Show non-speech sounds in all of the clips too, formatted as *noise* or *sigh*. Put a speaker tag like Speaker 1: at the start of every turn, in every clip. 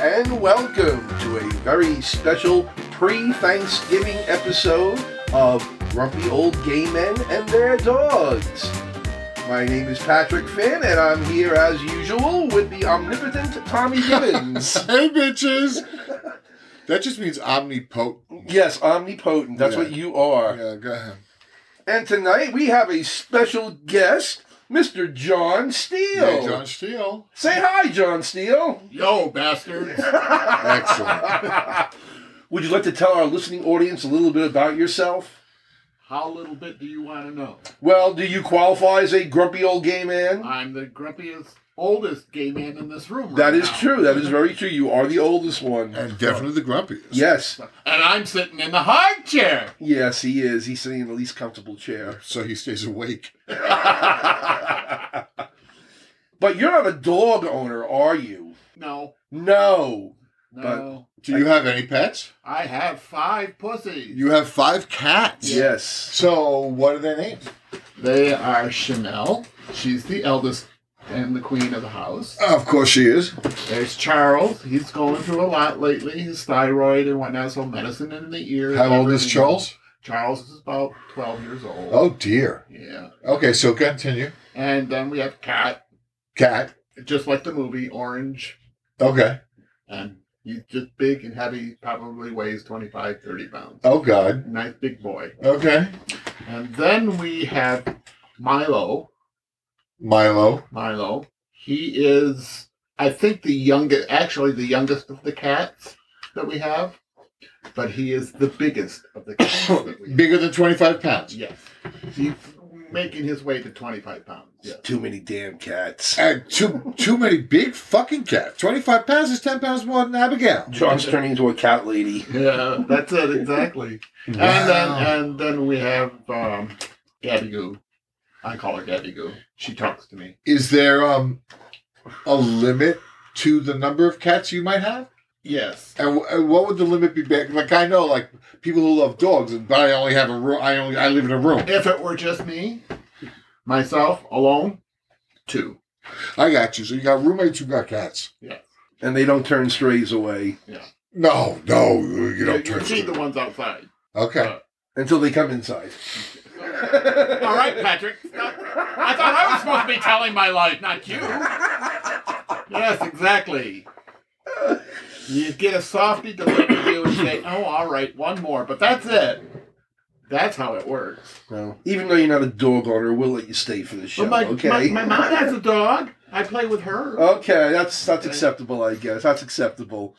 Speaker 1: and welcome to a very special pre Thanksgiving episode of Grumpy Old Gay Men and Their Dogs. My name is Patrick Finn, and I'm here as usual with the omnipotent
Speaker 2: *laughs*
Speaker 1: Tommy Gibbons.
Speaker 2: hey, bitches. That just means omnipotent.
Speaker 1: yes, omnipotent, that's
Speaker 2: Yeah.
Speaker 1: what you are.
Speaker 2: Yeah, go ahead.
Speaker 1: And tonight we have a special guest, Mr. John Steele.
Speaker 2: Hey, John Steele.
Speaker 1: Say hi, John Steele.
Speaker 3: Yo, bastards.
Speaker 2: Excellent.
Speaker 1: Would you like to tell our listening audience a little bit about yourself?
Speaker 3: How little bit do you want to know?
Speaker 1: Well, do you qualify as a grumpy old gay man?
Speaker 3: I'm the grumpiest, oldest gay man in this room.
Speaker 1: That
Speaker 3: right
Speaker 1: is
Speaker 3: now.
Speaker 1: true. That is very true. You are the oldest one.
Speaker 2: and definitely the grumpiest.
Speaker 1: Yes.
Speaker 3: And I'm sitting in the hard chair.
Speaker 1: Yes, he is. He's sitting in the least comfortable
Speaker 3: *laughs*
Speaker 1: chair.
Speaker 2: So he stays awake.
Speaker 1: but you're not a dog owner, are you?
Speaker 3: No,
Speaker 1: No.
Speaker 3: no.
Speaker 2: Do you have any pets?
Speaker 3: I have five pussies.
Speaker 2: You have five cats.
Speaker 1: Yes.
Speaker 2: So what are their names?
Speaker 3: They are Chanel. She's the eldest and the queen of the house.
Speaker 2: Of course she is.
Speaker 3: There's Charles. He's going through a lot lately. His thyroid and whatnot, so medicine in the ear.
Speaker 2: How old is
Speaker 3: everything.
Speaker 2: Charles?
Speaker 3: Charles is about 12 years old.
Speaker 2: Oh dear.
Speaker 3: Yeah.
Speaker 2: Okay, so continue.
Speaker 3: And then we have Cat,
Speaker 2: Cat.
Speaker 3: just like the movie, orange.
Speaker 2: Okay.
Speaker 3: and he's just big and heavy, probably weighs 25, 30 pounds.
Speaker 2: Oh God.
Speaker 3: Nice big boy.
Speaker 2: Okay.
Speaker 3: And then we have Milo.
Speaker 2: Milo.
Speaker 3: Milo. He is, I think, the youngest, actually, the youngest of the cats that we have, but he is the biggest of the cats that we have.
Speaker 2: Bigger than twenty-five pounds.
Speaker 3: Yes. He's making his way to 25 pounds. Yes.
Speaker 1: Too many damn cats.
Speaker 2: And too too many big fucking cats. Twenty-five pounds is ten pounds more than Abigail.
Speaker 1: John's turning into a cat lady.
Speaker 3: Yeah, that's it, exactly. And then
Speaker 2: um,
Speaker 3: and then we have um, Gabby Goo. I call her Gabby Goo. She talks to me.
Speaker 2: is there um a limit to the number of cats you might have?
Speaker 3: Yes.
Speaker 2: And, wh- and what would the limit be? Back? Like I know, like people who love dogs, but I only have a room. I only I live in a room.
Speaker 3: If it were just me, myself alone, two.
Speaker 2: I got you. So you got roommates who got cats.
Speaker 1: And they don't turn strays away
Speaker 2: No, no, you don't
Speaker 3: you
Speaker 2: turn.
Speaker 3: see the ones outside.
Speaker 2: Okay,
Speaker 1: until they come inside.
Speaker 3: All right, Patrick. Stop. I thought
Speaker 1: *laughs*
Speaker 3: I was supposed to be telling my life, not you. Yes, exactly. You get a softie delivered to you and say, "Oh, all right, one more," but that's it. That's how it works.
Speaker 1: Well, even though you're not a dog owner, we'll let you stay for the show.
Speaker 3: But my,
Speaker 1: okay. Oh.
Speaker 3: my, my mom has a dog. I play with her.
Speaker 1: Okay, that's that's
Speaker 3: Okay.
Speaker 1: acceptable, I guess. That's acceptable.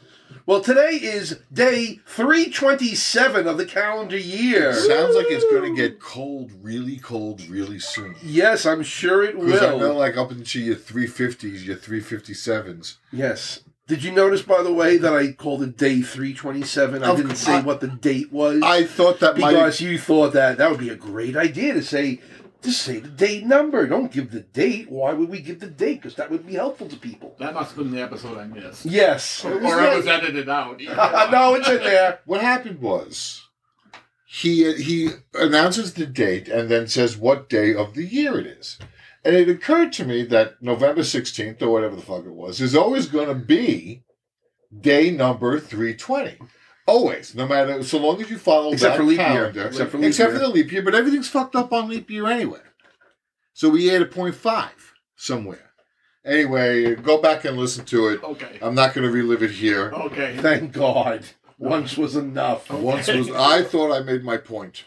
Speaker 1: Well, today is day 327 of the calendar year.
Speaker 2: sounds like it's going to get cold, really cold, really soon.
Speaker 1: Yes, I'm sure it
Speaker 2: Because I know,
Speaker 1: will.
Speaker 2: like up into your three fifties, your three fifty sevens.
Speaker 1: Yes. Did you notice, by the way, that I called it day 327? I
Speaker 2: Of
Speaker 1: didn't
Speaker 2: course.
Speaker 1: say what the date was.
Speaker 2: I thought that might.
Speaker 1: because you thought that that would be a great idea to say, just say the date number. Don't give the date. Why would we give the date? Because that would be helpful to people.
Speaker 3: That must have been the episode I missed.
Speaker 1: Yes.
Speaker 3: Or it was edited out.
Speaker 1: *laughs* no, it's in there.
Speaker 2: What happened was he he announces the date and then says what day of the year it is. And it occurred to me that November 16th or whatever the fuck it was is always going to be day number 320. Always, no matter so long as you follow
Speaker 1: Except
Speaker 2: that
Speaker 1: for leap year.
Speaker 2: calendar.
Speaker 1: Except for leap
Speaker 2: Except for
Speaker 1: year.
Speaker 2: the leap year, but everything's fucked up on leap year anyway. So we ate a point five somewhere. Anyway, go back and listen to it.
Speaker 3: Okay.
Speaker 2: I'm not going to relive it here.
Speaker 3: Okay.
Speaker 1: Thank God. Once was enough.
Speaker 2: Once was I thought I made my point.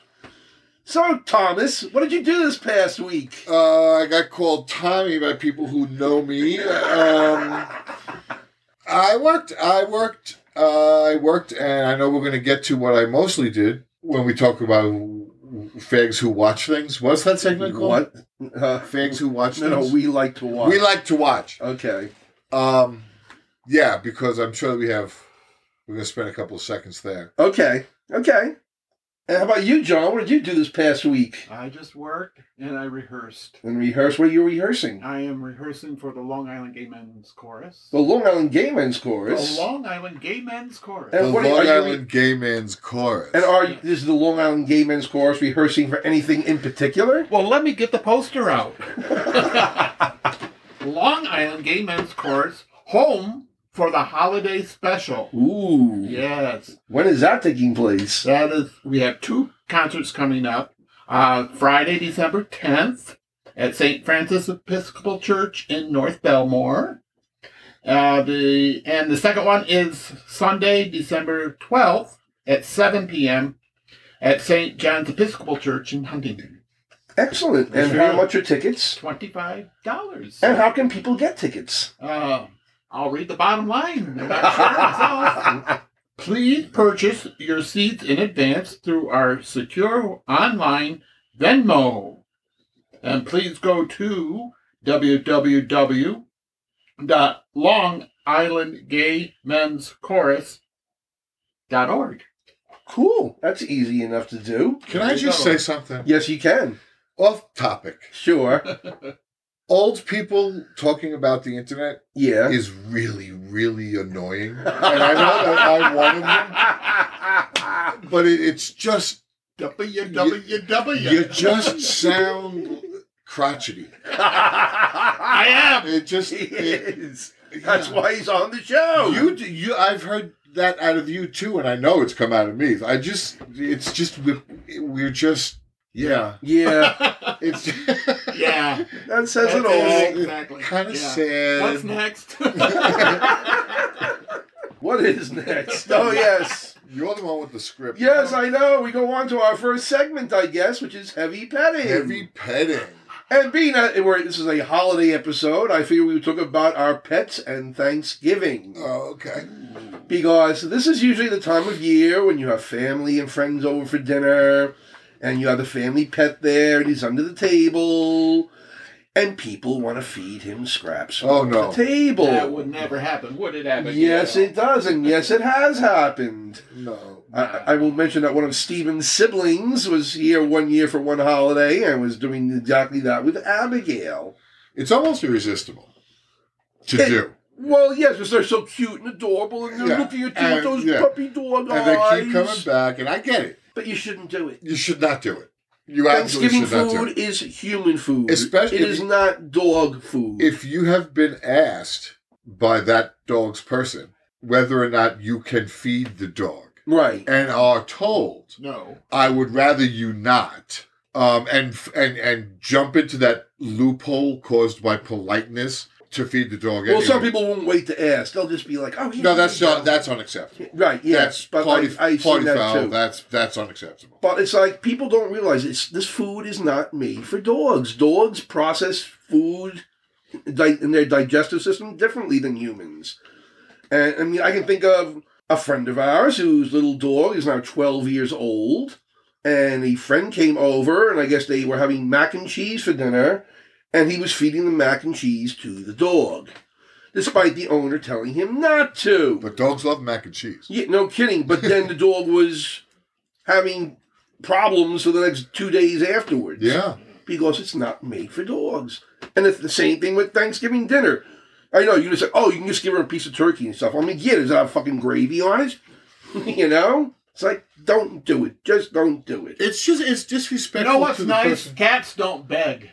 Speaker 1: So, Thomas, what did you do this past week?
Speaker 2: Uh, I got called Tommy by people who know me. Um, I worked. I worked. Uh, I worked, and I know we're going to get to what I mostly did when we talk about fags who watch things. What's that segment called?
Speaker 1: What? Uh,
Speaker 2: Fags who watch
Speaker 1: no, no,
Speaker 2: things.
Speaker 1: we like to watch.
Speaker 2: we like to watch.
Speaker 1: Okay.
Speaker 2: Um, yeah, because I'm sure we have. We're going to spend a couple of seconds there.
Speaker 1: Okay. Okay. And how about you, John? What did you do this past week?
Speaker 3: I just worked and I rehearsed.
Speaker 1: And rehearse? What are you rehearsing?
Speaker 3: I am rehearsing for the Long Island Gay Men's Chorus.
Speaker 1: The Long Island Gay Men's
Speaker 3: The
Speaker 1: Chorus.
Speaker 3: Long Island Gay Men's Chorus.
Speaker 1: And
Speaker 2: the
Speaker 1: what are-
Speaker 2: Long
Speaker 1: are you-
Speaker 2: Island Gay Men's Chorus.
Speaker 1: and are you, this is the Long Island Gay Men's Chorus rehearsing for anything in
Speaker 2: *laughs*
Speaker 1: particular?
Speaker 3: Well, let me get the poster out. Long Island Gay Men's Chorus, home for the holiday special.
Speaker 1: Ooh.
Speaker 3: Yes,
Speaker 1: When is that taking place?
Speaker 3: that is. We have two concerts coming up. Uh, Friday, December tenth, at St. Francis Episcopal Church in North Belmore. Uh, the and the second one is Sunday, December twelfth, at seven p.m. at St. John's Episcopal Church in Huntington.
Speaker 1: Excellent. And
Speaker 3: Sure.
Speaker 1: how much are tickets?
Speaker 3: Twenty-five
Speaker 1: *laughs*
Speaker 3: dollars.
Speaker 1: And how can people get tickets?
Speaker 3: Uh, I'll read the bottom line. I'm not sure myself. Please purchase your seats in advance through our secure online Venmo. And please go to www.longislandgaymenschorus.org.
Speaker 1: cool. That's easy enough to do.
Speaker 2: Can I just say something?
Speaker 1: Yes, you can.
Speaker 2: Off topic.
Speaker 1: Sure.
Speaker 2: Old people talking about the internet
Speaker 1: Yeah.
Speaker 2: is really, really annoying. *laughs* And I know that I'm one of them, but it, it's just, you
Speaker 3: www. *laughs*
Speaker 2: just sound crotchety.
Speaker 3: I am.
Speaker 2: It just,
Speaker 1: He
Speaker 2: it,
Speaker 1: is. That's why he's on the show.
Speaker 2: You, d- you, I've heard that out of you too, and I know it's come out of me. I just, it's just, we're, we're just, yeah.
Speaker 1: yeah,
Speaker 2: It's *laughs*
Speaker 3: Yeah.
Speaker 1: that says it
Speaker 3: That's
Speaker 1: all.
Speaker 3: it. Exactly.
Speaker 2: kind of
Speaker 3: Yeah.
Speaker 2: sad.
Speaker 3: What's next? *laughs*
Speaker 1: *laughs* What is next? Oh yes,
Speaker 2: You're the one with the script.
Speaker 1: yes, I know. We go on to our first segment, I guess, which is heavy petting.
Speaker 2: Heavy petting.
Speaker 1: And being that we're, this is a holiday episode, I figured we would talk about our pets and Thanksgiving.
Speaker 2: Oh, okay.
Speaker 1: because this is usually the time of year when you have family and friends over for dinner and you have the family pet there and he's under the table and people want to feed him scraps
Speaker 2: Oh,
Speaker 1: off
Speaker 2: no.
Speaker 1: the table
Speaker 3: that would never happen, would it, Abigail?
Speaker 1: yes it does and yes it has happened
Speaker 2: No.
Speaker 1: I, I- I will mention that one of Steven's siblings was here one year for one holiday and was doing exactly that with Abigail.
Speaker 2: It's almost irresistible to
Speaker 1: It-
Speaker 2: do.
Speaker 1: Well, yes, because they're so cute and adorable, and they're
Speaker 2: Yeah,
Speaker 1: looking at you
Speaker 2: and-
Speaker 1: with those
Speaker 2: yeah.
Speaker 1: puppy dog
Speaker 2: And they keep coming
Speaker 1: eyes.
Speaker 2: back, and I get it.
Speaker 1: But you shouldn't do it.
Speaker 2: You should not do it. You absolutely
Speaker 1: Thanksgiving
Speaker 2: should not do it.
Speaker 1: food is human food.
Speaker 2: Especially
Speaker 1: it
Speaker 2: if
Speaker 1: is
Speaker 2: you-
Speaker 1: not dog food.
Speaker 2: If you have been asked by that dog's person whether or not you can feed the dog
Speaker 1: right.
Speaker 2: and are told
Speaker 3: No.
Speaker 2: I would rather you not. Um, and and and jump into that loophole caused by politeness to feed the dog.
Speaker 1: Well, some
Speaker 2: anyway.
Speaker 1: people won't wait to ask. They'll just be like, "Oh, here
Speaker 2: No,
Speaker 1: you
Speaker 2: that's
Speaker 1: go.
Speaker 2: not, that's unacceptable.
Speaker 1: right." Yes,
Speaker 2: that's
Speaker 1: but
Speaker 2: party,
Speaker 1: I, I've seen
Speaker 2: party
Speaker 1: that
Speaker 2: foul.
Speaker 1: too.
Speaker 2: That's that's unacceptable.
Speaker 1: But it's like people don't realize it's this food is not made for dogs. Dogs process food di- in their digestive system differently than humans. And I mean, I can think of a friend of ours whose little dog is now 12 years old. And a friend came over, and I guess they were having mac and cheese for dinner. And he was feeding the mac and cheese to the dog, despite the owner telling him not to.
Speaker 2: But dogs love mac and cheese.
Speaker 1: Yeah, no kidding. But then the dog was having problems for the next two days afterwards.
Speaker 2: Yeah,
Speaker 1: Because it's not made for dogs. And it's the same thing with Thanksgiving dinner. I know, you just say, oh, you can just give her a piece of turkey and stuff. I mean, yeah, does it have fucking gravy on it? *laughs* you know? It's like, don't do it. Just don't do
Speaker 2: *laughs*
Speaker 1: it.
Speaker 2: it's just it's
Speaker 3: You
Speaker 2: disrespectful.
Speaker 3: know what's
Speaker 2: to the
Speaker 3: nice?
Speaker 2: Person.
Speaker 3: Cats don't beg.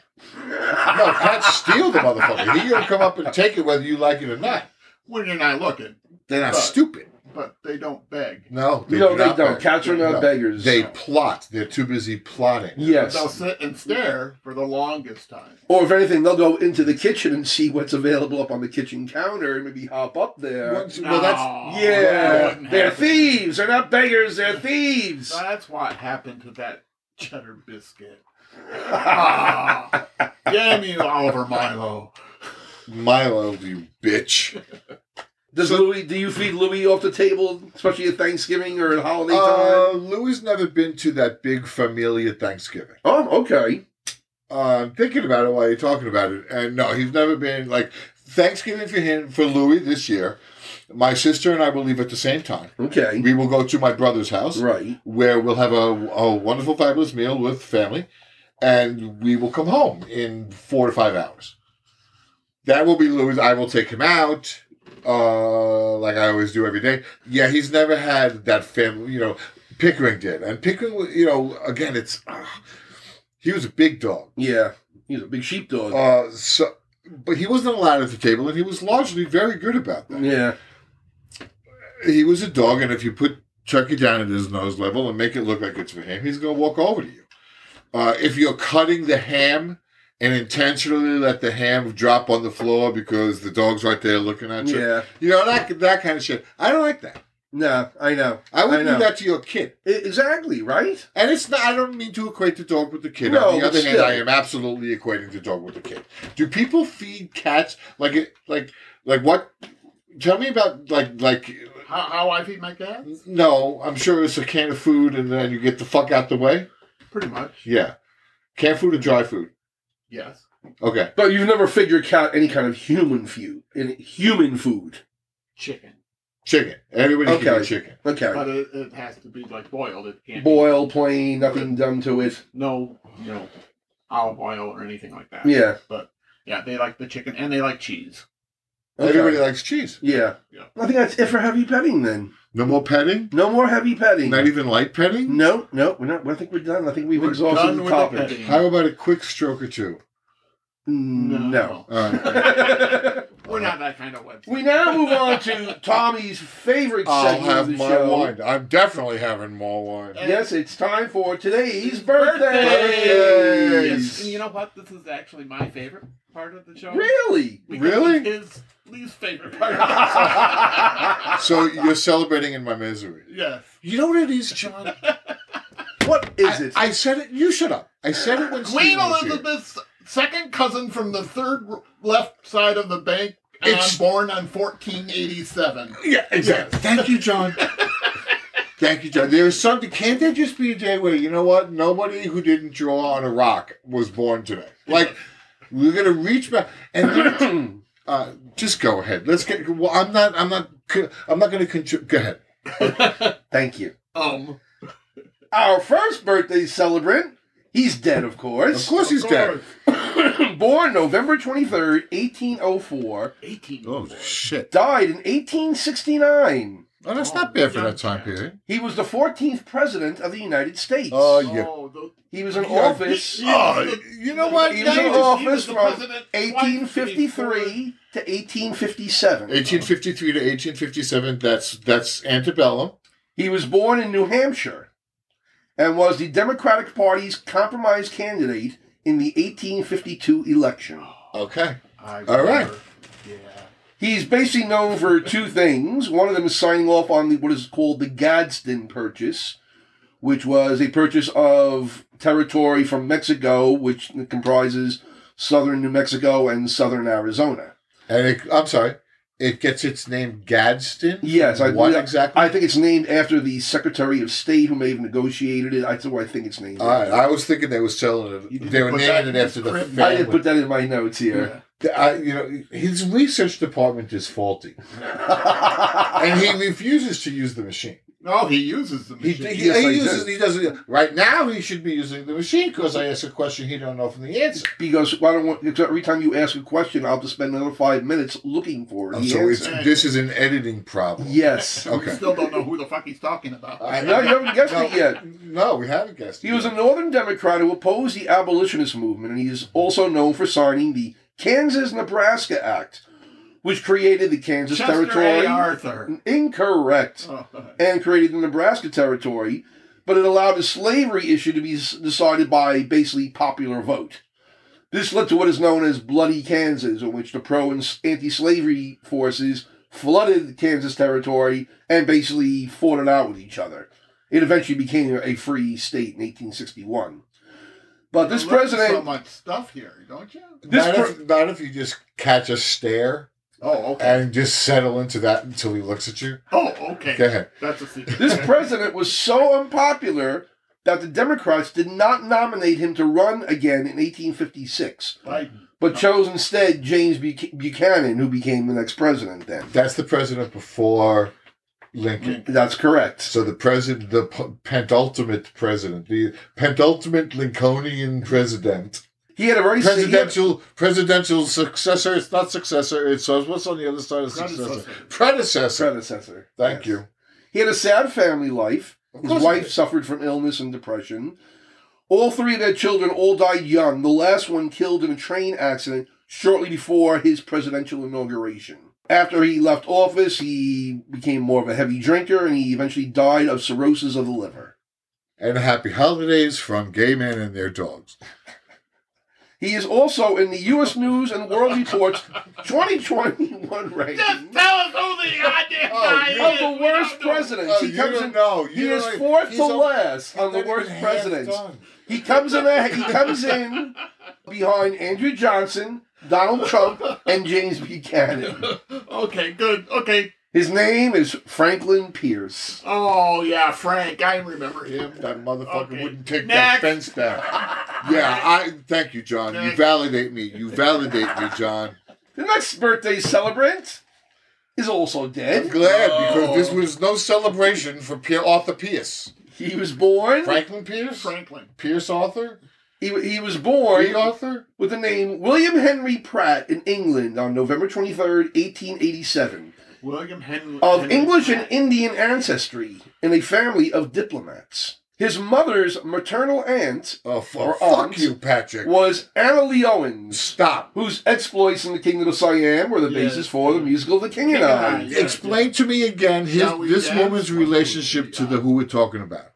Speaker 2: No, cats steal the motherfucker. He gonna come up and take it whether you like it or not.
Speaker 3: When you're not looking,
Speaker 2: They're not
Speaker 3: Right.
Speaker 2: stupid.
Speaker 3: but they don't beg.
Speaker 2: No, they
Speaker 1: no,
Speaker 2: do
Speaker 1: they
Speaker 2: not
Speaker 1: don't.
Speaker 2: beg.
Speaker 1: Cats are not
Speaker 2: No.
Speaker 1: beggars.
Speaker 2: They plot. They're too busy plotting.
Speaker 1: yes.
Speaker 3: They'll sit and stare for the longest time.
Speaker 1: Or if anything, they'll go into the kitchen and see what's available up on the kitchen counter and maybe hop up there.
Speaker 2: Once- well, that's
Speaker 3: No, that
Speaker 1: Yeah,
Speaker 3: Oh, wouldn't
Speaker 1: they're
Speaker 3: happen.
Speaker 1: thieves. They're not beggars. They're thieves.
Speaker 3: That's what happened to that cheddar biscuit. Ah, damn you, Oliver Milo.
Speaker 2: Milo, you bitch.
Speaker 1: *laughs* Does
Speaker 2: So-
Speaker 1: Louis? Do you feed Louis off the table, especially at Thanksgiving or at holiday time?
Speaker 2: Uh, Louis never been to that big familia Thanksgiving.
Speaker 1: Oh, okay.
Speaker 2: Uh, I'm thinking about it while you're talking about it, and no, he's never been like Thanksgiving for him for Louis this year. My sister and I will leave at the same time.
Speaker 1: Okay.
Speaker 2: We will go to my brother's house
Speaker 1: Right.
Speaker 2: where we'll have a, a wonderful, fabulous meal with family, and we will come home in four to five hours. That will be Louis. I will take him out, uh, like I always do every day. Yeah, he's never had that family, you know. Pickering did, and Pickering, wa- you know, again, it's ah, he was a big dog,
Speaker 1: Yeah. He's a big sheepdog.
Speaker 2: uh, so but he wasn't allowed at the table, and he was largely very good about that.
Speaker 1: yeah.
Speaker 2: he was a dog, and if you put E. Chucky down at his nose level and make it look like it's for him, he's going to walk over to you. Uh, if you're cutting the ham and intentionally let the ham drop on the floor because the dog's right there looking at you,
Speaker 1: Yeah.
Speaker 2: you know that that kind of shit. I don't like that.
Speaker 1: No, I know.
Speaker 2: I wouldn't
Speaker 1: I know.
Speaker 2: do that to your kid.
Speaker 1: I- exactly, right?
Speaker 2: And it's not. I don't mean to equate the dog with the kid.
Speaker 1: No,
Speaker 2: On the
Speaker 1: but
Speaker 2: other hand,
Speaker 1: still.
Speaker 2: I am absolutely equating the dog with the kid. Do people feed cats like it? Like like what? Tell me about like like.
Speaker 3: How, how I feed my cats?
Speaker 2: No, I'm sure it's a can of food, and then you get the fuck out the way.
Speaker 3: Pretty much.
Speaker 2: Yeah, canned food or dry food.
Speaker 3: Yes.
Speaker 2: Okay,
Speaker 1: But you've never figured out any kind of human food. In human food.
Speaker 3: Chicken.
Speaker 2: chicken. Everybody can
Speaker 1: Okay.
Speaker 2: eat chicken.
Speaker 1: Okay.
Speaker 3: But it, it has to be like boiled. It can't be
Speaker 1: Boil, plain, nothing done to it.
Speaker 3: no, you know, olive oil or anything like that.
Speaker 1: Yeah.
Speaker 3: Yeah, they like the chicken and they like cheese.
Speaker 1: Okay.
Speaker 2: Everybody likes cheese.
Speaker 1: Yeah.
Speaker 3: Yeah.
Speaker 1: I think that's it for heavy petting then.
Speaker 2: No more petting.
Speaker 1: No more heavy petting.
Speaker 2: Not even light petting.
Speaker 1: No, no, we're not. I think we're done. I think we've
Speaker 3: We're
Speaker 1: exhausted
Speaker 3: done
Speaker 1: the
Speaker 3: with the
Speaker 1: topic.
Speaker 3: petting.
Speaker 2: How about a quick stroke or two?
Speaker 1: no.
Speaker 2: All right.
Speaker 3: We're not that kind of
Speaker 1: *laughs*
Speaker 3: website.
Speaker 1: we now move on to Tommy's favorite
Speaker 2: I'll
Speaker 1: segment of
Speaker 2: have
Speaker 1: the
Speaker 2: my
Speaker 1: show.
Speaker 2: wine. I'm definitely having more wine.
Speaker 1: Yes, it's time for today's birthday.
Speaker 2: Birthdays.
Speaker 3: Yes, And you know what? This is actually my favorite part of the show.
Speaker 1: Really? *laughs*
Speaker 3: Because
Speaker 2: Really?
Speaker 3: it's His least favorite part. Of
Speaker 2: *laughs*
Speaker 3: the show.
Speaker 2: So you're celebrating in my misery.
Speaker 3: yes.
Speaker 2: You know what it is,
Speaker 1: *laughs*
Speaker 2: John?
Speaker 1: What is it?
Speaker 2: I, I said it. You shut up. I said it when
Speaker 3: Queen
Speaker 2: Steve was here.
Speaker 3: Elizabeth's second cousin from the third r- left side of the bank, and
Speaker 2: It's-
Speaker 3: born on 1487.
Speaker 2: Yeah, exactly. Thank you, John. Thank you, John. There's something. Can't there just be a day where you know what? Nobody who didn't draw on a rock was born today. Like we're gonna reach back and *clears throat* uh, just go ahead. Let's get. Well, I'm not. I'm not. co- I'm not gonna contribute. Go ahead.
Speaker 1: Thank you.
Speaker 3: Um,
Speaker 1: Our first birthday celebrant. He's dead, of
Speaker 2: Of
Speaker 1: course.
Speaker 2: course, he's dead.
Speaker 1: *coughs* Born November 23rd, 1804.
Speaker 3: 18.
Speaker 2: Oh shit!
Speaker 1: Died in 1869.
Speaker 2: Oh, that's not bad for that time period.
Speaker 1: He was the 14th president of the United States.
Speaker 2: Oh, yeah.
Speaker 3: Oh, the,
Speaker 1: Uh, he was in
Speaker 2: yeah.
Speaker 1: office
Speaker 2: Oh, you know what?
Speaker 1: He was
Speaker 2: Now
Speaker 1: in
Speaker 2: you just-
Speaker 1: office
Speaker 3: he was the
Speaker 1: from
Speaker 3: president twice
Speaker 1: 1853 to 1857.
Speaker 2: 1853 to 1857. That's that's antebellum.
Speaker 1: He was born in New Hampshire and was the Democratic Party's compromise candidate in the 1852 election.
Speaker 2: Okay.
Speaker 3: I
Speaker 2: All right.
Speaker 3: remember. Yeah.
Speaker 1: He's basically known for two things. One of them is signing off on the, what is called the Gadsden Purchase, which was a purchase of territory from Mexico, which comprises southern New Mexico and southern Arizona.
Speaker 2: And it, I'm sorry, it gets its name Gadsden.
Speaker 1: Yes, I-
Speaker 2: what
Speaker 1: yeah,
Speaker 2: exactly?
Speaker 1: I think it's named after the Secretary of State who may have negotiated it. That's what I think it's named.
Speaker 2: All right, I was thinking they were selling
Speaker 1: You
Speaker 2: it.
Speaker 1: didn't
Speaker 2: They were
Speaker 3: put that
Speaker 2: naming
Speaker 3: in
Speaker 2: it after
Speaker 3: the
Speaker 2: the
Speaker 3: script.
Speaker 1: I didn't
Speaker 2: family.
Speaker 1: put that in my notes here.
Speaker 2: I, you know, his research department is faulty, *laughs* and he refuses to use the machine.
Speaker 3: No, he uses the
Speaker 2: He,
Speaker 3: machine.
Speaker 2: he,
Speaker 1: Yes,
Speaker 2: he
Speaker 1: I
Speaker 2: uses.
Speaker 1: do.
Speaker 2: He doesn't. Right now, he should be using the machine because I ask a question he don't know from the answer.
Speaker 1: *laughs* because why don't want, because every time you ask a question, I'll have to spend another five minutes looking for it.
Speaker 2: Oh,
Speaker 1: The
Speaker 2: so it's,
Speaker 1: answer.
Speaker 2: this is an editing problem.
Speaker 1: yes.
Speaker 2: *laughs* Okay.
Speaker 3: We still don't know who the fuck he's talking about.
Speaker 2: I
Speaker 1: No, you haven't guessed
Speaker 2: No,
Speaker 1: it yet.
Speaker 2: No, we haven't guessed.
Speaker 1: He
Speaker 2: it
Speaker 1: was a
Speaker 2: yet.
Speaker 1: Northern Democrat who opposed the abolitionist movement, and he is also known for signing the Kansas-Nebraska Act, which created the Kansas
Speaker 3: Chester
Speaker 1: Territory. Mm.
Speaker 3: A. Arthur.
Speaker 1: Incorrect.
Speaker 3: Oh,
Speaker 1: and created the Nebraska Territory, but it allowed the slavery issue to be s- decided by basically popular vote. This led to what is known as Bloody Kansas, in which the pro and anti slavery forces flooded Kansas Territory and basically fought it out with each other. It eventually became a free state in 1861. But Uh, this
Speaker 3: You learn So
Speaker 1: president.
Speaker 3: much stuff here, don't you?
Speaker 1: This
Speaker 2: not,
Speaker 1: per-
Speaker 2: if, not if you just catch a stare
Speaker 3: Oh, okay.
Speaker 2: and just settle into that until he looks at you.
Speaker 3: Oh, okay.
Speaker 2: Go ahead.
Speaker 3: That's a secret.
Speaker 1: This president was so unpopular that the Democrats did not nominate him to run again in 1856.
Speaker 3: Biden.
Speaker 1: but chose instead James Buch- Buchanan, who became the next president. Then
Speaker 2: That's the president before Lincoln.
Speaker 1: that's correct.
Speaker 2: So the president, the p- penultimate president, the penultimate Lincolnian president,
Speaker 1: He had a very presidential.
Speaker 2: presidential presidential successor. It's not successor. It's uh, what's on the other side of successor.
Speaker 3: Predecessor.
Speaker 2: Predecessor.
Speaker 1: predecessor.
Speaker 2: Thank
Speaker 1: Yes.
Speaker 2: you.
Speaker 1: He had a sad family life.
Speaker 2: Of
Speaker 1: His
Speaker 2: course he
Speaker 1: wife
Speaker 2: did.
Speaker 1: suffered from illness and depression. All three of their children all died young. The last one killed in a train accident shortly before his presidential inauguration. After he left office, he became more of a heavy drinker and he eventually died of cirrhosis of the liver.
Speaker 2: And happy holidays from gay men and their dogs.
Speaker 1: He is also in the U.S. News and World Report's 2021
Speaker 3: Just
Speaker 1: ranking
Speaker 3: tell us who
Speaker 1: *laughs*
Speaker 3: the goddamn
Speaker 2: Oh,
Speaker 3: guy
Speaker 2: you-
Speaker 1: of
Speaker 3: is.
Speaker 1: the
Speaker 3: We
Speaker 1: worst
Speaker 3: don't know.
Speaker 1: presidents.
Speaker 2: Oh,
Speaker 1: he
Speaker 2: you
Speaker 1: comes
Speaker 2: don't
Speaker 1: in,
Speaker 2: know. You
Speaker 1: he
Speaker 2: don't
Speaker 1: is
Speaker 2: know.
Speaker 1: fourth
Speaker 2: He's
Speaker 1: to
Speaker 2: a-
Speaker 1: last on
Speaker 2: Not
Speaker 1: the
Speaker 2: even
Speaker 1: worst
Speaker 2: half
Speaker 1: presidents.
Speaker 2: done.
Speaker 1: He comes in. a- he comes in behind Andrew Johnson, Donald Trump, and James Buchanan.
Speaker 3: Okay, good. Okay.
Speaker 1: His name is Franklin Pierce.
Speaker 3: Oh yeah, Frank. I remember him.
Speaker 2: That motherfucker
Speaker 3: Okay.
Speaker 2: wouldn't take that
Speaker 3: Next.
Speaker 2: fence down. Yeah, I thank you, John. You
Speaker 3: Next.
Speaker 2: validate me. You validate me, John.
Speaker 1: The next birthday celebrant is also
Speaker 2: I'm
Speaker 1: dead.
Speaker 2: glad
Speaker 3: Oh.
Speaker 2: because this was no celebration for Pierre Arthur Pierce.
Speaker 1: He was born.
Speaker 2: Franklin Pierce?
Speaker 3: Franklin.
Speaker 2: Pierce Arthur?
Speaker 1: He, he was
Speaker 2: Lee
Speaker 1: born
Speaker 2: Arthur?
Speaker 1: with the name William Henry Pratt in England on November 23rd, 1887.
Speaker 3: William Henry.
Speaker 1: Of
Speaker 3: Henry
Speaker 1: English and
Speaker 3: Pratt.
Speaker 1: Indian ancestry in a family of diplomats. His mother's maternal aunt
Speaker 2: Oh, fu-
Speaker 1: Or
Speaker 2: fuck
Speaker 1: aunt.
Speaker 2: you, Patrick.
Speaker 1: was Anna Lee Owens.
Speaker 2: Stop.
Speaker 1: whose exploits in the Kingdom of Siam were the
Speaker 3: Yeah.
Speaker 1: basis for the musical The King and I.
Speaker 3: Yeah,
Speaker 2: Explain to me again his,
Speaker 3: Shall we
Speaker 2: this
Speaker 3: dance?
Speaker 2: woman's relationship to the who we're talking about.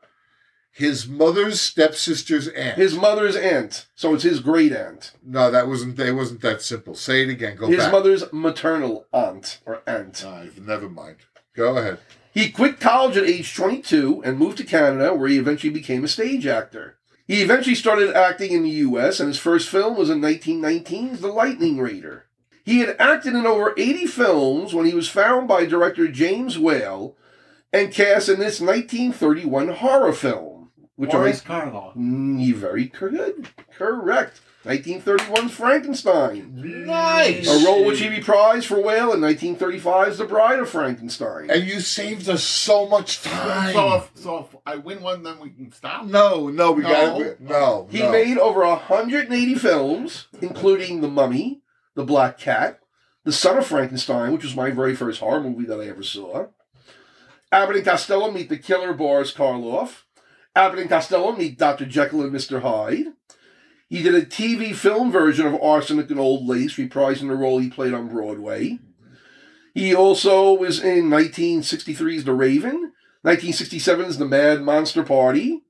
Speaker 2: His mother's stepsister's aunt.
Speaker 1: His mother's aunt, so it's his great aunt.
Speaker 2: no, that wasn't. It wasn't that simple. Say it again. Go
Speaker 1: His
Speaker 2: back.
Speaker 1: mother's maternal aunt or aunt.
Speaker 2: Ah, never mind. Go ahead.
Speaker 1: He quit college at age 22 and moved to Canada, where he eventually became a stage actor. He eventually started acting in the U.S., and his first film was in 1919's The Lightning Raider. He had acted in over 80 films when he was found by director James Whale and cast in this 1931 horror film, which I
Speaker 3: Boris Karloff.
Speaker 1: Mm, you very good. Correct. 1931's Frankenstein.
Speaker 2: Nice.
Speaker 1: A role which he be prized for Whale in 1935's The Bride of Frankenstein.
Speaker 2: And you saved us so much time.
Speaker 3: So if, so if I win one, then we can stop.
Speaker 2: no, no, we
Speaker 3: No.
Speaker 2: got it. No,
Speaker 1: He
Speaker 2: no.
Speaker 1: made over 180 films, including The Mummy, The Black Cat, The Son of Frankenstein, which was my very first horror movie that I ever saw. Abbott and Costello meet the killer Boris Karloff. Abbott and Costello meet Dr. Jekyll and Mr. Hyde. He did a TV film version of Arsenic and Old Lace, reprising the role he played on Broadway. He also was in 1963's The Raven, 1967's The Mad Monster Party,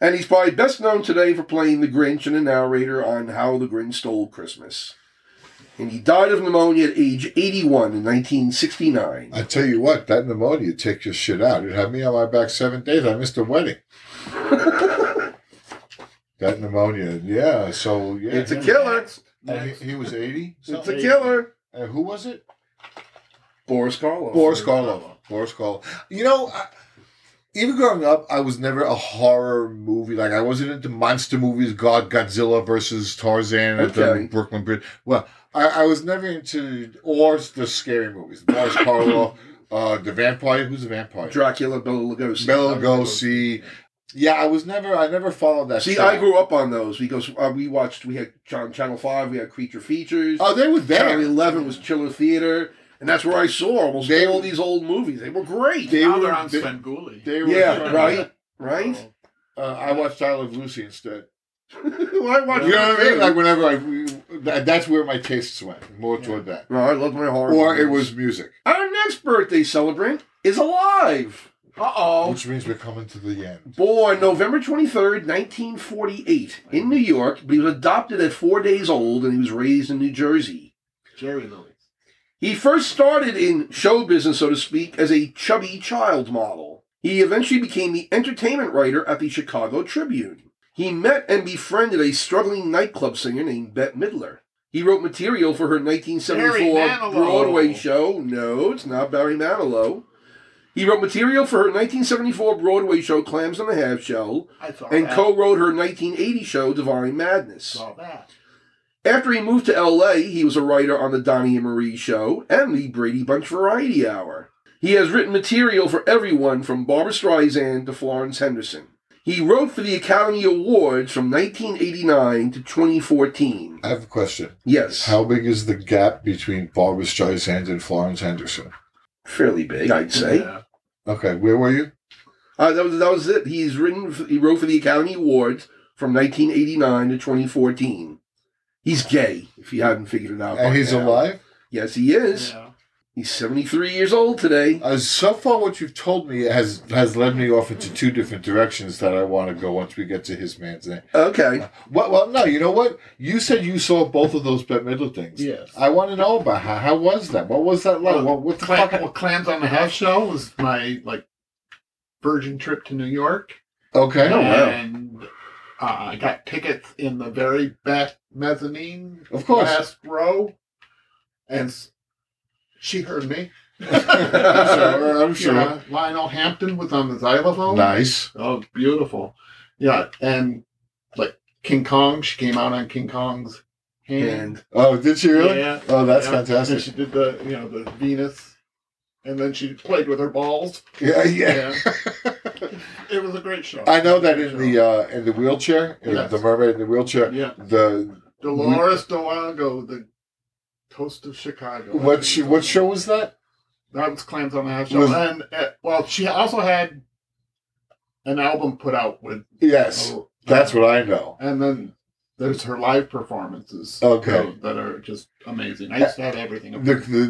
Speaker 1: and he's probably best known today for playing the Grinch and a narrator on How the Grinch Stole Christmas. And he died of pneumonia at age 81 in 1969.
Speaker 2: I tell you what, that pneumonia take your shit out. It had me on my back seven days. I missed
Speaker 1: *laughs*
Speaker 2: a wedding. that pneumonia, yeah. So yeah,
Speaker 1: It's a
Speaker 2: him-
Speaker 1: killer.
Speaker 2: and he, he was eighty.
Speaker 1: It's a killer.
Speaker 2: And who was it?
Speaker 1: Boris Karloff.
Speaker 2: Boris Karloff. Boris Karloff. You know, I, even growing up, I was never a horror movie. Like I wasn't into monster movies. God, Godzilla versus Tarzan at
Speaker 1: Okay.
Speaker 2: the Brooklyn Bridge. Well, I, I was never into or the scary
Speaker 1: *coughs*
Speaker 2: movies. Boris Karloff, uh, the vampire. Who's the vampire?
Speaker 1: Dracula, Bela Lugosi.
Speaker 2: Bela Lugosi. Yeah, I was never. I never followed that.
Speaker 1: See,
Speaker 2: track.
Speaker 1: I grew up on those because uh, we watched, we had on Channel 5, we had Creature Features.
Speaker 2: Oh, they were there.
Speaker 1: Channel 11 was Chiller Theater. And that's where I saw almost
Speaker 2: They-
Speaker 1: all these old movies. They were great.
Speaker 2: They
Speaker 3: now
Speaker 2: were-
Speaker 3: they're on
Speaker 2: they-
Speaker 3: Svengoolie.
Speaker 2: They were
Speaker 1: yeah, right? Right?
Speaker 2: Uh, I watched I Love Lucy instead.
Speaker 1: *laughs* I watched
Speaker 2: Oh. You know what I mean?
Speaker 1: that
Speaker 2: Like
Speaker 1: too.
Speaker 2: whenever I, that, that's where my tastes went more toward that,
Speaker 1: no, I loved my horror.
Speaker 2: or it
Speaker 1: movies.
Speaker 2: was music,
Speaker 1: Our next birthday celebrant is alive.
Speaker 3: Uh oh.
Speaker 2: which means we're coming to the end.
Speaker 1: Born November 23rd, 1948, in New York, but he was adopted at four days old and he was raised in New Jersey.
Speaker 3: Jerry Lewis.
Speaker 1: He first started in show business, so to speak, as a chubby child model. He eventually became the entertainment writer at the Chicago Tribune. He met and befriended a struggling nightclub singer named Bette Midler. He wrote material for her
Speaker 3: Barry
Speaker 1: 1974
Speaker 3: Manilow.
Speaker 1: Broadway show. No, it's not Barry Manilow. He wrote material for her 1974 Broadway show Clams on the Half Shell
Speaker 3: I saw
Speaker 1: and
Speaker 3: that.
Speaker 1: co-wrote her 1980 show Divine Madness.
Speaker 3: saw that.
Speaker 1: After he moved to LA, he was a writer on the Donnie and Marie show and the Brady Bunch Variety Hour. He has written material for everyone from Barbara Streisand to Florence Henderson. He wrote for the Academy Awards from 1989 to 2014.
Speaker 2: I have a question.
Speaker 1: Yes.
Speaker 2: How big is the gap between Barbara Streisand and Florence Henderson?
Speaker 1: Fairly big, I'd say.
Speaker 3: Yeah.
Speaker 2: Okay, where were you?
Speaker 1: Uh, that, was, that was it. He's written. He wrote for the Academy Awards from 1989 to 2014. He's gay, if you hadn't figured it out. by
Speaker 2: And he's
Speaker 1: now.
Speaker 2: alive.
Speaker 1: Yes, he is.
Speaker 3: Yeah.
Speaker 1: He's 73 years old today.
Speaker 2: Uh, so far, what you've told me has has led me off into two different directions that I want to go once we get to his man's name.
Speaker 1: Okay.
Speaker 2: Well, well, no, you know what? You said you saw both of those Bette Midler things.
Speaker 3: Yes.
Speaker 2: I want to know about how. How was that? What was that like?
Speaker 3: Well,
Speaker 2: what, what the
Speaker 3: Clam,
Speaker 2: fuck?
Speaker 3: well, Clams on the Half Shell was my like virgin trip to New York.
Speaker 2: Okay.
Speaker 1: Oh, wow.
Speaker 3: And uh, I got tickets in the very back mezzanine,
Speaker 2: Of course.
Speaker 3: last row, and s- she heard me.
Speaker 1: *laughs*
Speaker 2: I'm sure. *laughs* I'm sure.
Speaker 3: Yeah, Lionel Hampton was on the xylophone.
Speaker 2: Nice.
Speaker 3: Oh, beautiful. Yeah, and like King Kong, she came out on King Kong's hand.
Speaker 1: And
Speaker 2: Oh, did she really?
Speaker 3: Yeah.
Speaker 2: Oh, that's
Speaker 3: yeah. And *laughs* she
Speaker 2: fantastic.
Speaker 3: did the you know the Venus, and then she played with her balls.
Speaker 2: Yeah, yeah.
Speaker 3: it was a great show.
Speaker 2: I know that in the uh, in the wheelchair, in
Speaker 3: Yes.
Speaker 2: the mermaid in the wheelchair,
Speaker 3: yeah,
Speaker 2: the
Speaker 3: Dolores Durango, the toast of Chicago.
Speaker 2: what she, what show was that?
Speaker 3: That was clams on the half shell,
Speaker 2: Was-
Speaker 3: and uh, well, she also had an album put out with. Oh.
Speaker 2: Yes, that's what I know.
Speaker 3: And then there's her live performances.
Speaker 2: Okay.
Speaker 3: though, that are just amazing. I used to have everything.
Speaker 2: The, the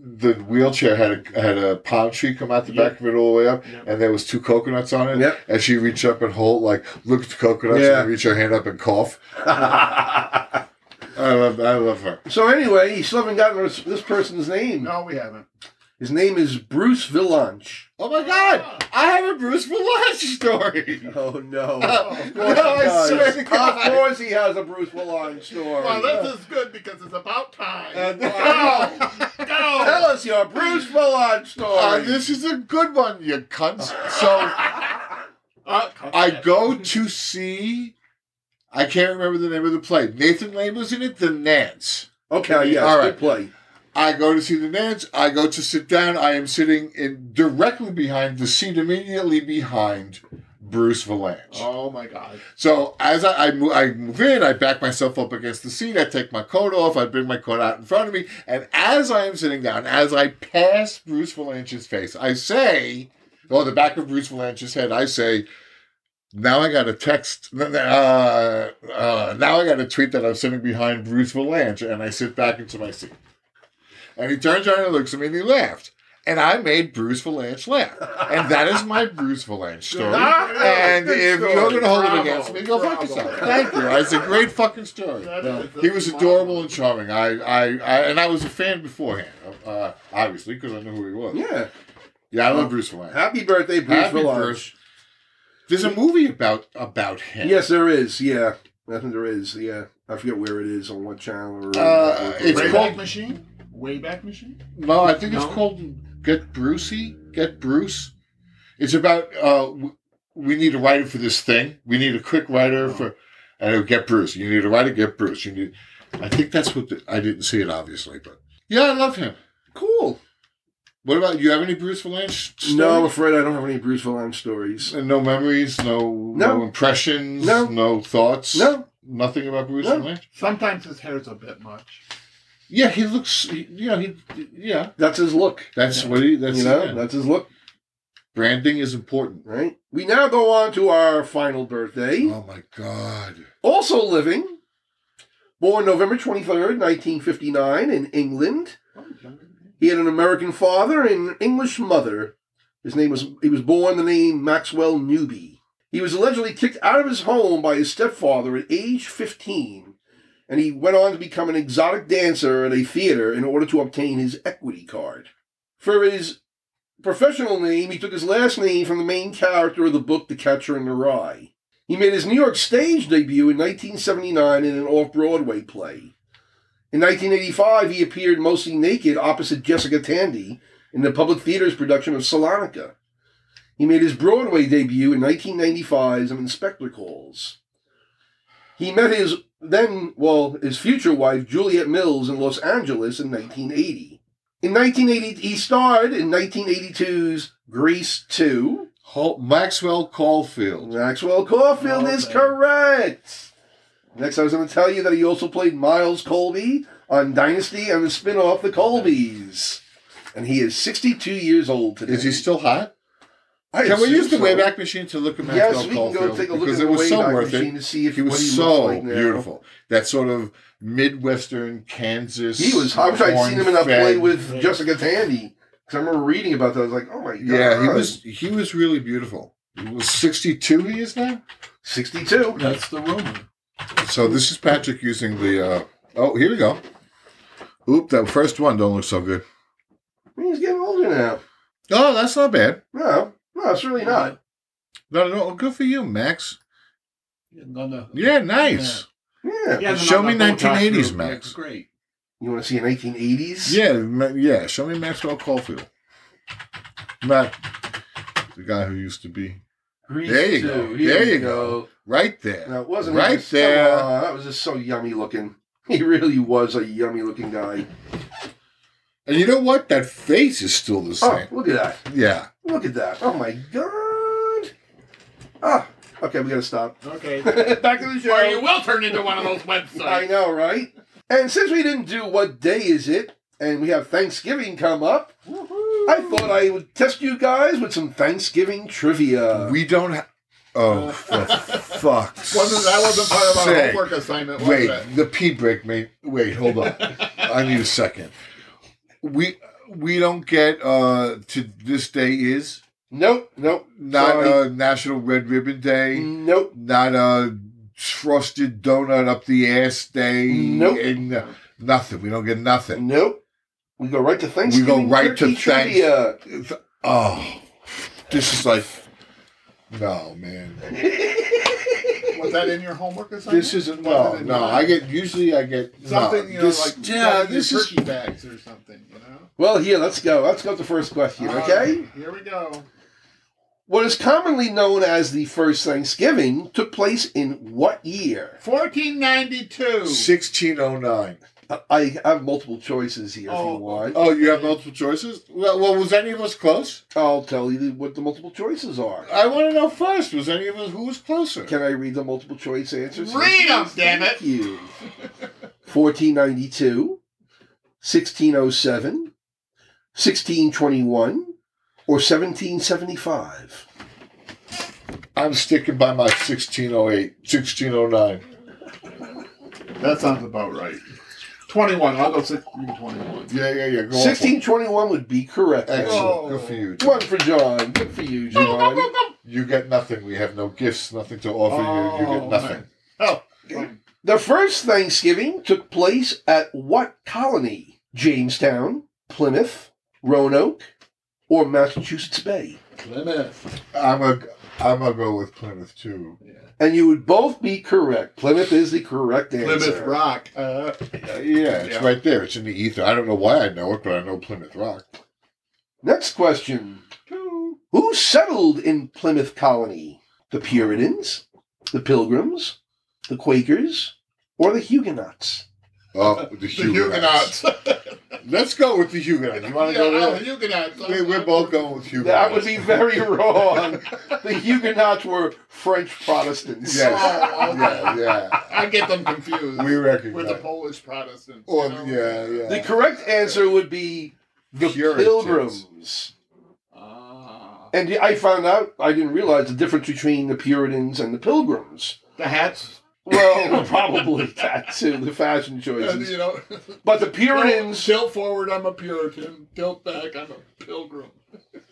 Speaker 2: the the wheelchair had a had a palm tree come out the
Speaker 3: Yeah.
Speaker 2: back of it all the way up,
Speaker 3: Yeah.
Speaker 2: and there was two coconuts on it.
Speaker 1: Yep. *laughs*
Speaker 2: And she reached up and hold like looked at the coconuts
Speaker 1: Yeah.
Speaker 2: and reach her hand up and cough. I love I love her.
Speaker 1: so anyway, you still haven't gotten this- this person's name.
Speaker 3: No, we haven't.
Speaker 1: His name is Bruce Villanche.
Speaker 2: Oh my god! I have a Bruce Valanche story.
Speaker 1: Oh no. *laughs*
Speaker 3: Oh,
Speaker 2: No,
Speaker 3: *laughs*
Speaker 2: I swear to
Speaker 1: Of
Speaker 2: God.
Speaker 1: course he has a Bruce Villanche story.
Speaker 3: Oh, *laughs* well, this is good because it's about time.
Speaker 2: And-
Speaker 3: Wow.
Speaker 1: *laughs*
Speaker 3: *laughs*
Speaker 1: Tell us *laughs* your Bruce Villanche story.
Speaker 2: Uh,
Speaker 1: *laughs*
Speaker 2: this is a good one, you cunts. So
Speaker 3: Uh,
Speaker 2: I go to see. I can't remember the name of the play. Nathan Lane was in it. The Nance.
Speaker 1: okay, yes,
Speaker 2: All
Speaker 1: good
Speaker 2: right.
Speaker 1: play. *laughs*
Speaker 2: I go to see the dance. I go to sit down. I am sitting in directly behind the seat, immediately behind Bruce Valanche.
Speaker 3: Oh my God.
Speaker 2: So as I, I, move, I move in, I back myself up against the seat. I take my coat off. I bring my coat out in front of me. And as I am sitting down, as I pass Bruce Valanche's face, I say, or the back of Bruce Valanche's head, I say, now I got a text. Uh, uh, now I got a tweet that I'm sitting behind Bruce Valanche, and I sit back into my seat. And he turns around and looks at me, and he laughed. And I made Bruce Valanche laugh. And that is my Bruce Valanche story. And
Speaker 1: Ah, Good
Speaker 2: if
Speaker 1: story.
Speaker 2: you're going to hold
Speaker 3: Bravo.
Speaker 2: it against me, go fuck
Speaker 3: Bravo.
Speaker 2: yourself. Thank you. It's a great fucking story.
Speaker 3: That
Speaker 1: No.
Speaker 3: is-
Speaker 2: He was adorable and charming. I, I, I and I was a fan beforehand, uh, obviously, because I knew who he was. Yeah,
Speaker 1: Yeah.
Speaker 2: I love Bruce Valanche.
Speaker 1: Happy birthday, Bruce
Speaker 2: Happy
Speaker 1: Villanche.
Speaker 2: Bruce. There's a movie about about him.
Speaker 1: Yes, there is. Yeah, I think there is. Yeah, I forget where it is on what channel. Or,
Speaker 2: Uh, it's
Speaker 3: Wayback
Speaker 2: called-
Speaker 3: Machine? Wayback Machine?
Speaker 2: No, I think
Speaker 3: No?
Speaker 2: it's called Get Brucey. Get Bruce. It's about uh, w- we need a writer for this thing. We need a quick writer
Speaker 1: Oh.
Speaker 2: for, and it'll get Bruce. You need a writer, get Bruce. You need. I think that's what the, I didn't see it obviously, but yeah, I love him.
Speaker 1: cool.
Speaker 2: What about you? Have any Bruce Valanche? Stories?
Speaker 1: No, I'm afraid I don't have any Bruce Villanche stories.
Speaker 2: And no memories, no, no
Speaker 1: No.
Speaker 2: impressions,
Speaker 1: No.
Speaker 2: no. thoughts,
Speaker 1: No,
Speaker 2: nothing about Bruce
Speaker 1: No.
Speaker 2: Valanche.
Speaker 3: Sometimes his hair's a bit much.
Speaker 2: Yeah, he looks. He, yeah, he. Yeah,
Speaker 1: that's his look.
Speaker 2: that's what he. That's
Speaker 1: you know,
Speaker 2: yeah.
Speaker 1: that's his look,
Speaker 2: branding is important.
Speaker 1: right? We now go on to our final birthday.
Speaker 2: Oh my god.
Speaker 1: Also living, born November 23rd, 1959, in England. He had an American father and English mother. His name was he was born the name Maxwell Newby. He was allegedly kicked out of his home by his stepfather at age 15, and he went on to become an exotic dancer at a theater in order to obtain his equity card. For his professional name, he took his last name from the main character of the book The Catcher in the Rye. He made his New York stage debut in 1979 in an off-Broadway play. In 1985, he appeared mostly naked opposite Jessica Tandy in the Public Theater's production of Salonica. He made his Broadway debut in 1995's of Inspector Calls. He met his then, well, his future wife, Juliet Mills, in Los Angeles in 1980. In 1980, he starred in 1982's Grease 2.
Speaker 2: Hol- Maxwell Caulfield.
Speaker 1: Maxwell Caulfield
Speaker 3: Well
Speaker 1: is
Speaker 3: done.
Speaker 1: correct. Next, I was going to tell you that he also played Miles Colby on Dynasty and the spin off The Colbys. And he is 62 years old today.
Speaker 2: Is he still hot?
Speaker 1: I
Speaker 2: Can we
Speaker 1: assume
Speaker 2: use the
Speaker 1: so.
Speaker 2: Wayback Machine to look at Max
Speaker 1: Yes, we can go
Speaker 2: Caulfield?
Speaker 1: take a look
Speaker 2: because
Speaker 1: at
Speaker 2: it
Speaker 1: the
Speaker 2: was so
Speaker 1: Wayback
Speaker 2: worth
Speaker 1: machine
Speaker 2: it.
Speaker 1: to see if
Speaker 2: He
Speaker 1: what
Speaker 2: was
Speaker 1: he
Speaker 2: so
Speaker 1: looks like now.
Speaker 2: beautiful. That sort of midwestern Kansas.
Speaker 1: He was. I wish I'd seen him in a play
Speaker 2: corn-fed-
Speaker 1: with Jessica Tandy. Because I remember reading about that. I was like, oh my god.
Speaker 2: Yeah, he was. He was really beautiful. He was sixty-two. He is now.
Speaker 1: 62.
Speaker 3: That's the rumor.
Speaker 2: So this is Patrick using the. Uh, oh, here we go. Oop, that first one don't look so good.
Speaker 1: He's getting older now.
Speaker 2: Oh, that's not bad.
Speaker 1: No, no, it's really not.
Speaker 2: No, no, no, good for you, Max.
Speaker 3: He hasn't done the-
Speaker 2: Yeah, nice.
Speaker 1: Yeah.
Speaker 3: he hasn't
Speaker 2: Show
Speaker 3: done
Speaker 2: me
Speaker 3: the Botox
Speaker 2: 1980s,
Speaker 3: group.
Speaker 2: Max.
Speaker 3: That's Great.
Speaker 1: You want to see a 1980s?
Speaker 2: Yeah, ma- yeah. Show me Maxwell Caulfield. Not the guy who used to be
Speaker 1: Grease
Speaker 2: There you
Speaker 1: too.
Speaker 2: go.
Speaker 1: Here
Speaker 2: there
Speaker 1: we
Speaker 2: you go. Right there.
Speaker 1: Now, it wasn't
Speaker 2: Right
Speaker 1: just-
Speaker 2: there.
Speaker 1: come on, that was just so yummy looking. *laughs* He really was a yummy looking guy.
Speaker 2: And you know what? That face is still the
Speaker 1: Oh,
Speaker 2: same.
Speaker 1: look at that.
Speaker 2: Yeah.
Speaker 1: Look at that. Oh my god. Ah, okay, we gotta stop. *laughs*
Speaker 3: Okay.
Speaker 1: Back to the show.
Speaker 3: Or you will turn into one of those
Speaker 1: I
Speaker 3: *laughs* websites.
Speaker 1: know, right? And since we didn't do what day is it, and we have Thanksgiving come up, I thought I would test you guys with some Thanksgiving trivia.
Speaker 3: Uh,
Speaker 2: we don't. Ha- oh,
Speaker 3: *laughs*
Speaker 2: for fuck's
Speaker 3: Wasn't- that wasn't part of our
Speaker 2: sake.
Speaker 3: homework assignment, was
Speaker 2: Wait,
Speaker 3: it?
Speaker 2: the pee break, mate. Wait, hold
Speaker 3: *laughs*
Speaker 2: on. I need a second. We we don't get uh to this day is
Speaker 1: nope, nope,
Speaker 2: not
Speaker 1: Sorry.
Speaker 2: uh National Red Ribbon
Speaker 3: Mm.
Speaker 2: Day.
Speaker 1: nope.
Speaker 2: not a frosted donut up the ass day.
Speaker 1: Nope.
Speaker 2: And uh, nothing. We don't get nothing.
Speaker 1: Nope. We go right to Thanksgiving.
Speaker 2: right
Speaker 1: turkey
Speaker 2: to thanks-
Speaker 1: trivia.
Speaker 2: Oh, this is like, no, man.
Speaker 1: *laughs*
Speaker 3: Was that in your homework assignment?
Speaker 2: This isn't no, no. I get usually I get no, this- yeah. This is
Speaker 3: bags or something, you know?
Speaker 1: Well, here, let's go. Let's go to the first question, okay?
Speaker 3: Here we go.
Speaker 1: What is commonly known as the first Thanksgiving took place in what year?
Speaker 3: 1492.
Speaker 2: sixteen oh nine.
Speaker 1: I- I have multiple choices here if
Speaker 3: Oh.
Speaker 1: you want.
Speaker 2: Oh, you have multiple choices. Well, well, was any of us close?
Speaker 1: I'll tell you what the multiple choices are.
Speaker 2: I want to know first. Was any of us who was closer?
Speaker 1: Can I read the multiple choice answers?
Speaker 3: Read 'em,
Speaker 1: Yes,
Speaker 3: damn
Speaker 1: Thank
Speaker 3: it.
Speaker 1: you. 1492, 1607, 1621, or 1775.
Speaker 2: I'm sticking by my 1608, 1609.
Speaker 3: That sounds about right. 21. I'll go 1621.
Speaker 2: Yeah, yeah, yeah. Go on.
Speaker 1: 1621 would be correct.
Speaker 2: Excellent.
Speaker 3: Oh.
Speaker 2: Good for you. John.
Speaker 1: One for John. Good for you, John.
Speaker 2: You get nothing. We have no gifts, nothing to offer you. You
Speaker 3: Oh,
Speaker 2: get nothing.
Speaker 3: Oh.
Speaker 1: The first Thanksgiving took place at what colony? Jamestown, Plymouth, Roanoke, or Massachusetts Bay?
Speaker 3: Plymouth.
Speaker 2: I'm a I'm gonna go with Plymouth too.
Speaker 1: And you would both be correct. Plymouth is the correct answer.
Speaker 3: Plymouth Rock. Uh,
Speaker 2: Uh, yeah, it's
Speaker 3: Yeah.
Speaker 2: right there. It's in the ether. I don't know why I know it, but I know Plymouth Rock.
Speaker 1: Next question. Who settled in Plymouth Colony? The Puritans, the Pilgrims, the Quakers, or the Huguenots?
Speaker 2: Oh, the, Huguenots. Let's go with the Huguenots. You want to go
Speaker 3: *laughs* Yeah,
Speaker 2: there?
Speaker 3: Huguenots.
Speaker 2: We- We're both going with Huguenots.
Speaker 1: That would be very *laughs* wrong. The Huguenots were French Protestants.
Speaker 2: Yes.
Speaker 3: Oh,
Speaker 2: yeah,
Speaker 3: okay.
Speaker 2: yeah.
Speaker 3: I get them confused
Speaker 2: We
Speaker 3: with the
Speaker 2: recognize.
Speaker 3: Polish Protestants. you
Speaker 2: Or
Speaker 3: know?
Speaker 2: yeah, yeah.
Speaker 1: The correct answer would be the
Speaker 2: Puritans.
Speaker 1: Pilgrims.
Speaker 3: Ah.
Speaker 1: And I found out, I didn't realize the difference between the Puritans and the Pilgrims.
Speaker 3: The hats.
Speaker 1: Well, *laughs* probably that too, the fashion
Speaker 3: And,
Speaker 1: choices.
Speaker 3: you know, *laughs*
Speaker 1: But the Puritans,
Speaker 3: Tilt forward, I'm a Puritan. Tilt back, I'm a pilgrim.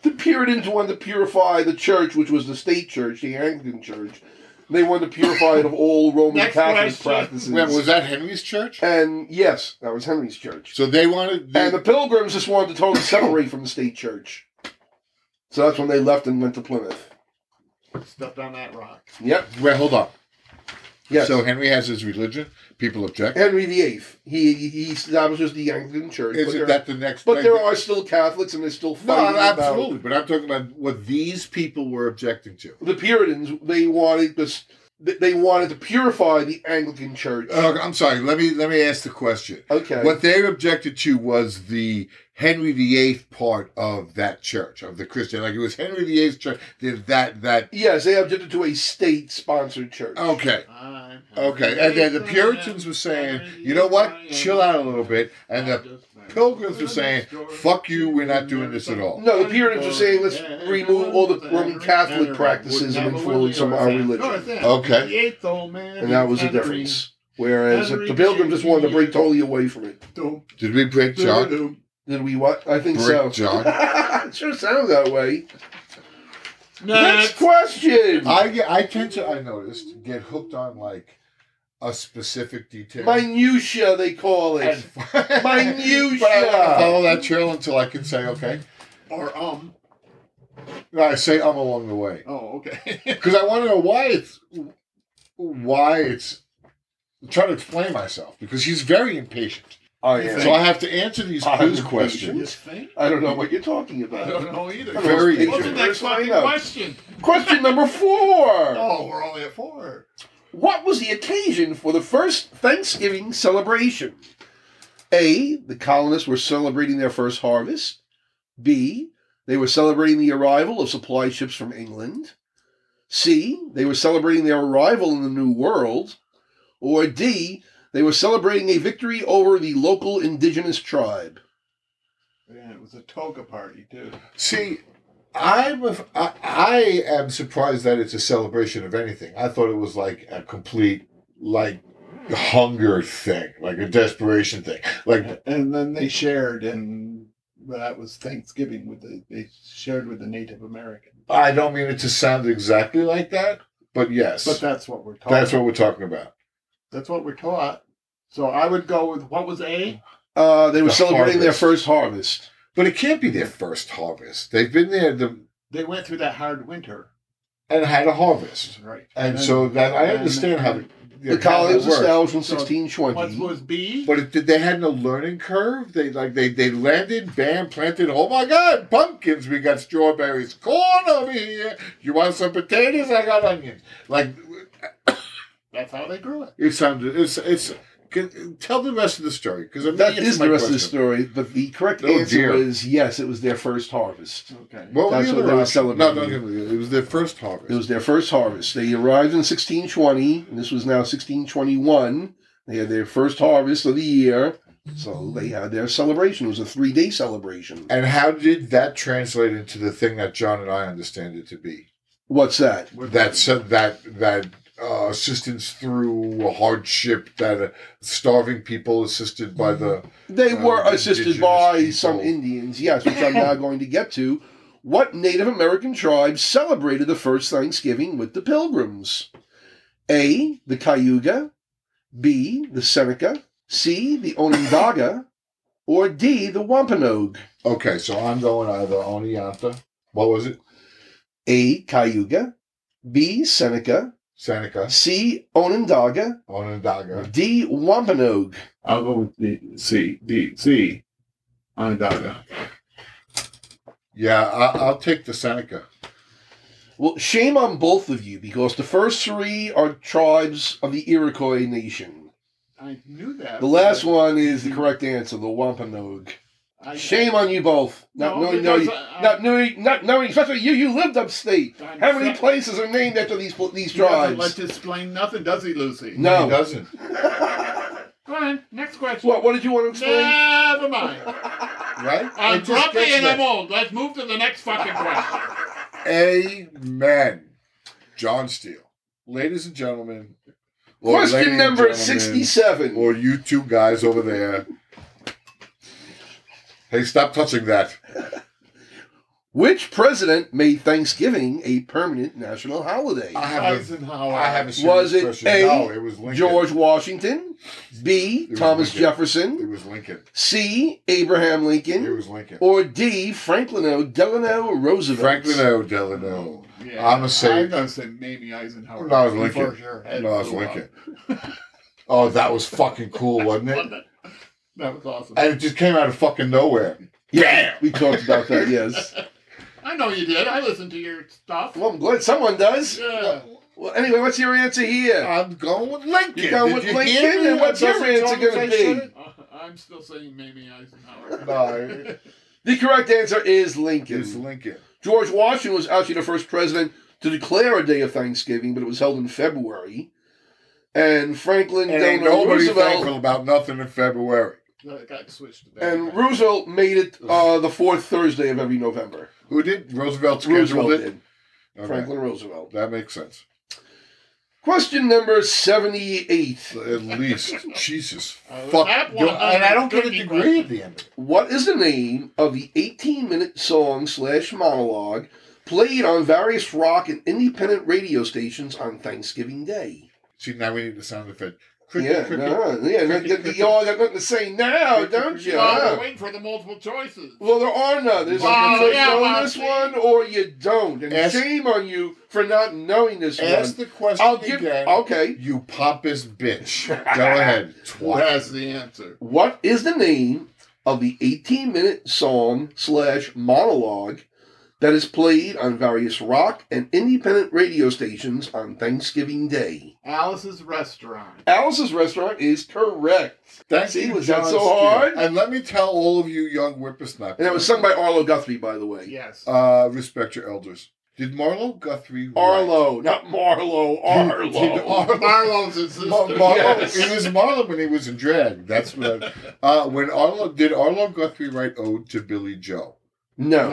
Speaker 1: the Puritans wanted to purify the church, which was the state church, the Anglican church. They wanted to purify it of all Roman
Speaker 3: Next
Speaker 1: Catholic
Speaker 3: question.
Speaker 1: practices.
Speaker 2: Wait, was that Henry's church?
Speaker 1: and yes, that was Henry's church.
Speaker 2: So they wanted. They,
Speaker 1: And the Pilgrims just wanted to totally separate from the state church. So that's when they left and went to Plymouth.
Speaker 3: Stepped on that rock.
Speaker 1: Yep.
Speaker 2: wait, hold on.
Speaker 1: Yes.
Speaker 2: So Henry has his religion. People object.
Speaker 1: Henry VIII. He he establishes the Anglican Church. but there,
Speaker 2: Isn't that the next?
Speaker 1: but
Speaker 2: thing
Speaker 1: there
Speaker 2: that-
Speaker 1: are still Catholics, and they're still
Speaker 2: No,
Speaker 1: fighting
Speaker 2: absolutely. But I'm talking about what these people were objecting to.
Speaker 1: about the Puritans. They wanted this. They wanted to purify the Anglican Church.
Speaker 2: Uh, I'm sorry. Let me let me ask the question.
Speaker 1: okay.
Speaker 2: What they objected to was the Henry VIII part of that church of the Christian. Like it was Henry VIII's church. Did that that?
Speaker 1: yes, they objected to a state-sponsored church.
Speaker 2: Okay.
Speaker 3: I'm
Speaker 2: Okay, and then the Puritans were saying, "You know what? Chill out a little bit." And the pilgrims were saying, fuck you, we're not doing this at all.
Speaker 1: No, the Puritans were saying let's remove all the Roman Catholic practices and influence from our religion.
Speaker 2: Okay.
Speaker 3: The eighth old man.
Speaker 1: And that was the
Speaker 3: Henry.
Speaker 1: difference. Whereas if the Pilgrims just wanted to break totally away from it.
Speaker 3: Doo,
Speaker 2: Did we break
Speaker 3: doo,
Speaker 2: John?
Speaker 3: doo.
Speaker 1: Did we what? I think so.
Speaker 2: Break John?
Speaker 1: *laughs* it sure sounds that way. Next
Speaker 3: Next.
Speaker 1: question.
Speaker 2: I get, I tend to, I noticed, get hooked on like a specific detail.
Speaker 1: Minutia, they call
Speaker 2: And-
Speaker 1: it.
Speaker 2: but *laughs* I
Speaker 1: Minutia.
Speaker 2: wanna follow that trail until I can say okay.
Speaker 3: Or um.
Speaker 2: No, I say I'm along the way
Speaker 3: Oh, okay. *laughs*
Speaker 2: because I want to know why it's why it's I'm trying to explain myself because he's very impatient.
Speaker 1: I
Speaker 3: am.
Speaker 2: So I have to answer these
Speaker 1: I'm
Speaker 2: quiz
Speaker 1: impatient.
Speaker 2: questions.
Speaker 3: you think?
Speaker 1: I don't know what you're talking
Speaker 3: I *laughs*
Speaker 1: about.
Speaker 3: don't know either.
Speaker 2: Very
Speaker 3: What's the
Speaker 2: Asian.
Speaker 3: next fucking question?
Speaker 1: Question number four.
Speaker 3: Oh, we're only at four.
Speaker 1: What was the occasion for the first Thanksgiving celebration? A. The colonists were celebrating their first harvest. B. They were celebrating the arrival of supply ships from England. C. They were celebrating their arrival in the New World. Or D. They were celebrating a victory over the local indigenous tribe.
Speaker 3: Yeah, it was a toga party too.
Speaker 2: See, I'm a, I, I am surprised that it's a celebration of anything. I thought it was like a complete like hunger thing, like a desperation thing. Like
Speaker 3: And then they shared, and that was Thanksgiving with the they shared with the Native Americans.
Speaker 2: I don't mean it to sound exactly like that, but yes,
Speaker 3: But that's what we're taught.
Speaker 2: that's what we're talking about.
Speaker 3: that's what we're taught. So I would go with what was A?
Speaker 1: Uh, they were
Speaker 2: The
Speaker 1: celebrating
Speaker 2: harvest.
Speaker 1: their first harvest.
Speaker 2: But it can't be their first harvest. They've been there the,
Speaker 3: They went through that hard winter,
Speaker 2: and had a harvest,
Speaker 3: right?
Speaker 2: and so that I understand how
Speaker 1: The colony was
Speaker 2: works.
Speaker 1: established in
Speaker 3: So, What
Speaker 1: 1620.
Speaker 3: was B?
Speaker 2: But it, did they had no learning curve. They like they they landed, bam, planted. Oh my God, pumpkins! We got strawberries, corn over here. You want some potatoes? I got onions. Like
Speaker 3: That's how they grew it.
Speaker 2: it sounded. It's it's. Can, tell the rest of the story because I'm
Speaker 1: That
Speaker 2: not
Speaker 1: is
Speaker 2: my
Speaker 1: the rest of the
Speaker 2: question.
Speaker 1: story, but the correct
Speaker 2: Oh,
Speaker 1: answer
Speaker 2: dear.
Speaker 1: is yes, it was their first harvest.
Speaker 3: Okay.
Speaker 2: What
Speaker 1: That's
Speaker 2: were
Speaker 1: what
Speaker 2: the
Speaker 1: they
Speaker 2: other
Speaker 1: were
Speaker 2: options? No, no,
Speaker 1: celebrating.
Speaker 2: no, no, it was their first harvest.
Speaker 1: It was their first harvest. They arrived in 1620, and this was now 1621. They had their first harvest of the year, so they had their celebration. It was a three day celebration.
Speaker 2: and how did that translate into the thing that John and I understand it to be?
Speaker 1: What's that?
Speaker 3: We're-
Speaker 2: that said that that uh, assistance through hardship that uh, starving people assisted by the
Speaker 1: They
Speaker 2: Uh,
Speaker 1: were assisted
Speaker 2: indigenous
Speaker 1: by
Speaker 2: people.
Speaker 1: some Indians, yes, which I'm now going to get to. What Native American tribes celebrated the first Thanksgiving with the Pilgrims? A. The Cayuga. B. The Seneca. C. The Onondaga. Or D. The Wampanoag.
Speaker 2: okay so i'm going either oneonta what was it
Speaker 1: A. Cayuga. B. Seneca.
Speaker 2: seneca
Speaker 1: C. Onondaga.
Speaker 2: onondaga
Speaker 1: D. Wampanoag.
Speaker 3: I'll go with D, C, D, C. Onondaga.
Speaker 2: yeah I, i'll take the seneca
Speaker 1: Well, shame on both of you because the first three are tribes of the Iroquois Nation.
Speaker 3: I knew that.
Speaker 1: The last one is the correct answer, the Wampanoag.
Speaker 3: I,
Speaker 1: Shame on you both. Not knowing,
Speaker 3: because
Speaker 1: knowing-
Speaker 3: I-
Speaker 1: not knowing, not knowing, especially you. You lived upstate.
Speaker 3: I'm
Speaker 1: How many
Speaker 3: so-
Speaker 1: places are named after these pl- these
Speaker 3: He doesn't like
Speaker 1: tribes?
Speaker 3: to explain nothing, does he, Lucy?
Speaker 1: No.
Speaker 2: he doesn't
Speaker 3: Go on, next question.
Speaker 1: What? What did you want to explain?
Speaker 3: Never
Speaker 1: *laughs*
Speaker 3: mind.
Speaker 2: right
Speaker 3: I'm
Speaker 2: It just
Speaker 3: grumpy
Speaker 2: gets
Speaker 3: and I'm
Speaker 2: me.
Speaker 3: old. Let's move to the next
Speaker 1: *laughs*
Speaker 3: fucking question.
Speaker 2: amen john steele ladies and gentlemen or ladies
Speaker 1: Question
Speaker 2: and
Speaker 1: number
Speaker 2: gentlemen,
Speaker 1: sixty-seven.
Speaker 2: or you two guys over there hey stop touching that
Speaker 1: Which president made Thanksgiving a permanent national holiday?
Speaker 2: i have a
Speaker 3: Eisenhower.
Speaker 2: I have a serious
Speaker 1: Was it
Speaker 2: question.
Speaker 1: A,
Speaker 2: no, it was Lincoln.
Speaker 1: George Washington, B.
Speaker 2: It was
Speaker 1: Thomas
Speaker 2: Lincoln.
Speaker 1: Jefferson,
Speaker 2: It was Lincoln.
Speaker 1: C. Abraham
Speaker 2: It
Speaker 1: Lincoln,
Speaker 2: was Lincoln.
Speaker 1: or D. Franklin O. Delano Roosevelt.
Speaker 2: Franklin O. Delano.
Speaker 3: Yeah,
Speaker 2: I'm gonna say-
Speaker 3: I'm gonna say maybe Eisenhower.
Speaker 2: No, it was
Speaker 3: Before
Speaker 2: Lincoln.
Speaker 3: your head
Speaker 2: No, it's
Speaker 3: blew up.
Speaker 2: Lincoln. *laughs* Oh, that was fucking cool, wasn't it?
Speaker 3: *laughs* Wasn't it? That was awesome.
Speaker 2: And it just came out of fucking nowhere.
Speaker 1: Yeah, we talked about that.
Speaker 2: *laughs*
Speaker 1: Yes.
Speaker 3: I know you did. I listened to your stuff.
Speaker 1: Well, I'm glad someone does.
Speaker 3: Yeah.
Speaker 1: Well, anyway, what's your answer here?
Speaker 2: I'm going with Lincoln.
Speaker 1: You going
Speaker 2: Did
Speaker 1: with
Speaker 2: you
Speaker 1: Lincoln?
Speaker 2: hear me?
Speaker 1: And what's your
Speaker 2: Doesn't
Speaker 1: answer
Speaker 2: Thomas
Speaker 1: gonna
Speaker 2: I
Speaker 1: be?
Speaker 2: said it?
Speaker 3: Uh, I'm still saying
Speaker 1: *laughs*
Speaker 3: maybe Eisenhower.
Speaker 2: No,
Speaker 1: The correct answer is Lincoln.
Speaker 2: it's Lincoln.
Speaker 1: George Washington was actually the first president to declare a day of Thanksgiving, but it was held in February. And Franklin
Speaker 2: And ain't
Speaker 1: Delano
Speaker 2: nobody
Speaker 1: Roosevelt
Speaker 2: thankful about nothing in February.
Speaker 3: It got switched to that.
Speaker 1: And Roosevelt made it uh, the fourth Thursday of every November.
Speaker 2: Who did Roosevelt scheduled
Speaker 1: Roosevelt
Speaker 2: it?
Speaker 1: did.
Speaker 2: Okay,
Speaker 1: Franklin Roosevelt.
Speaker 2: that makes sense.
Speaker 1: Question number 78. *laughs*
Speaker 2: At least Jesus
Speaker 3: Uh,
Speaker 2: fuck,
Speaker 3: that
Speaker 2: Yo,
Speaker 3: one-
Speaker 2: and I don't get a
Speaker 3: cookie
Speaker 2: degree at the end. Of it.
Speaker 1: What is the name of the 18 minute song slash monologue played on various rock and independent radio stations on Thanksgiving Day?
Speaker 2: See, now we need the sound effect. Cricket,
Speaker 1: Yeah,
Speaker 2: cricket.
Speaker 1: no, yeah, no, you- you all got nothing to say now, don't you?
Speaker 3: Well,
Speaker 1: huh?
Speaker 3: we're waiting for the multiple choices.
Speaker 1: Well, there are none. There's
Speaker 3: Wow,
Speaker 1: either you
Speaker 3: yeah,
Speaker 1: know
Speaker 3: wow,
Speaker 1: this
Speaker 3: see.
Speaker 1: one or you don't. And
Speaker 2: Ask-
Speaker 1: shame on you for not knowing this
Speaker 2: Ask
Speaker 1: one.
Speaker 2: the question
Speaker 1: I'll give.
Speaker 2: again.
Speaker 1: Okay.
Speaker 2: You pompous bitch.
Speaker 1: *laughs*
Speaker 2: Go ahead.
Speaker 3: Who
Speaker 2: Twat.
Speaker 3: has the answer?
Speaker 1: What is the name of the 18 minute song slash monologue that is played on various rock and independent radio stations on Thanksgiving Day?
Speaker 3: Alice's Restaurant.
Speaker 1: Alice's Restaurant is correct.
Speaker 2: Thank
Speaker 1: See,
Speaker 2: you,
Speaker 1: was that
Speaker 2: John
Speaker 1: so
Speaker 2: Steele.
Speaker 1: hard?
Speaker 2: And let me tell all of you young whippersnappers.
Speaker 1: And that was sung by Arlo Guthrie, by the way.
Speaker 3: Yes.
Speaker 2: Uh, *laughs* respect your elders. Did Marlo Guthrie write-
Speaker 1: Arlo, not Marlo,
Speaker 2: Did-
Speaker 1: Arlo.
Speaker 2: did *laughs* Arlo-
Speaker 3: Marlowe's his sister.
Speaker 2: Mar- Marlo,
Speaker 1: Yes.
Speaker 2: It was Marlo when he was in drag. That's what.
Speaker 1: *laughs*
Speaker 2: I, uh, when Arlo did Arlo Guthrie write "Ode to Billy Joe"? oh,
Speaker 1: no.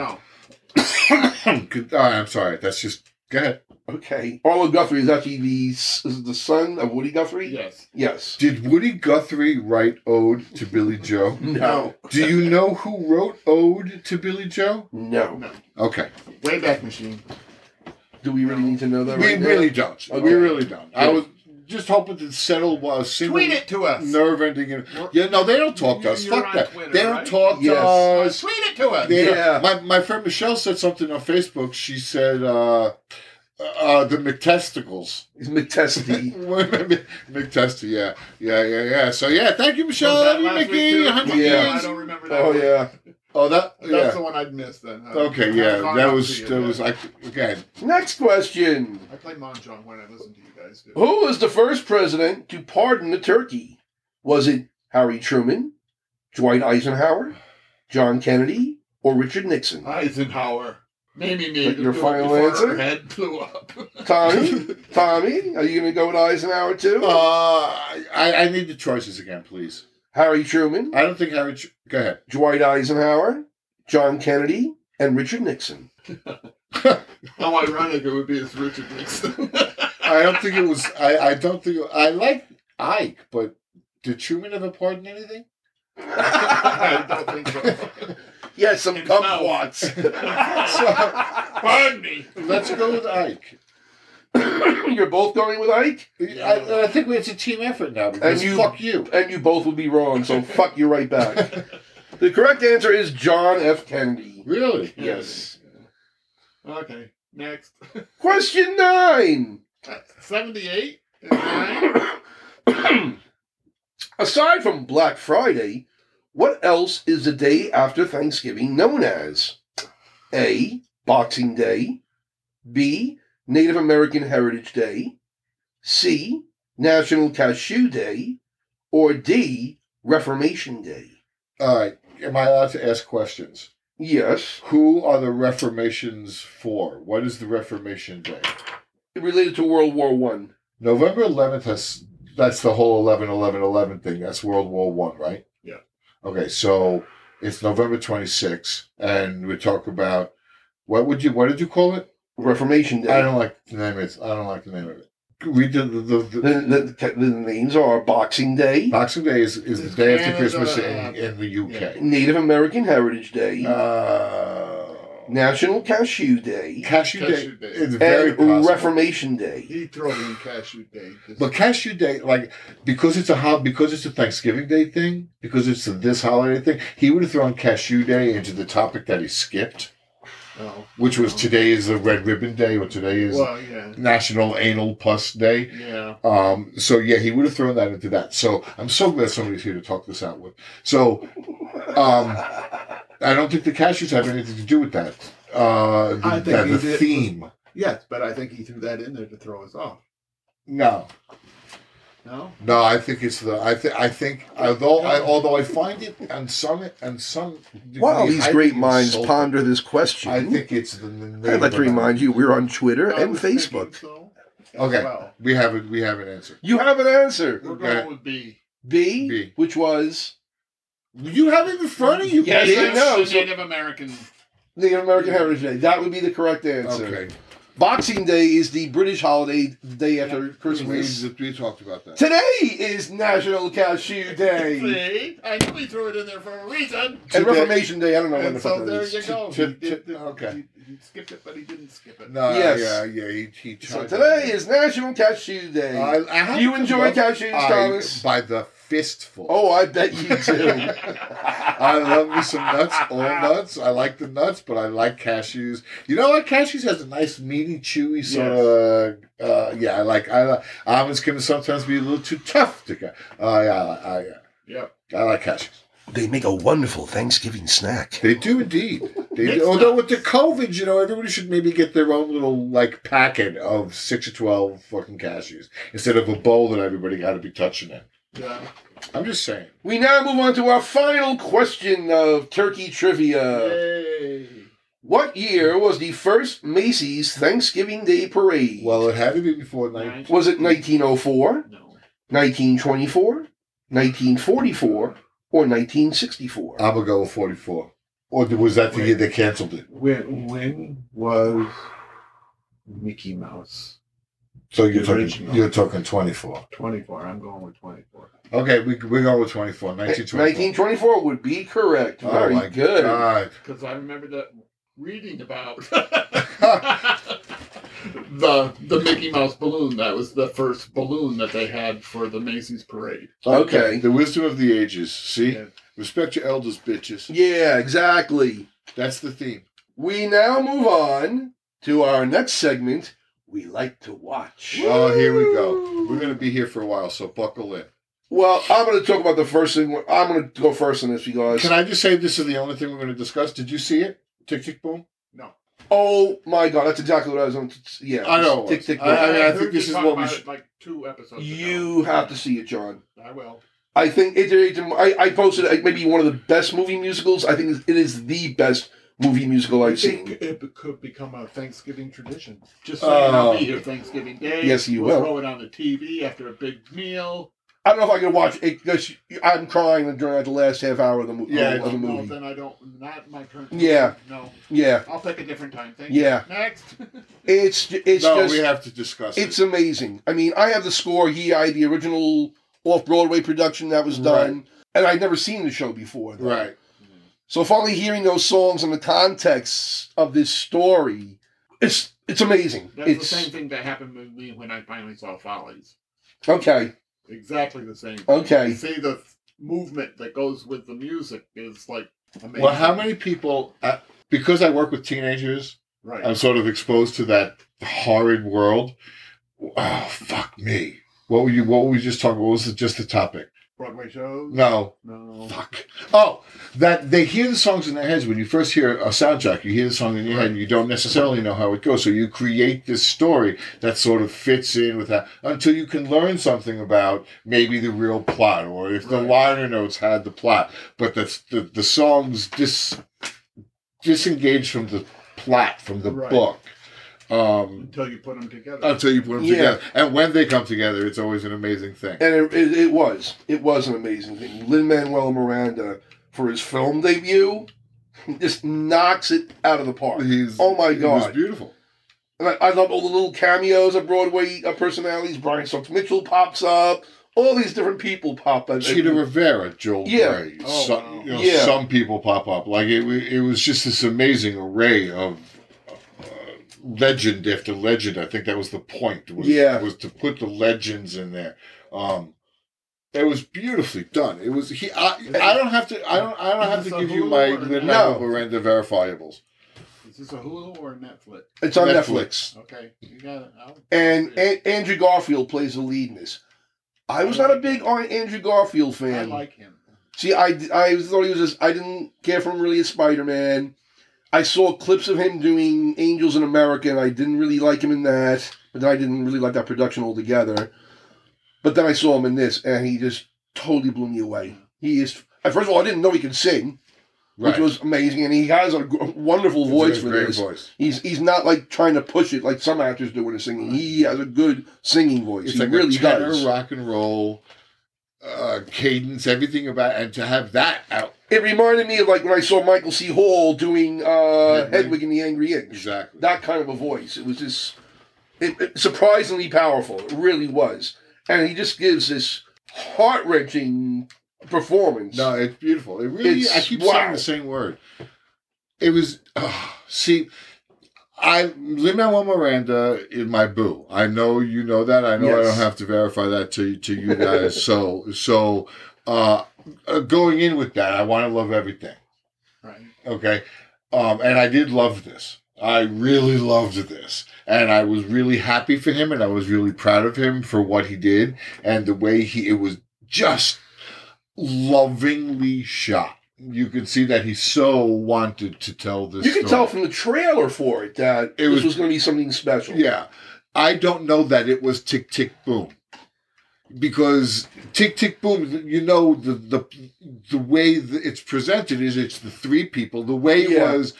Speaker 3: No.
Speaker 2: *coughs* Could- uh, I'm sorry. That's just. Go ahead.
Speaker 1: Okay. Arlo Guthrie is actually the, s- is the son of Woody Guthrie?
Speaker 3: Yes.
Speaker 1: Yes.
Speaker 2: Did Woody Guthrie write "Ode to Billy Joe"?
Speaker 1: No.
Speaker 2: Do you know who wrote "Ode to Billy Joe"?
Speaker 1: No.
Speaker 3: No.
Speaker 2: Okay,
Speaker 3: Wayback Machine.
Speaker 1: Do we really need to know that
Speaker 2: we
Speaker 1: right now?
Speaker 2: really don't.
Speaker 1: Okay.
Speaker 2: We really don't. I
Speaker 1: Yeah.
Speaker 2: was just hoping to settle a single
Speaker 3: Tweet it to us.
Speaker 2: nerve-ending. in-
Speaker 3: We're-
Speaker 2: Yeah, no, they don't talk to us.
Speaker 3: You're
Speaker 2: Fuck
Speaker 3: on
Speaker 2: that.
Speaker 3: Twitter,
Speaker 2: they don't
Speaker 3: right?
Speaker 2: talk to
Speaker 1: Yes.
Speaker 3: Uh,
Speaker 2: us.
Speaker 3: tweet it to us.
Speaker 2: They don't-
Speaker 1: Yeah.
Speaker 2: My, my friend Michelle said something on Facebook. She said, uh, uh, the McTesticles.
Speaker 1: It's
Speaker 2: *laughs*
Speaker 1: McTesty.
Speaker 2: McTesty, yeah. Yeah, yeah, yeah. So, yeah, thank you, Michelle.
Speaker 3: Was that
Speaker 2: Love you,
Speaker 3: last week,
Speaker 2: Mickey.
Speaker 3: too?
Speaker 2: 100
Speaker 1: Yeah.
Speaker 3: I
Speaker 2: years.
Speaker 3: don't remember that.
Speaker 1: oh,
Speaker 3: one.
Speaker 1: yeah.
Speaker 2: Oh, that,
Speaker 3: That's
Speaker 2: yeah.
Speaker 3: the one I'd missed then. I-
Speaker 2: Okay,
Speaker 3: I
Speaker 2: yeah.
Speaker 3: hung
Speaker 2: That
Speaker 3: up
Speaker 2: was,
Speaker 3: to you
Speaker 2: that
Speaker 3: then.
Speaker 2: was, I, again,
Speaker 1: Next question.
Speaker 3: I play Mahjong when I listen to you guys. Do.
Speaker 1: Who was the first president to pardon a turkey? Was it Harry Truman, Dwight Eisenhower, John Kennedy, or Richard Nixon?
Speaker 3: Eisenhower. Maybe me.
Speaker 1: Like your
Speaker 3: Do it
Speaker 1: final
Speaker 3: before
Speaker 1: answer?
Speaker 3: Her head blew up. *laughs*
Speaker 1: Tommy? Tommy? Are you going to go with Eisenhower too?
Speaker 2: uh, I, I need the choices again, please.
Speaker 1: Harry Truman,
Speaker 2: I don't think Harry, Tr- go ahead.
Speaker 1: Dwight Eisenhower, John Kennedy, and Richard Nixon.
Speaker 3: How ironic it would be if Richard Nixon. *laughs*
Speaker 2: *laughs* I don't think it was. I, I don't think I like Ike, but did Truman ever pardon anything?
Speaker 3: I don't think so.
Speaker 1: Yes, some
Speaker 3: Himself.
Speaker 1: kumquats.
Speaker 3: Pardon me.
Speaker 2: Let's go with Ike.
Speaker 1: *coughs* You're both going with Ike,
Speaker 2: I, I think it's a team effort now because
Speaker 1: And you-
Speaker 2: fuck you.
Speaker 1: and you both will be wrong, so fuck you right back. The correct answer is John F. Kennedy.
Speaker 2: Really?
Speaker 1: Yes.
Speaker 3: Okay. Next.
Speaker 1: Question nine. *coughs*
Speaker 3: 78? Is that right?
Speaker 1: Aside from Black Friday, what else is the day after Thanksgiving known as? A. Boxing Day. B. Native American Heritage Day. C. National Cashew Day. Or D. Reformation Day.
Speaker 2: All right. Am I allowed to ask questions?
Speaker 1: Yes.
Speaker 2: Who are the Reformations for? What is the Reformation Day?
Speaker 1: Related to World War One.
Speaker 2: November 11th has that's the whole 11 11 11 thing. That's World War 1, right?
Speaker 3: Yeah.
Speaker 2: Okay, so it's November 26th and we talk about what would you what did you call it?
Speaker 1: Reformation
Speaker 2: I
Speaker 1: Day.
Speaker 2: don't like the name of it. I don't like the name of it. Read the, the, the, the-
Speaker 1: The, the, the names are Boxing Day,
Speaker 2: Boxing Day is, is the
Speaker 3: It's
Speaker 2: day after
Speaker 3: Canada,
Speaker 2: Christmas
Speaker 3: uh,
Speaker 2: in, in the
Speaker 1: Native American Heritage Day,
Speaker 2: UK. Uh,
Speaker 1: National Cashew Day,
Speaker 2: Cashew Day
Speaker 3: Cashew Day.
Speaker 2: is very
Speaker 1: and
Speaker 2: possible.
Speaker 1: Reformation Day.
Speaker 3: He throw in cashew day. Just-
Speaker 2: But cashew day, like because it's a ho- because it's a Thanksgiving Day thing, because it's a this holiday thing, he would have thrown cashew day into the topic that he skipped,
Speaker 3: oh.
Speaker 2: which was today is the Red Ribbon Day or today is
Speaker 3: Well, yeah.
Speaker 2: National Anal Pus Day.
Speaker 3: Yeah.
Speaker 2: Um, so yeah, he would have thrown that into that. So I'm so glad somebody's here to talk this out with. So um, I don't think the cashews have anything to do with that. Uh, the,
Speaker 3: I think
Speaker 2: that
Speaker 3: he
Speaker 2: the
Speaker 3: did.
Speaker 2: theme.
Speaker 3: Yes, but I think he threw that in there to throw us off.
Speaker 2: No,
Speaker 3: No?
Speaker 2: No, I think it's the I think I think although I, although I find it and some and some
Speaker 1: While
Speaker 2: degree
Speaker 1: these great
Speaker 2: highly
Speaker 1: minds
Speaker 2: insulting,
Speaker 1: ponder this question,
Speaker 2: I think it's the, the
Speaker 1: I'd like to remind you we're on Twitter
Speaker 3: I
Speaker 1: and
Speaker 3: was thinking
Speaker 1: Facebook.
Speaker 3: so as
Speaker 2: Okay.
Speaker 3: well.
Speaker 2: we have it we have an answer
Speaker 1: You have an answer.
Speaker 3: We're
Speaker 2: Okay.
Speaker 3: going with B.
Speaker 1: B,
Speaker 2: B.
Speaker 1: which was
Speaker 2: You have it in front of you.
Speaker 1: Yes,
Speaker 2: bitch.
Speaker 1: I know.
Speaker 3: It's the Native American.
Speaker 1: Native American Heritage Day. That would be the correct answer.
Speaker 2: Okay.
Speaker 1: Boxing Day is the British holiday the day after
Speaker 2: We,
Speaker 1: Christmas.
Speaker 2: we talked about that.
Speaker 1: Today is National
Speaker 3: *laughs*
Speaker 1: Cashew Day
Speaker 3: See, I knew he threw it in there for a reason.
Speaker 1: and
Speaker 2: Today-
Speaker 1: Reformation Day. I don't know when
Speaker 3: And
Speaker 1: the
Speaker 3: so
Speaker 1: fuck that
Speaker 3: there
Speaker 1: is.
Speaker 3: you go.
Speaker 2: T-
Speaker 3: He
Speaker 2: t-
Speaker 3: did-
Speaker 2: okay.
Speaker 3: He, he skipped it, but he didn't skip it.
Speaker 2: No,
Speaker 1: Yes.
Speaker 2: yeah, yeah. He, he
Speaker 1: So
Speaker 2: tried
Speaker 1: today
Speaker 2: to-
Speaker 1: is National Cashew Day.
Speaker 2: I, I have
Speaker 1: Do you
Speaker 2: to
Speaker 1: enjoy
Speaker 2: look-
Speaker 1: cashews,
Speaker 2: I-
Speaker 1: Thomas?
Speaker 2: By the fistful.
Speaker 1: Oh, I bet you do.
Speaker 2: I love me some nuts, all nuts. I like the nuts, but I like cashews. You know what? Cashews has a nice meaty, chewy sort of. Uh, yeah, I like. I like almonds can sometimes be a little too tough to. Ca- uh, yeah, I, I, uh,
Speaker 3: Yep.
Speaker 2: I like cashews.
Speaker 1: *laughs* they make a wonderful Thanksgiving snack.
Speaker 2: They do indeed. They
Speaker 3: Mixed
Speaker 2: do. Although with the COVID, you know, everybody should maybe get their own little like packet of six or twelve fucking cashews instead of a bowl that everybody got to be touching in.
Speaker 3: Yeah.
Speaker 2: I'm just saying.
Speaker 1: We now move on to our final question of turkey
Speaker 2: Uh,
Speaker 1: trivia.
Speaker 3: Yay.
Speaker 1: What year was the first Macy's Thanksgiving Day Parade?
Speaker 2: Well, it had to be before nine.
Speaker 3: Nine.
Speaker 1: was it 1904,
Speaker 3: No.
Speaker 1: 1924, 1944, or 1964?
Speaker 2: I'm gonna go with 44. Or was that the year they canceled it?
Speaker 3: When when was Mickey Mouse
Speaker 2: So you're
Speaker 3: The
Speaker 2: talking,
Speaker 3: original.
Speaker 2: you're talking 24.
Speaker 3: 24? I'm going with 24.
Speaker 2: Okay, we we're going with 24. 1924.
Speaker 1: 1924 would be correct. Very good. *laughs*
Speaker 2: Oh God.
Speaker 3: Because I remember that reading *laughs* about the the Mickey Mouse balloon. That was the first balloon that they had for the Macy's parade.
Speaker 1: Okay.
Speaker 2: The wisdom of the ages. See,
Speaker 3: Yeah.
Speaker 2: respect your elders, bitches.
Speaker 1: Yeah, exactly.
Speaker 2: That's the theme.
Speaker 1: We now move on to our next segment. We like to watch.
Speaker 2: Oh, here we go. We're gonna be here for a while, so buckle in.
Speaker 1: Well, I'm going to talk about the first thing. I'm going to go first on this because
Speaker 2: Can I just say this is the only thing we're gonna discuss? Did you see it? Tick tick boom.
Speaker 1: oh my god, that's exactly what I was on. Yeah,
Speaker 2: I know.
Speaker 1: Tick, tick,
Speaker 2: I- I mean,
Speaker 3: heard
Speaker 2: think this
Speaker 3: you
Speaker 2: is
Speaker 3: talk
Speaker 2: what we
Speaker 3: about
Speaker 2: should-
Speaker 3: it like two episodes.
Speaker 1: You
Speaker 3: ago.
Speaker 1: have to see it, John.
Speaker 3: I will.
Speaker 1: I think it, it- I, I posted like, maybe one of the best movie musicals. I think it is the best movie musical I've
Speaker 3: It,
Speaker 1: seen.
Speaker 3: it could become a Thanksgiving tradition. Just
Speaker 2: Oh.
Speaker 3: saying, I'll be here Thanksgiving Day.
Speaker 1: Yes, you
Speaker 3: we'll
Speaker 1: will.
Speaker 3: Throw it on the TV after a big meal.
Speaker 1: I don't know if I can watch it because I'm crying during like, the last half hour of the, mo-
Speaker 2: Yeah,
Speaker 1: of the
Speaker 3: no,
Speaker 1: movie.
Speaker 3: then I don't. Not my turn.
Speaker 1: Yeah.
Speaker 3: No,
Speaker 1: Yeah,
Speaker 3: I'll pick a different time. Thank
Speaker 1: Yeah.
Speaker 3: you. Next. *laughs*
Speaker 1: it's it's
Speaker 2: no,
Speaker 1: just
Speaker 2: we have to discuss
Speaker 1: it's
Speaker 2: it.
Speaker 1: amazing. I mean, I have the score here. I had the original off Broadway production that was done, and I'd never seen the show before. though.
Speaker 2: right.
Speaker 1: So finally, hearing those songs in the context of this story, it's it's amazing.
Speaker 3: That's
Speaker 1: it's
Speaker 3: the same thing that happened with me when I finally saw Follies.
Speaker 1: okay.
Speaker 3: Exactly the same. Thing.
Speaker 1: Okay.
Speaker 3: You see the movement that goes with the music is like amazing.
Speaker 2: Well, how many people? Uh, because I work with teenagers,
Speaker 3: Right.
Speaker 2: I'm sort of exposed to that horrid world. Oh fuck me! What were you? What were we just talking? What was it, just the topic?
Speaker 3: Broadway shows.
Speaker 2: No,
Speaker 3: No.
Speaker 2: fuck. Oh, that they hear the songs in their heads when you first hear a soundtrack. You hear the song in your head, and you don't necessarily know how it goes. So you create this story that sort of fits in with that until you can learn something about maybe the real plot or if the
Speaker 3: Right.
Speaker 2: liner notes had the plot, but that's the the songs dis disengage from the plot from the
Speaker 3: Right.
Speaker 2: book. Um,
Speaker 3: Until you put them together.
Speaker 2: until you put them
Speaker 1: Yeah.
Speaker 2: together. And when they come together, it's always an amazing thing.
Speaker 1: And it, it, it was. It was an amazing thing. Lin Manuel Miranda, for his film debut, *laughs* just knocks it out of the park.
Speaker 2: He's
Speaker 1: Oh my
Speaker 2: it was
Speaker 1: God.
Speaker 2: beautiful.
Speaker 1: And I, I love all the little cameos of Broadway uh, personalities. Brian Stokes Mitchell pops up. All these different people pop up.
Speaker 2: Cheetah Rivera, Joel
Speaker 1: Yeah.
Speaker 2: Gray.
Speaker 3: Oh,
Speaker 2: some,
Speaker 3: wow.
Speaker 2: you know,
Speaker 1: Yeah.
Speaker 2: some people pop up. Like it, wa- it was just this amazing array of uh, legend after legend. I think that was the point. Was,
Speaker 1: Yeah.
Speaker 2: was to put the legends in there. Um, it was beautifully done. It was he. I, I don't have to. I don't. I don't have to
Speaker 3: Is this a
Speaker 2: give you
Speaker 3: Hulu
Speaker 2: my
Speaker 3: or
Speaker 2: Lin
Speaker 1: No.
Speaker 2: Miranda verifiables.
Speaker 3: Is this a Hulu or a Netflix?
Speaker 1: It's on
Speaker 2: Netflix.
Speaker 1: Netflix.
Speaker 3: Okay, you got it. I'll-
Speaker 1: And a- Andrew Garfield plays the lead in this. I was not a big on Andrew Garfield fan.
Speaker 3: I like him.
Speaker 1: See, I, I thought he was just, I didn't care for him really as Spider Man. I saw clips of him doing Angels in America, and I didn't really like him in that. But then I didn't really like that production altogether. But then I saw him in this, and he just totally blew me away. He is, uh, first of all, I didn't know he could sing, which was amazing, and he has a gr- wonderful
Speaker 2: It's a
Speaker 1: voice for
Speaker 2: great
Speaker 1: this.
Speaker 2: voice.
Speaker 1: He's he's not like trying to push it like some actors do when they're singing. He has a good singing voice.
Speaker 2: It's
Speaker 1: he
Speaker 2: like
Speaker 1: really
Speaker 2: a tenor
Speaker 1: does.
Speaker 2: rock and roll uh, cadence, everything about, and to have that out
Speaker 1: It reminded me of like when I saw Michael C. Hall doing uh,
Speaker 2: Hedwig.
Speaker 1: Hedwig in the Angry Inch.
Speaker 2: Mm-hmm. exactly.
Speaker 1: That kind of a voice. It was just it, it- surprisingly powerful. It really was, and he just gives this heart wrenching performance.
Speaker 2: No, it's beautiful. It really. I
Speaker 1: It's-
Speaker 2: keep
Speaker 1: wow.
Speaker 2: saying the same word. It was. ah, see, I Lin Manuel Miranda is my boo. I know you know that. I know I
Speaker 1: Yes.
Speaker 2: don't have to verify that to to you guys. so so, uh, uh, going in with that, I want to love everything.
Speaker 3: Right.
Speaker 2: Okay, um, and I did love this. I really loved this, and I was really happy for him, and I was really proud of him for what he did and the way he it was just lovingly shot. You could see that he so wanted to tell this.
Speaker 1: you can tell
Speaker 2: story.
Speaker 1: from the trailer for it that
Speaker 2: It
Speaker 1: this
Speaker 2: was-
Speaker 1: was, going to be something special.
Speaker 2: Yeah, I don't know that it was tick tick boom, because tick tick boom. You know the the the way that it's presented is it's the three people. The way it
Speaker 1: Yeah.
Speaker 2: was,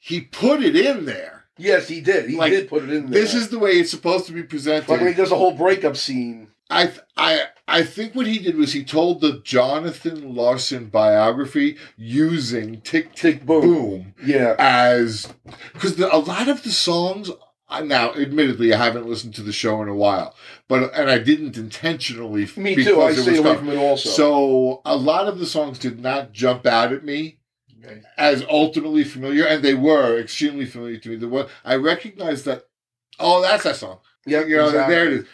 Speaker 2: he put it in there.
Speaker 1: Yes, he did. He
Speaker 2: Like,
Speaker 1: did put it in there.
Speaker 2: This is the way it's supposed to be presented.
Speaker 1: like when he does a whole breakup scene.
Speaker 2: I th- I I think what he did was he told the Jonathan Larson biography using Tick Tick Boom,
Speaker 1: Boom. Yeah.
Speaker 2: as because a lot of the songs I- now admittedly I haven't listened to the show in a while but and I didn't intentionally
Speaker 1: Me too. I stayed away
Speaker 2: covered.
Speaker 1: from it also.
Speaker 2: so a lot of the songs did not jump out at me
Speaker 3: Okay.
Speaker 2: as ultimately familiar and they were extremely familiar to me the one I recognized that oh that's that song
Speaker 1: yeah,
Speaker 2: you know, there it is.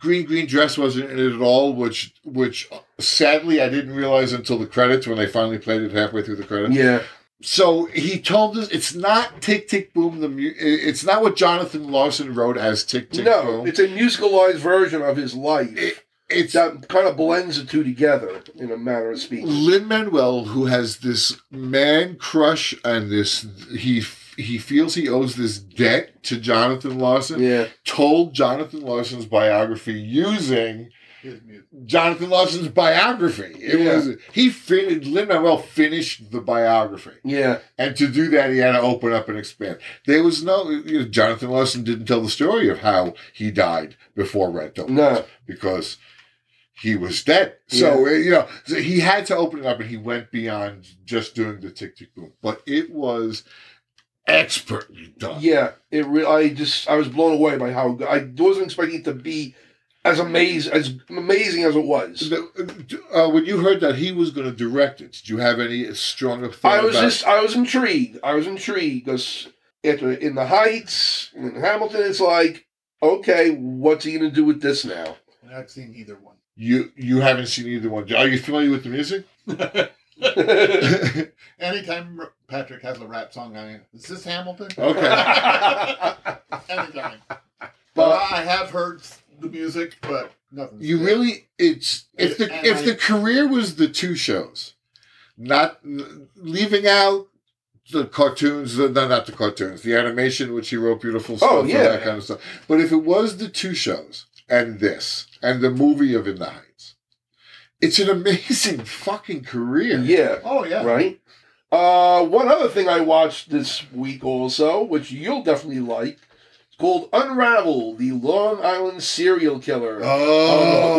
Speaker 2: Green Green Dress wasn't in it at all, which which sadly I didn't realize until the credits when they finally played it halfway through the credits.
Speaker 1: Yeah.
Speaker 2: So he told us it's not Tick Tick Boom the mu- it's not what Jonathan Larson wrote as Tick Tick
Speaker 1: no,
Speaker 2: Boom.
Speaker 1: it's a musicalized version of his life
Speaker 2: It- it's
Speaker 1: that kind of blends the two together in a manner of speaking.
Speaker 2: Lin Manuel, who has this man crush and this he he feels he owes this debt to Jonathan Larson,
Speaker 1: Yeah.
Speaker 2: told Jonathan Larson's biography using
Speaker 3: His music.
Speaker 2: Jonathan Larson's biography. It
Speaker 1: Yeah.
Speaker 2: was he finished Lin Manuel finished the biography,
Speaker 1: Yeah.
Speaker 2: and to do that, he had to open up and expand. There was no you know, Jonathan Larson didn't tell the story of how he died before Red Dawn
Speaker 1: No.
Speaker 2: because he was dead. So uh, you know so he had to open it up, and he went beyond just doing the tick tick boom. But it was expertly done.
Speaker 1: Yeah. It. Re- I just. I was blown away by how good- I wasn't expecting it to be as amazing as amazing as it was.
Speaker 2: The- uh, when you heard that he was going to direct it, did you have any stronger? thought
Speaker 1: I was
Speaker 2: about
Speaker 1: just. I was intrigued. I was intrigued because after in the Heights in Hamilton, it's like, okay, what's he gonna do with this now? *laughs*
Speaker 3: I've not seen either one.
Speaker 2: You you haven't seen either one. Are you familiar with the music? *laughs*
Speaker 1: yeah.
Speaker 3: Anytime R- Patrick has a rap song on it, is this Hamilton?
Speaker 2: okay.
Speaker 3: *laughs* Anytime. But,
Speaker 2: But
Speaker 3: I have heard s- the music, but nothing.
Speaker 2: you really it's if the
Speaker 3: And
Speaker 2: if
Speaker 3: I-
Speaker 2: the career was the two shows, not n- leaving out the cartoons, the, no, not the cartoons, the animation which he wrote beautiful stuff,
Speaker 1: Oh,
Speaker 2: and
Speaker 1: yeah.
Speaker 2: that kind of stuff. But if it was the two shows and this and the movie of In the Heights, it's an amazing *laughs* fucking career.
Speaker 3: Oh yeah.
Speaker 1: Right. Uh, one other thing I watched this week also, which you'll definitely like, it's called Unravel: The Long Island Serial Killer.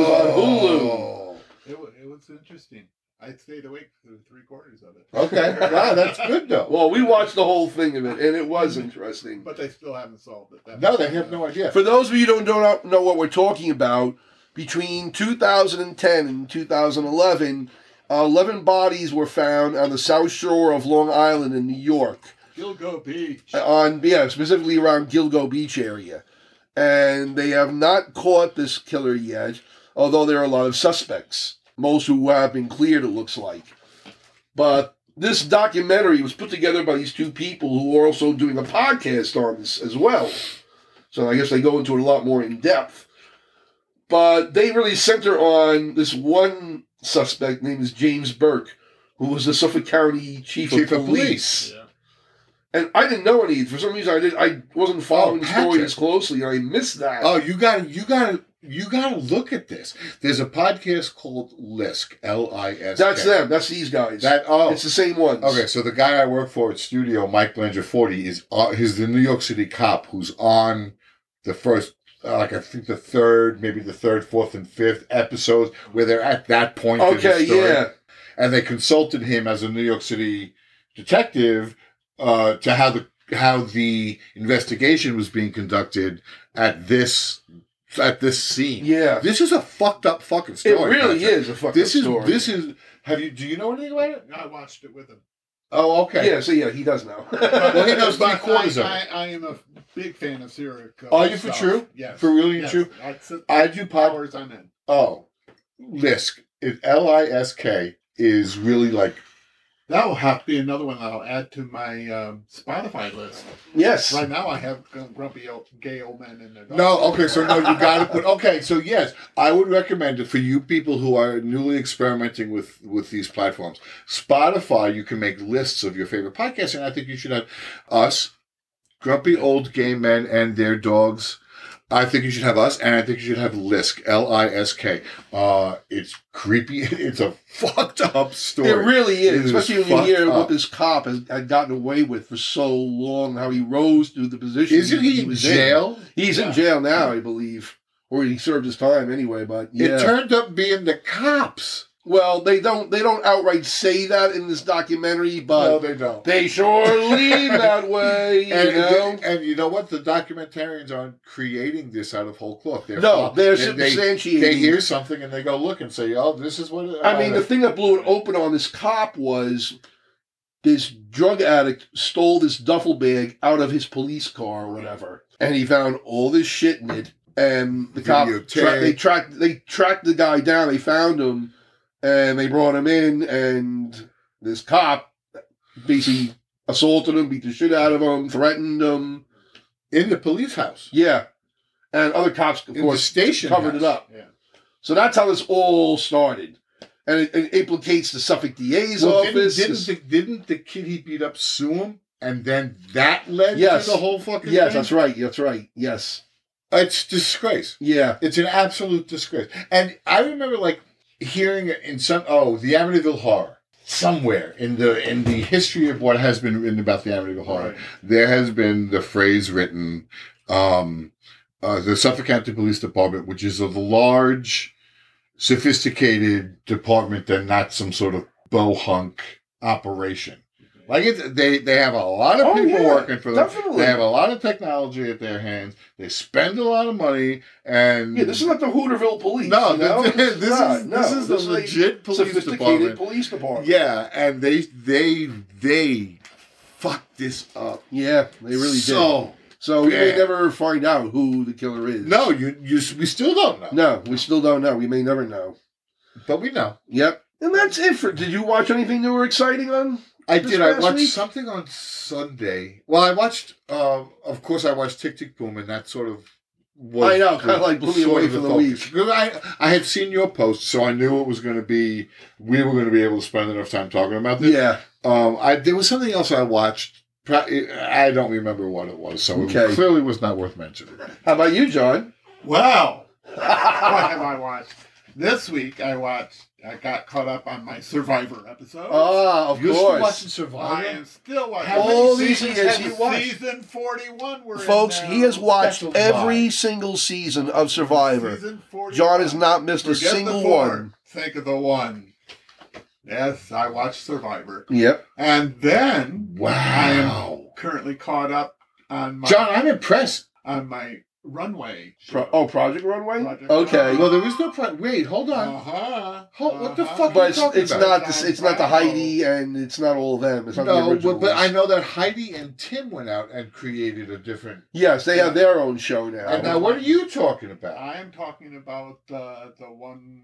Speaker 2: Oh,
Speaker 3: It, wa- it was interesting. I stayed awake for three quarters of it,
Speaker 2: okay. Wow, that's good though.
Speaker 1: Well, we watched the whole thing of it, and it was interesting.
Speaker 3: but they still haven't solved it. That
Speaker 2: No, they have no idea.
Speaker 1: For those of you who don't, don't know what we're talking about, between 2010 and 2011, uh, 11 bodies were found on the South Shore of Long Island in New York.
Speaker 3: Gilgo Beach.
Speaker 1: on yeah specifically around Gilgo Beach area, and they have not caught this killer yet. Although there are a lot of suspects, most who have been cleared. It looks like, but this documentary was put together by these two people who are also doing a podcast on this as well. So I guess they go into it a lot more in depth. But they really center on this one suspect named is James Burke, who was the Suffolk County Chief,
Speaker 2: Chief
Speaker 1: of Police.
Speaker 2: of police.
Speaker 3: Yeah.
Speaker 1: And I didn't know any. For some reason, I did. I wasn't following
Speaker 2: Oh,
Speaker 1: the story
Speaker 2: Patrick.
Speaker 1: as closely, and I missed that.
Speaker 2: Oh, you gotta, you gotta, you gotta look at this. There's a podcast called Lisk, L I S. K.
Speaker 1: That's them. That's these guys.
Speaker 2: That oh,
Speaker 1: It's the same ones.
Speaker 2: okay. So the guy I work for at Studio, Mike Blangerforti, is uh, he's the New York City cop who's on the first uh, like I think the third, maybe the third, fourth, and fifth episodes where they're at that point. in the
Speaker 1: Okay,
Speaker 2: story.
Speaker 1: yeah.
Speaker 2: and they consulted him as a New York City detective uh, to how the how the investigation was being conducted at this at this scene.
Speaker 1: Yeah.
Speaker 2: This is a fucked up fucking
Speaker 1: It
Speaker 2: story.
Speaker 1: really
Speaker 2: Patrick.
Speaker 1: is a fucking
Speaker 2: This is
Speaker 1: story.
Speaker 2: this is. Have you? Do you know anything about it?
Speaker 3: I watched it with him.
Speaker 2: Oh, okay.
Speaker 1: Yeah, so yeah, he does
Speaker 2: *laughs*
Speaker 1: know.
Speaker 2: Well, he knows three
Speaker 3: But
Speaker 2: quarters of
Speaker 3: I,
Speaker 2: it.
Speaker 3: I, I am a big fan of serial killer.
Speaker 2: Are you for
Speaker 3: stuff.
Speaker 2: true?
Speaker 3: Yes.
Speaker 2: For really and
Speaker 3: yes.
Speaker 2: true.
Speaker 3: That's it.
Speaker 2: I do pod.
Speaker 3: Powers I'm in.
Speaker 2: Oh, Lisk. It L I S K is really like
Speaker 3: That will have to be another one that I'll add to my um, Spotify list.
Speaker 1: yes.
Speaker 3: Right now, I have grumpy old, gay old men in there.
Speaker 2: No, okay, so no, you got to put. Okay, so yes, I would recommend it for you people who are newly experimenting with with these platforms. Spotify, you can make lists of your favorite podcasts, and I think you should have us, grumpy old gay men and their dogs. I think you should have us, and I think you should have Lisk, L I S K. Uh, it's creepy. *laughs* It's a fucked up story.
Speaker 1: It really is,
Speaker 2: It is
Speaker 1: especially when you hear
Speaker 2: fucked
Speaker 1: what
Speaker 2: up.
Speaker 1: this cop has had gotten away with for so long, how he rose through the position.
Speaker 2: Isn't he in jail?
Speaker 1: He's
Speaker 3: Yeah.
Speaker 1: in jail now, I believe, or he served his time anyway. But yeah,
Speaker 2: It turned up being the cops.
Speaker 1: well, they don't they don't outright say that in this documentary, but
Speaker 2: they don't.
Speaker 1: they sure lean that way. You
Speaker 2: And,
Speaker 1: know,
Speaker 2: and you know what? The documentarians aren't creating this out of whole cloth. They're
Speaker 1: no, they're
Speaker 2: they, they,
Speaker 1: substantiating.
Speaker 2: they hear something and they go look and say, "Oh, this is what." It,
Speaker 1: I mean,
Speaker 2: uh,
Speaker 1: the thing that blew it open on this cop was this drug addict stole this duffel bag out of his police car or whatever, and he found all this shit in it. And the cop,
Speaker 2: Videotape.
Speaker 1: tra- they tracked, they tracked the guy down. They found him, and they brought him in. And this cop basically assaulted him, beat the shit out of him, threatened him.
Speaker 2: in the police house,
Speaker 1: Yeah, and other cops, of
Speaker 2: in the
Speaker 1: course,
Speaker 2: station,
Speaker 1: covered
Speaker 2: house.
Speaker 1: it up.
Speaker 3: Yeah.
Speaker 1: So that's how this all started. And it, it implicates the Suffolk DA's
Speaker 2: Well, didn't,
Speaker 1: office.
Speaker 2: didn't, the, didn't the kid he beat up sue him, and then that led
Speaker 1: Yes.
Speaker 2: to the whole fucking
Speaker 1: *laughs* yes,
Speaker 2: thing?
Speaker 1: that's right. That's right. Yes.
Speaker 2: It's disgrace.
Speaker 1: Yeah.
Speaker 2: It's an absolute disgrace. And I remember like hearing it in some oh the Amityville Horror somewhere in the in the history of what has been written about the Amityville Horror.
Speaker 3: Right.
Speaker 2: there has been the phrase written um, uh, the Suffolk County Police Department, which is a large, sophisticated department, they're not some sort of bohunk operation. Like it, they they have a lot of
Speaker 1: Oh,
Speaker 2: people
Speaker 1: yeah,
Speaker 2: working for them.
Speaker 1: definitely.
Speaker 2: They have a lot of technology at their hands. They spend a lot of money, and
Speaker 1: Yeah, this is not the Hooterville police.
Speaker 2: no,
Speaker 1: you know?
Speaker 2: *laughs* this, this is
Speaker 1: Not, no,
Speaker 2: this is the
Speaker 1: like
Speaker 2: legit police
Speaker 1: sophisticated
Speaker 2: department.
Speaker 1: police department.
Speaker 2: Yeah, and they they they fucked this up.
Speaker 1: Yeah, they really did.
Speaker 2: so
Speaker 1: So we may
Speaker 2: bad.
Speaker 1: never find out who the killer is.
Speaker 2: No, you you we still don't know.
Speaker 1: No, we still don't know. We may never know.
Speaker 2: But we know.
Speaker 1: Yep. And that's it for. Did you watch anything new or exciting on?
Speaker 2: I
Speaker 1: This
Speaker 2: did. I
Speaker 1: past
Speaker 2: watched
Speaker 1: week?
Speaker 2: something on Sunday. Well, I watched. Um, of course, I watched Tick Tick Boom, and that sort of. Was
Speaker 1: I know, kinda like blew me away for the week.
Speaker 2: Because I I had seen your post, so I knew it was going to be. We were going to be able to spend enough time talking about this.
Speaker 1: Yeah.
Speaker 2: Um, I there was something else I watched. Pro- I don't remember what it was, so
Speaker 1: Okay.
Speaker 2: it clearly was not worth mentioning.
Speaker 1: How about you, John?
Speaker 2: *laughs*
Speaker 3: Well,
Speaker 1: *laughs* Ah,
Speaker 3: what have I watched? This week, I watched. I got caught up on my Survivor episode.
Speaker 1: Ah, of
Speaker 2: You're still
Speaker 1: course.
Speaker 2: watching
Speaker 3: I
Speaker 2: Survivor.
Speaker 3: am still watching.
Speaker 2: Oh, How many
Speaker 1: All these
Speaker 3: seasons
Speaker 1: years
Speaker 3: have
Speaker 1: he
Speaker 3: you
Speaker 1: watched?
Speaker 3: Season forty-one. We're in
Speaker 1: Folks,
Speaker 3: now.
Speaker 1: he has watched
Speaker 2: That's a
Speaker 1: every
Speaker 2: lie.
Speaker 1: single season of Survivor.
Speaker 3: Season 41.
Speaker 1: John has not missed
Speaker 3: Forget
Speaker 1: a single
Speaker 3: the four.
Speaker 1: one.
Speaker 3: Think of the one. Yes, I watched Survivor,
Speaker 1: Yep.
Speaker 3: and then I am
Speaker 2: Wow,
Speaker 3: currently caught up on my
Speaker 2: John, I'm impressed.
Speaker 3: on my runway.
Speaker 1: Pro- oh, Project Runway.
Speaker 3: Project
Speaker 1: okay.
Speaker 2: Well, there was no pro- wait. Hold on.
Speaker 3: Uh-huh.
Speaker 2: Ho- what the
Speaker 3: uh-huh.
Speaker 2: fuck
Speaker 1: but it's,
Speaker 2: What are you
Speaker 1: it's
Speaker 2: talking
Speaker 1: not
Speaker 3: about?
Speaker 1: this, it's not the Heidi and it's not all of them. It's not the
Speaker 2: No,
Speaker 1: original.
Speaker 2: but, but I know that Heidi and Tim went out and created a different.
Speaker 1: Yes, they have their own show now.
Speaker 2: And now, what are you talking about?
Speaker 3: I am talking about uh, the one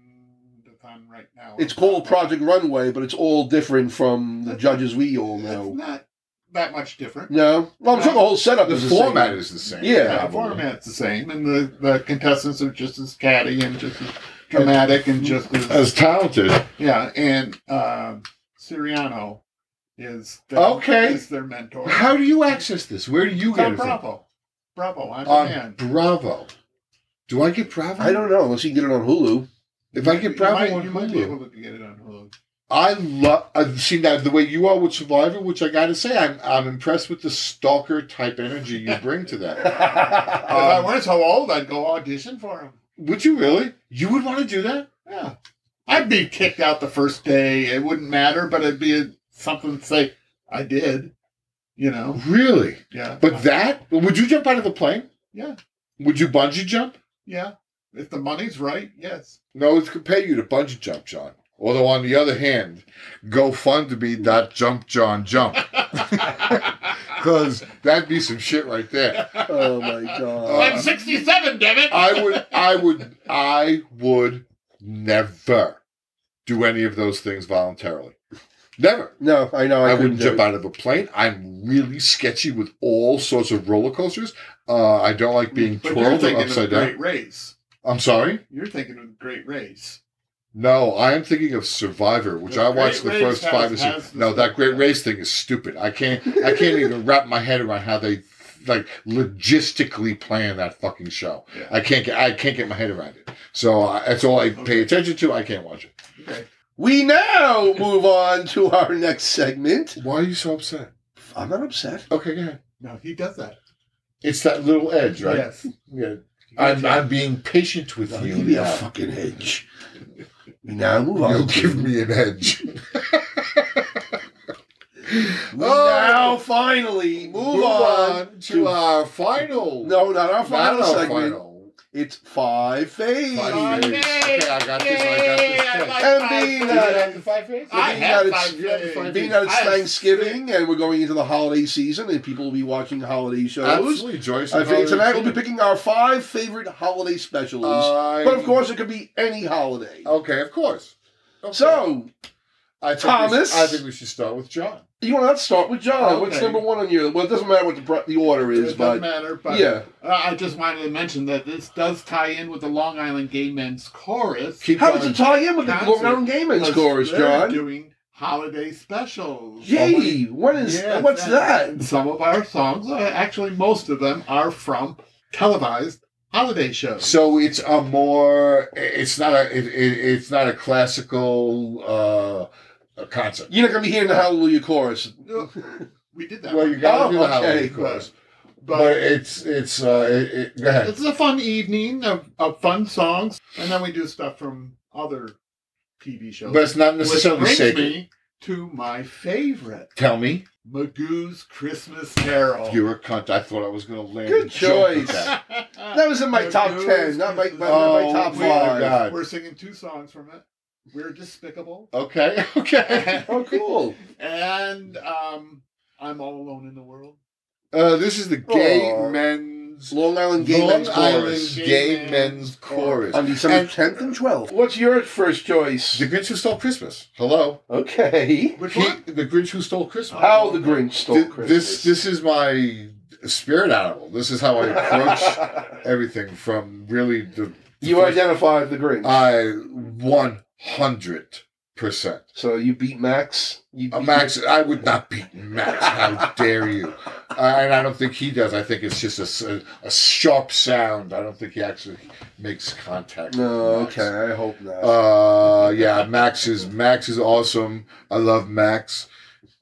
Speaker 3: that's on right now.
Speaker 1: it's called Project Runway, but it's all different from the judges we all
Speaker 3: It's
Speaker 1: know.
Speaker 3: not that much different.
Speaker 1: No, well, I'm sure the whole setup
Speaker 2: The
Speaker 1: is
Speaker 2: format
Speaker 1: the
Speaker 2: is the same.
Speaker 1: Yeah.
Speaker 3: The
Speaker 2: probably.
Speaker 3: format's the same, and the, the contestants are just as catty and just as dramatic and just as,
Speaker 2: As talented.
Speaker 3: yeah. And um Siriano is the,
Speaker 2: Okay.
Speaker 3: is their mentor.
Speaker 2: How do you access this? Where do you
Speaker 3: It's on
Speaker 2: get it Um, from?
Speaker 3: Bravo? Bravo, I'm a
Speaker 2: On
Speaker 3: man.
Speaker 2: Bravo. Do I get Bravo?
Speaker 1: same. I don't know unless you can get it on Hulu. *laughs*
Speaker 2: If I
Speaker 3: You
Speaker 2: get Bravo
Speaker 3: might-
Speaker 2: on
Speaker 3: you might be
Speaker 2: Hulu,
Speaker 3: able to get it on Hulu.
Speaker 2: I love. I see now the way you are with Survivor, which I got to say, I'm I'm impressed with the stalker type energy you bring to that.
Speaker 1: *laughs*
Speaker 3: if I
Speaker 2: Um,
Speaker 3: weren't so old, I'd go audition for him.
Speaker 2: Would you really? You would want to do that?
Speaker 3: Yeah. I'd be kicked out the first day. It wouldn't matter, but it'd be something to say, I did. You know?
Speaker 2: Really?
Speaker 3: Yeah.
Speaker 2: But that? Would you jump out of a plane?
Speaker 3: Yeah.
Speaker 2: Would you bungee jump?
Speaker 3: Yeah. If the money's right,
Speaker 2: *laughs*
Speaker 3: yes. *laughs*
Speaker 2: No, it could pay you to bungee jump, John. Although on the other hand, GoFundMe dot jump John jump because that'd be some shit right there.
Speaker 1: Oh my god.
Speaker 2: Uh,
Speaker 3: I'm 67, damn it.
Speaker 2: I would, I would, I would never do any of those things voluntarily. Never.
Speaker 1: No, I know. I,
Speaker 2: I,
Speaker 1: couldn't
Speaker 2: wouldn't
Speaker 1: do
Speaker 2: jump
Speaker 1: it.
Speaker 2: out of a plane. I'm really sketchy with all sorts of roller coasters. Uh, I don't
Speaker 1: Mm,
Speaker 2: like being
Speaker 3: But you're
Speaker 2: twirled or
Speaker 3: thinking
Speaker 2: upside
Speaker 3: of the
Speaker 2: down.
Speaker 3: Great Race.
Speaker 2: I'm sorry.
Speaker 3: You're thinking of the Great Race.
Speaker 2: No, I am thinking of Survivor, which
Speaker 3: The
Speaker 2: I watched the
Speaker 3: Great
Speaker 2: first
Speaker 3: Race
Speaker 2: five or
Speaker 3: has-
Speaker 2: six.
Speaker 3: has
Speaker 2: No,
Speaker 3: the-
Speaker 2: that Great Race thing is stupid. I can't. I can't
Speaker 3: *laughs*
Speaker 2: even wrap my head around how they like logistically plan that fucking show.
Speaker 3: Yeah.
Speaker 2: I can't. Get, I can't get my head around it. So I, that's all I pay
Speaker 3: Okay.
Speaker 2: attention to. I can't watch it.
Speaker 3: Okay.
Speaker 1: We now move on to our next segment.
Speaker 2: Why are you so upset?
Speaker 1: I'm not upset.
Speaker 2: Okay, go ahead.
Speaker 3: No, he does that.
Speaker 2: It's that little edge, right?
Speaker 3: Yes.
Speaker 2: Yeah. I'm, I'm being patient with
Speaker 1: I'll
Speaker 2: you.
Speaker 1: give you a
Speaker 2: now.
Speaker 1: fucking edge. We now move
Speaker 2: You'll
Speaker 1: on.
Speaker 2: give
Speaker 1: To,
Speaker 2: me an edge.
Speaker 1: we
Speaker 2: Oh!
Speaker 1: now finally move, on. to-
Speaker 2: to our final.
Speaker 1: No, not our final
Speaker 2: not our
Speaker 1: segment.
Speaker 2: final.
Speaker 1: It's five faves.
Speaker 2: Five
Speaker 3: Five
Speaker 2: faves.
Speaker 3: faves.
Speaker 2: Okay, I got this. I got this.
Speaker 3: Yay, I
Speaker 2: Okay.
Speaker 3: like
Speaker 1: And
Speaker 3: five
Speaker 1: being
Speaker 3: faves.
Speaker 1: that-
Speaker 3: I
Speaker 1: Being
Speaker 3: have
Speaker 1: that it's-
Speaker 3: five
Speaker 2: yeah, five
Speaker 3: faves.
Speaker 1: Being that it's
Speaker 3: I have
Speaker 1: Thanksgiving and we're going into the holiday season and people will be watching holiday shows,
Speaker 2: Absolutely, Joyce.
Speaker 1: I think tonight we'll be
Speaker 2: picking.
Speaker 1: picking our five favorite holiday specials.
Speaker 2: Uh,
Speaker 1: but of course, it could be any holiday.
Speaker 2: Okay, of course. Of course.
Speaker 1: So,
Speaker 2: I think We
Speaker 1: Thomas-
Speaker 2: should, I think we should start with John.
Speaker 1: you want to start with John? What's
Speaker 3: Okay.
Speaker 1: number one on your? Well, it doesn't matter what the, br- the order
Speaker 3: It
Speaker 1: is,
Speaker 3: doesn't
Speaker 1: but,
Speaker 3: matter, uh, but
Speaker 1: yeah.
Speaker 3: Uh, I just wanted to mention that this does tie in with the Long Island Gay Men's Chorus.
Speaker 2: Keep
Speaker 1: How
Speaker 2: going.
Speaker 1: does it tie in with the
Speaker 3: Concert.
Speaker 1: Long Island Game and
Speaker 3: because
Speaker 1: scores,
Speaker 3: they're
Speaker 1: John?
Speaker 3: doing holiday specials.
Speaker 1: Yay! What is?
Speaker 3: Yes,
Speaker 1: what's
Speaker 3: and
Speaker 1: that?
Speaker 3: Some of our songs, uh, actually most of them, are from televised holiday shows.
Speaker 2: So it's a more. It's not a. It, it, it's not a classical uh, a concert.
Speaker 1: You're not gonna be hearing the Hallelujah chorus.
Speaker 3: we did that.
Speaker 2: Well,
Speaker 3: one.
Speaker 2: you got to
Speaker 1: Oh,
Speaker 2: do the
Speaker 1: okay.
Speaker 2: holiday chorus, but,
Speaker 3: but
Speaker 2: it's it's. Uh, it, it, go ahead.
Speaker 3: it's a fun evening of, of fun songs, and then we do stuff from other TV shows.
Speaker 2: But it's not
Speaker 3: which
Speaker 2: necessarily
Speaker 3: brings
Speaker 2: sacred.
Speaker 3: me to my favorite,
Speaker 2: Tell me,
Speaker 3: Magoo's Christmas Carol.
Speaker 2: you're a cunt. I thought I was going to land.
Speaker 1: Good
Speaker 2: a joke with
Speaker 1: choice.
Speaker 2: that.
Speaker 3: *laughs*
Speaker 1: That was in my
Speaker 3: There
Speaker 1: top
Speaker 3: goes
Speaker 1: ten, not my, my, my
Speaker 2: Oh,
Speaker 1: top
Speaker 2: my God.
Speaker 1: five.
Speaker 3: We're singing two songs from it. We're despicable,
Speaker 2: Okay. *laughs* Okay.
Speaker 1: Oh, cool!
Speaker 3: and um, I'm all alone in the world.
Speaker 2: Uh, this is the Gay
Speaker 1: Aw.
Speaker 2: Men's
Speaker 1: Long Island Game
Speaker 2: Long
Speaker 1: and
Speaker 2: Island
Speaker 1: chorus
Speaker 3: Gay
Speaker 2: Gay
Speaker 3: Men's
Speaker 2: Men's Chorus.
Speaker 1: on December
Speaker 2: And-
Speaker 1: tenth and twelfth. What's your first choice?
Speaker 2: The Grinch Who Stole Christmas. Hello.
Speaker 1: Okay.
Speaker 3: Which
Speaker 2: He-
Speaker 3: one?
Speaker 2: the Grinch Who Stole Christmas.
Speaker 1: How the Grinch stole
Speaker 2: Th-
Speaker 1: Christmas.
Speaker 2: this this is my spirit animal. This is how
Speaker 1: *laughs*
Speaker 2: I approach everything from really the.
Speaker 1: you identified the Grinch.
Speaker 2: I one hundred percent.
Speaker 1: so you beat Max. You
Speaker 2: Uh,
Speaker 1: beat-
Speaker 2: Max, I would not beat Max. How dare you? I, and I don't think he does. I think it's just a s- a, a sharp sound. I don't think he actually makes contact. with
Speaker 1: No,
Speaker 2: Max.
Speaker 1: okay. I hope not.
Speaker 2: Uh, yeah, Max is Max is awesome. I love Max.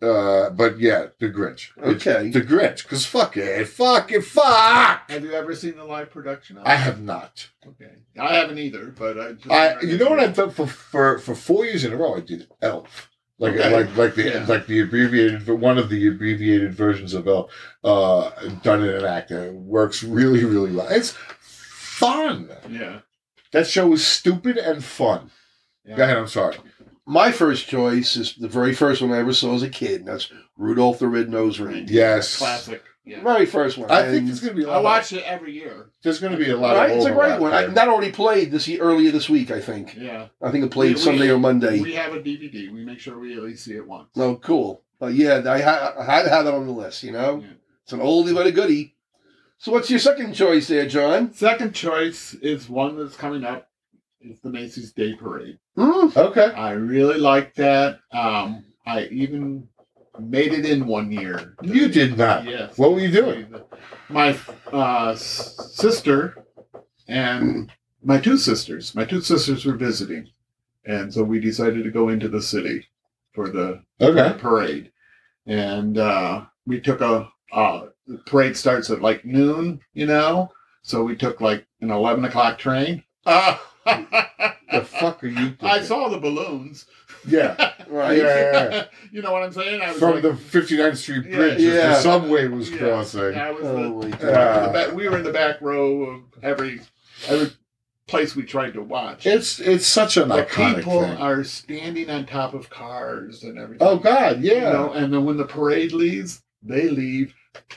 Speaker 2: Uh, but yeah, the Grinch. It's
Speaker 1: Okay.
Speaker 2: the Grinch. Cause fuck it, fuck it, fuck.
Speaker 3: Have you ever seen the live production? Of it?
Speaker 2: I have not.
Speaker 3: Okay, I haven't either, but I. Just
Speaker 2: I you know what I've done for for for four years in a row. I did Elf, like
Speaker 3: Okay.
Speaker 2: like like the
Speaker 3: Yeah.
Speaker 2: like the abbreviated one of the abbreviated versions of Elf. Uh, done in an act and it works really really well. It's fun.
Speaker 3: Yeah.
Speaker 2: That show is stupid and fun.
Speaker 3: yeah.
Speaker 2: Go ahead. I'm sorry.
Speaker 1: My first choice is the very first one I ever saw as a kid, and that's Rudolph the Red-Nosed Reindeer.
Speaker 2: Yes.
Speaker 3: Classic. Yeah.
Speaker 1: Very first one.
Speaker 2: I think
Speaker 1: And-
Speaker 2: it's gonna be. a lot
Speaker 3: I
Speaker 2: of-
Speaker 3: watch it every year.
Speaker 2: There's going to be a lot
Speaker 1: Right,
Speaker 2: of
Speaker 1: it's a
Speaker 2: overlap
Speaker 1: great one.
Speaker 2: there.
Speaker 1: I, that already played this e- earlier this week. I think.
Speaker 3: Yeah.
Speaker 1: I think it played
Speaker 3: We- we-
Speaker 1: Sunday or Monday.
Speaker 3: We have a DVD. We make sure we at least see it once.
Speaker 1: oh, cool. But yeah, I, ha- I had to have that on the list. You know,
Speaker 3: Yeah.
Speaker 1: it's an oldie but a goodie. So, what's your second choice there, John?
Speaker 3: Second choice is one that's coming up. It's the Macy's Day Parade.
Speaker 1: Hmm?
Speaker 2: okay.
Speaker 3: I really like that. Um, I even made it in one year.
Speaker 2: You did not.
Speaker 3: Yes.
Speaker 2: What were you doing?
Speaker 3: My uh, s- sister
Speaker 2: Mm.
Speaker 3: and my two sisters. My two sisters were visiting, and so we decided to go into the city. for the
Speaker 2: Okay.
Speaker 3: parade. And uh, we took a uh, the parade starts at like noon, you know. So we took like an eleven o'clock train.
Speaker 2: *laughs*
Speaker 3: Uh,
Speaker 2: The fuck are you?
Speaker 3: I
Speaker 2: thinking?
Speaker 3: saw the balloons.
Speaker 2: Yeah.
Speaker 1: Right.
Speaker 2: Yeah, yeah, yeah.
Speaker 3: you know what I'm saying? *laughs* I was
Speaker 2: From
Speaker 3: like,
Speaker 2: the 59th Street
Speaker 3: Yeah.
Speaker 2: Bridge, as
Speaker 1: Yeah.
Speaker 2: the subway was
Speaker 3: Yeah.
Speaker 2: crossing. Oh,
Speaker 3: I was the,
Speaker 1: Holy
Speaker 3: we, were in the
Speaker 1: cow.
Speaker 3: back, we were in the back row of every every place we tried to watch.
Speaker 2: It's it's such an
Speaker 3: the
Speaker 2: iconic
Speaker 3: people
Speaker 2: thing.
Speaker 3: are standing on top of cars and everything.
Speaker 2: oh God, yeah.
Speaker 3: You know, and then when the parade leaves, they leave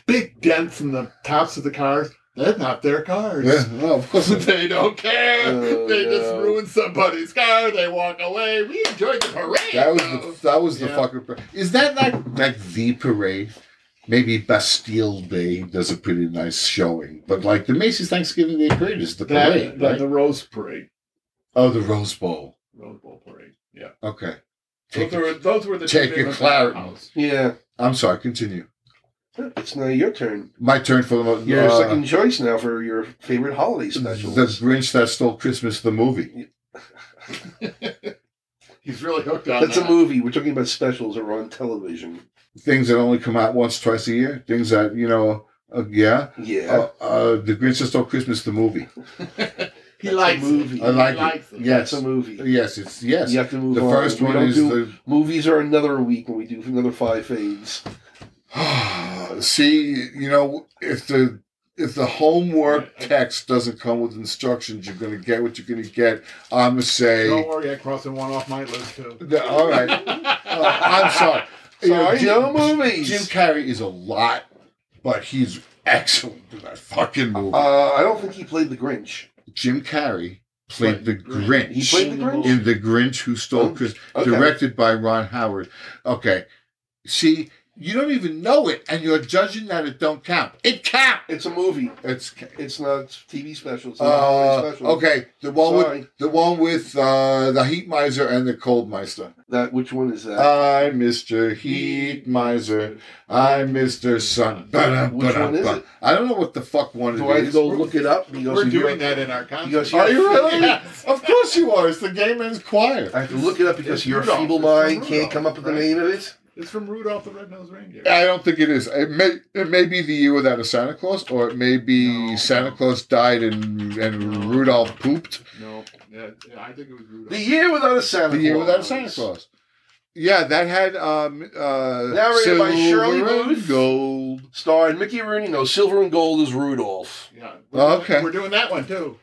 Speaker 3: big dents in the tops of the cars. They're not their cars.
Speaker 2: Yeah, no, of course. it-
Speaker 3: *laughs* they don't care.
Speaker 1: Oh,
Speaker 3: they just
Speaker 1: no.
Speaker 3: ruin somebody's car. They walk away. We enjoyed the parade.
Speaker 2: That was
Speaker 3: though. *laughs*
Speaker 2: the that was the
Speaker 3: Yeah.
Speaker 2: fucking. par- Is that not like the parade? Maybe Bastille Day does a pretty nice showing, but like the Macy's Thanksgiving Day parade is the
Speaker 3: that,
Speaker 2: parade,
Speaker 3: that-
Speaker 2: right?
Speaker 3: the Rose Parade,
Speaker 2: oh, the Rose Bowl.
Speaker 3: Rose Bowl Parade. Yeah,
Speaker 2: Okay.
Speaker 3: those
Speaker 2: Take
Speaker 3: were,
Speaker 2: it.
Speaker 3: those were the two
Speaker 2: take your
Speaker 3: big ones.
Speaker 2: Claritin.
Speaker 1: Yeah.
Speaker 2: I'm sorry. Continue.
Speaker 1: It's now your turn.
Speaker 2: My turn for the mo-
Speaker 1: You're
Speaker 2: uh,
Speaker 1: second choice now for your favorite holiday special.
Speaker 2: The Grinch that stole Christmas, the movie.
Speaker 3: He's really hooked on
Speaker 1: That's
Speaker 3: that.
Speaker 1: a movie. We're talking about specials that are on television.
Speaker 2: Things that only come out once, twice a year. Things that you know. Uh, yeah.
Speaker 1: Yeah.
Speaker 2: Uh, uh, the Grinch that stole Christmas, the movie.
Speaker 3: He
Speaker 1: That's a
Speaker 3: likes
Speaker 1: movie.
Speaker 3: it.
Speaker 2: I like
Speaker 3: he
Speaker 2: it.
Speaker 3: likes it.
Speaker 2: Yes.
Speaker 1: That's a movie.
Speaker 2: Yes, it's yes.
Speaker 1: You have to move
Speaker 2: The
Speaker 1: on.
Speaker 2: first
Speaker 1: We
Speaker 2: one
Speaker 1: don't
Speaker 2: is
Speaker 1: do-
Speaker 2: the
Speaker 1: Movies are another week, and we do another five fades.
Speaker 2: *sighs* See, you know, if the if the homework
Speaker 3: Right.
Speaker 2: text doesn't come with instructions, you're going to get what you're going to get. I'm going to say,
Speaker 3: Don't worry, I'm crossing one off my list too.
Speaker 2: No, all
Speaker 3: *laughs*
Speaker 2: right.
Speaker 1: *laughs*
Speaker 2: Oh, I'm sorry. You know,
Speaker 1: Sorry, no movies.
Speaker 2: Jim Carrey is a lot, but he's excellent in that fucking movie.
Speaker 1: Uh, I don't think he played the Grinch.
Speaker 2: Jim Carrey played
Speaker 3: Played
Speaker 2: the Grinch.
Speaker 1: He played the Grinch?
Speaker 2: in The Grinch Who Stole
Speaker 1: Oh,
Speaker 2: Christmas,
Speaker 1: okay.
Speaker 2: directed by Ron Howard. Okay, see, you don't even know it, and you're judging that it don't count. It count.
Speaker 1: It's a movie.
Speaker 2: It's
Speaker 1: It's not TV special. It's not
Speaker 2: uh,
Speaker 1: holiday special.
Speaker 2: okay. The one with
Speaker 1: Sorry.
Speaker 2: the one with uh, the Heat Miser and the Cold Meister.
Speaker 1: That which one is
Speaker 2: Uh,
Speaker 1: that?
Speaker 2: I'm Mister Heat Miser. I'm Mister Sun. Ba-dum,
Speaker 1: Which
Speaker 2: ba-dum,
Speaker 1: one is
Speaker 2: ba-
Speaker 1: it?
Speaker 2: I don't know what the fuck one
Speaker 1: do I have
Speaker 2: it
Speaker 1: to
Speaker 2: is.
Speaker 1: go look it up? Because
Speaker 3: We're
Speaker 1: if you-
Speaker 3: doing that in our
Speaker 1: Because
Speaker 3: conference.
Speaker 1: you're-
Speaker 2: Are you really?
Speaker 3: Yes.
Speaker 2: Of course you are. It's the Gay Men's Choir.
Speaker 1: I have to look it up because
Speaker 3: It's
Speaker 1: your
Speaker 3: Rudolph.
Speaker 1: feeble
Speaker 3: It's from
Speaker 1: mind can't
Speaker 3: Rudolph,
Speaker 1: come up with the
Speaker 3: right?
Speaker 1: name of it.
Speaker 3: It's from Rudolph the Red-Nosed Reindeer.
Speaker 2: I don't think it is. It may it may be the year without a Santa Claus, or it may be
Speaker 3: No.
Speaker 2: Santa Claus died and and
Speaker 3: No.
Speaker 2: Rudolph pooped.
Speaker 3: No, yeah, yeah, I think it was Rudolph.
Speaker 1: The year without a Santa.
Speaker 2: The year without a
Speaker 1: Claus.
Speaker 2: Santa Claus. Yeah, that had um uh
Speaker 1: Narrated by Shirley
Speaker 2: silver and
Speaker 1: Booth.
Speaker 2: Gold.
Speaker 1: Starring Mickey Rooney. No, silver and gold is Rudolph.
Speaker 3: yeah.
Speaker 2: Oh,
Speaker 3: We're-
Speaker 2: okay.
Speaker 3: We're doing that one too.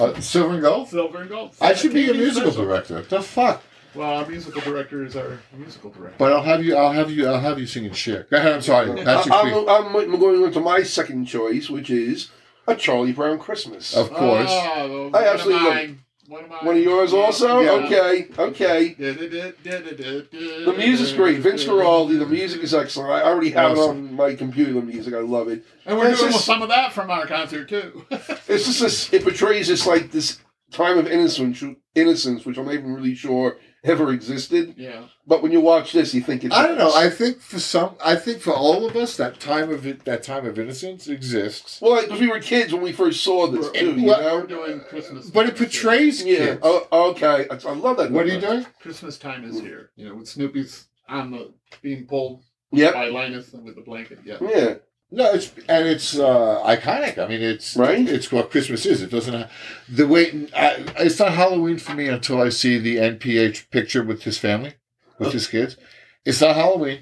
Speaker 2: Uh, silver and Gold.
Speaker 3: Silver and gold.
Speaker 2: I should be a
Speaker 3: TV
Speaker 2: musical
Speaker 3: special.
Speaker 2: director. What the fuck?
Speaker 3: Well, our musical director is our musical director.
Speaker 2: But I'll have you. I'll have you. I'll have you singing Cher. Go ahead.
Speaker 1: *laughs*
Speaker 2: I'm sorry.
Speaker 1: I,
Speaker 2: That's your
Speaker 1: I'm, I'm, I'm going on to my second choice, which is a Charlie Brown Christmas.
Speaker 2: Of course.
Speaker 1: Ah.
Speaker 3: Oh,
Speaker 1: I absolutely love it.
Speaker 3: One of mine.
Speaker 1: One of yours also?
Speaker 2: Yeah.
Speaker 1: Okay, okay. The
Speaker 3: The
Speaker 1: music's great. Vince Guaraldi, the music is excellent. I already have it on my computer, the music. I love it.
Speaker 3: And we're
Speaker 1: This
Speaker 3: doing
Speaker 1: is-
Speaker 3: some of that from our concert too. *laughs*
Speaker 1: It's just this, it portrays this, like, this time of innocence, innocence, which I'm not even really sure ever existed.
Speaker 3: yeah.
Speaker 1: But when you watch this, you think it
Speaker 2: I don't know.
Speaker 1: does.
Speaker 2: I think for some. I think for all of us, that time of it. That time of innocence exists.
Speaker 1: Well, because we were kids when we first saw this,
Speaker 3: We're-
Speaker 1: too, you
Speaker 2: well-
Speaker 1: know?
Speaker 3: We're doing Christmas.
Speaker 2: But it
Speaker 3: time is here.
Speaker 2: portrays
Speaker 1: Yeah.
Speaker 2: kids.
Speaker 1: Oh, okay. I, I love that.
Speaker 2: What are
Speaker 1: number.
Speaker 2: you doing?
Speaker 3: Christmas time is here. You know, with Snoopy's on the being pulled
Speaker 1: Yep.
Speaker 3: by Linus and with the blanket. Yeah.
Speaker 1: Yeah.
Speaker 2: No, it's and it's uh, iconic. I mean, it's
Speaker 1: Right?
Speaker 2: It's what Christmas is. It doesn't have, the way I, it's not Halloween for me until I see the NPH picture with his family, with his kids. It's not Halloween.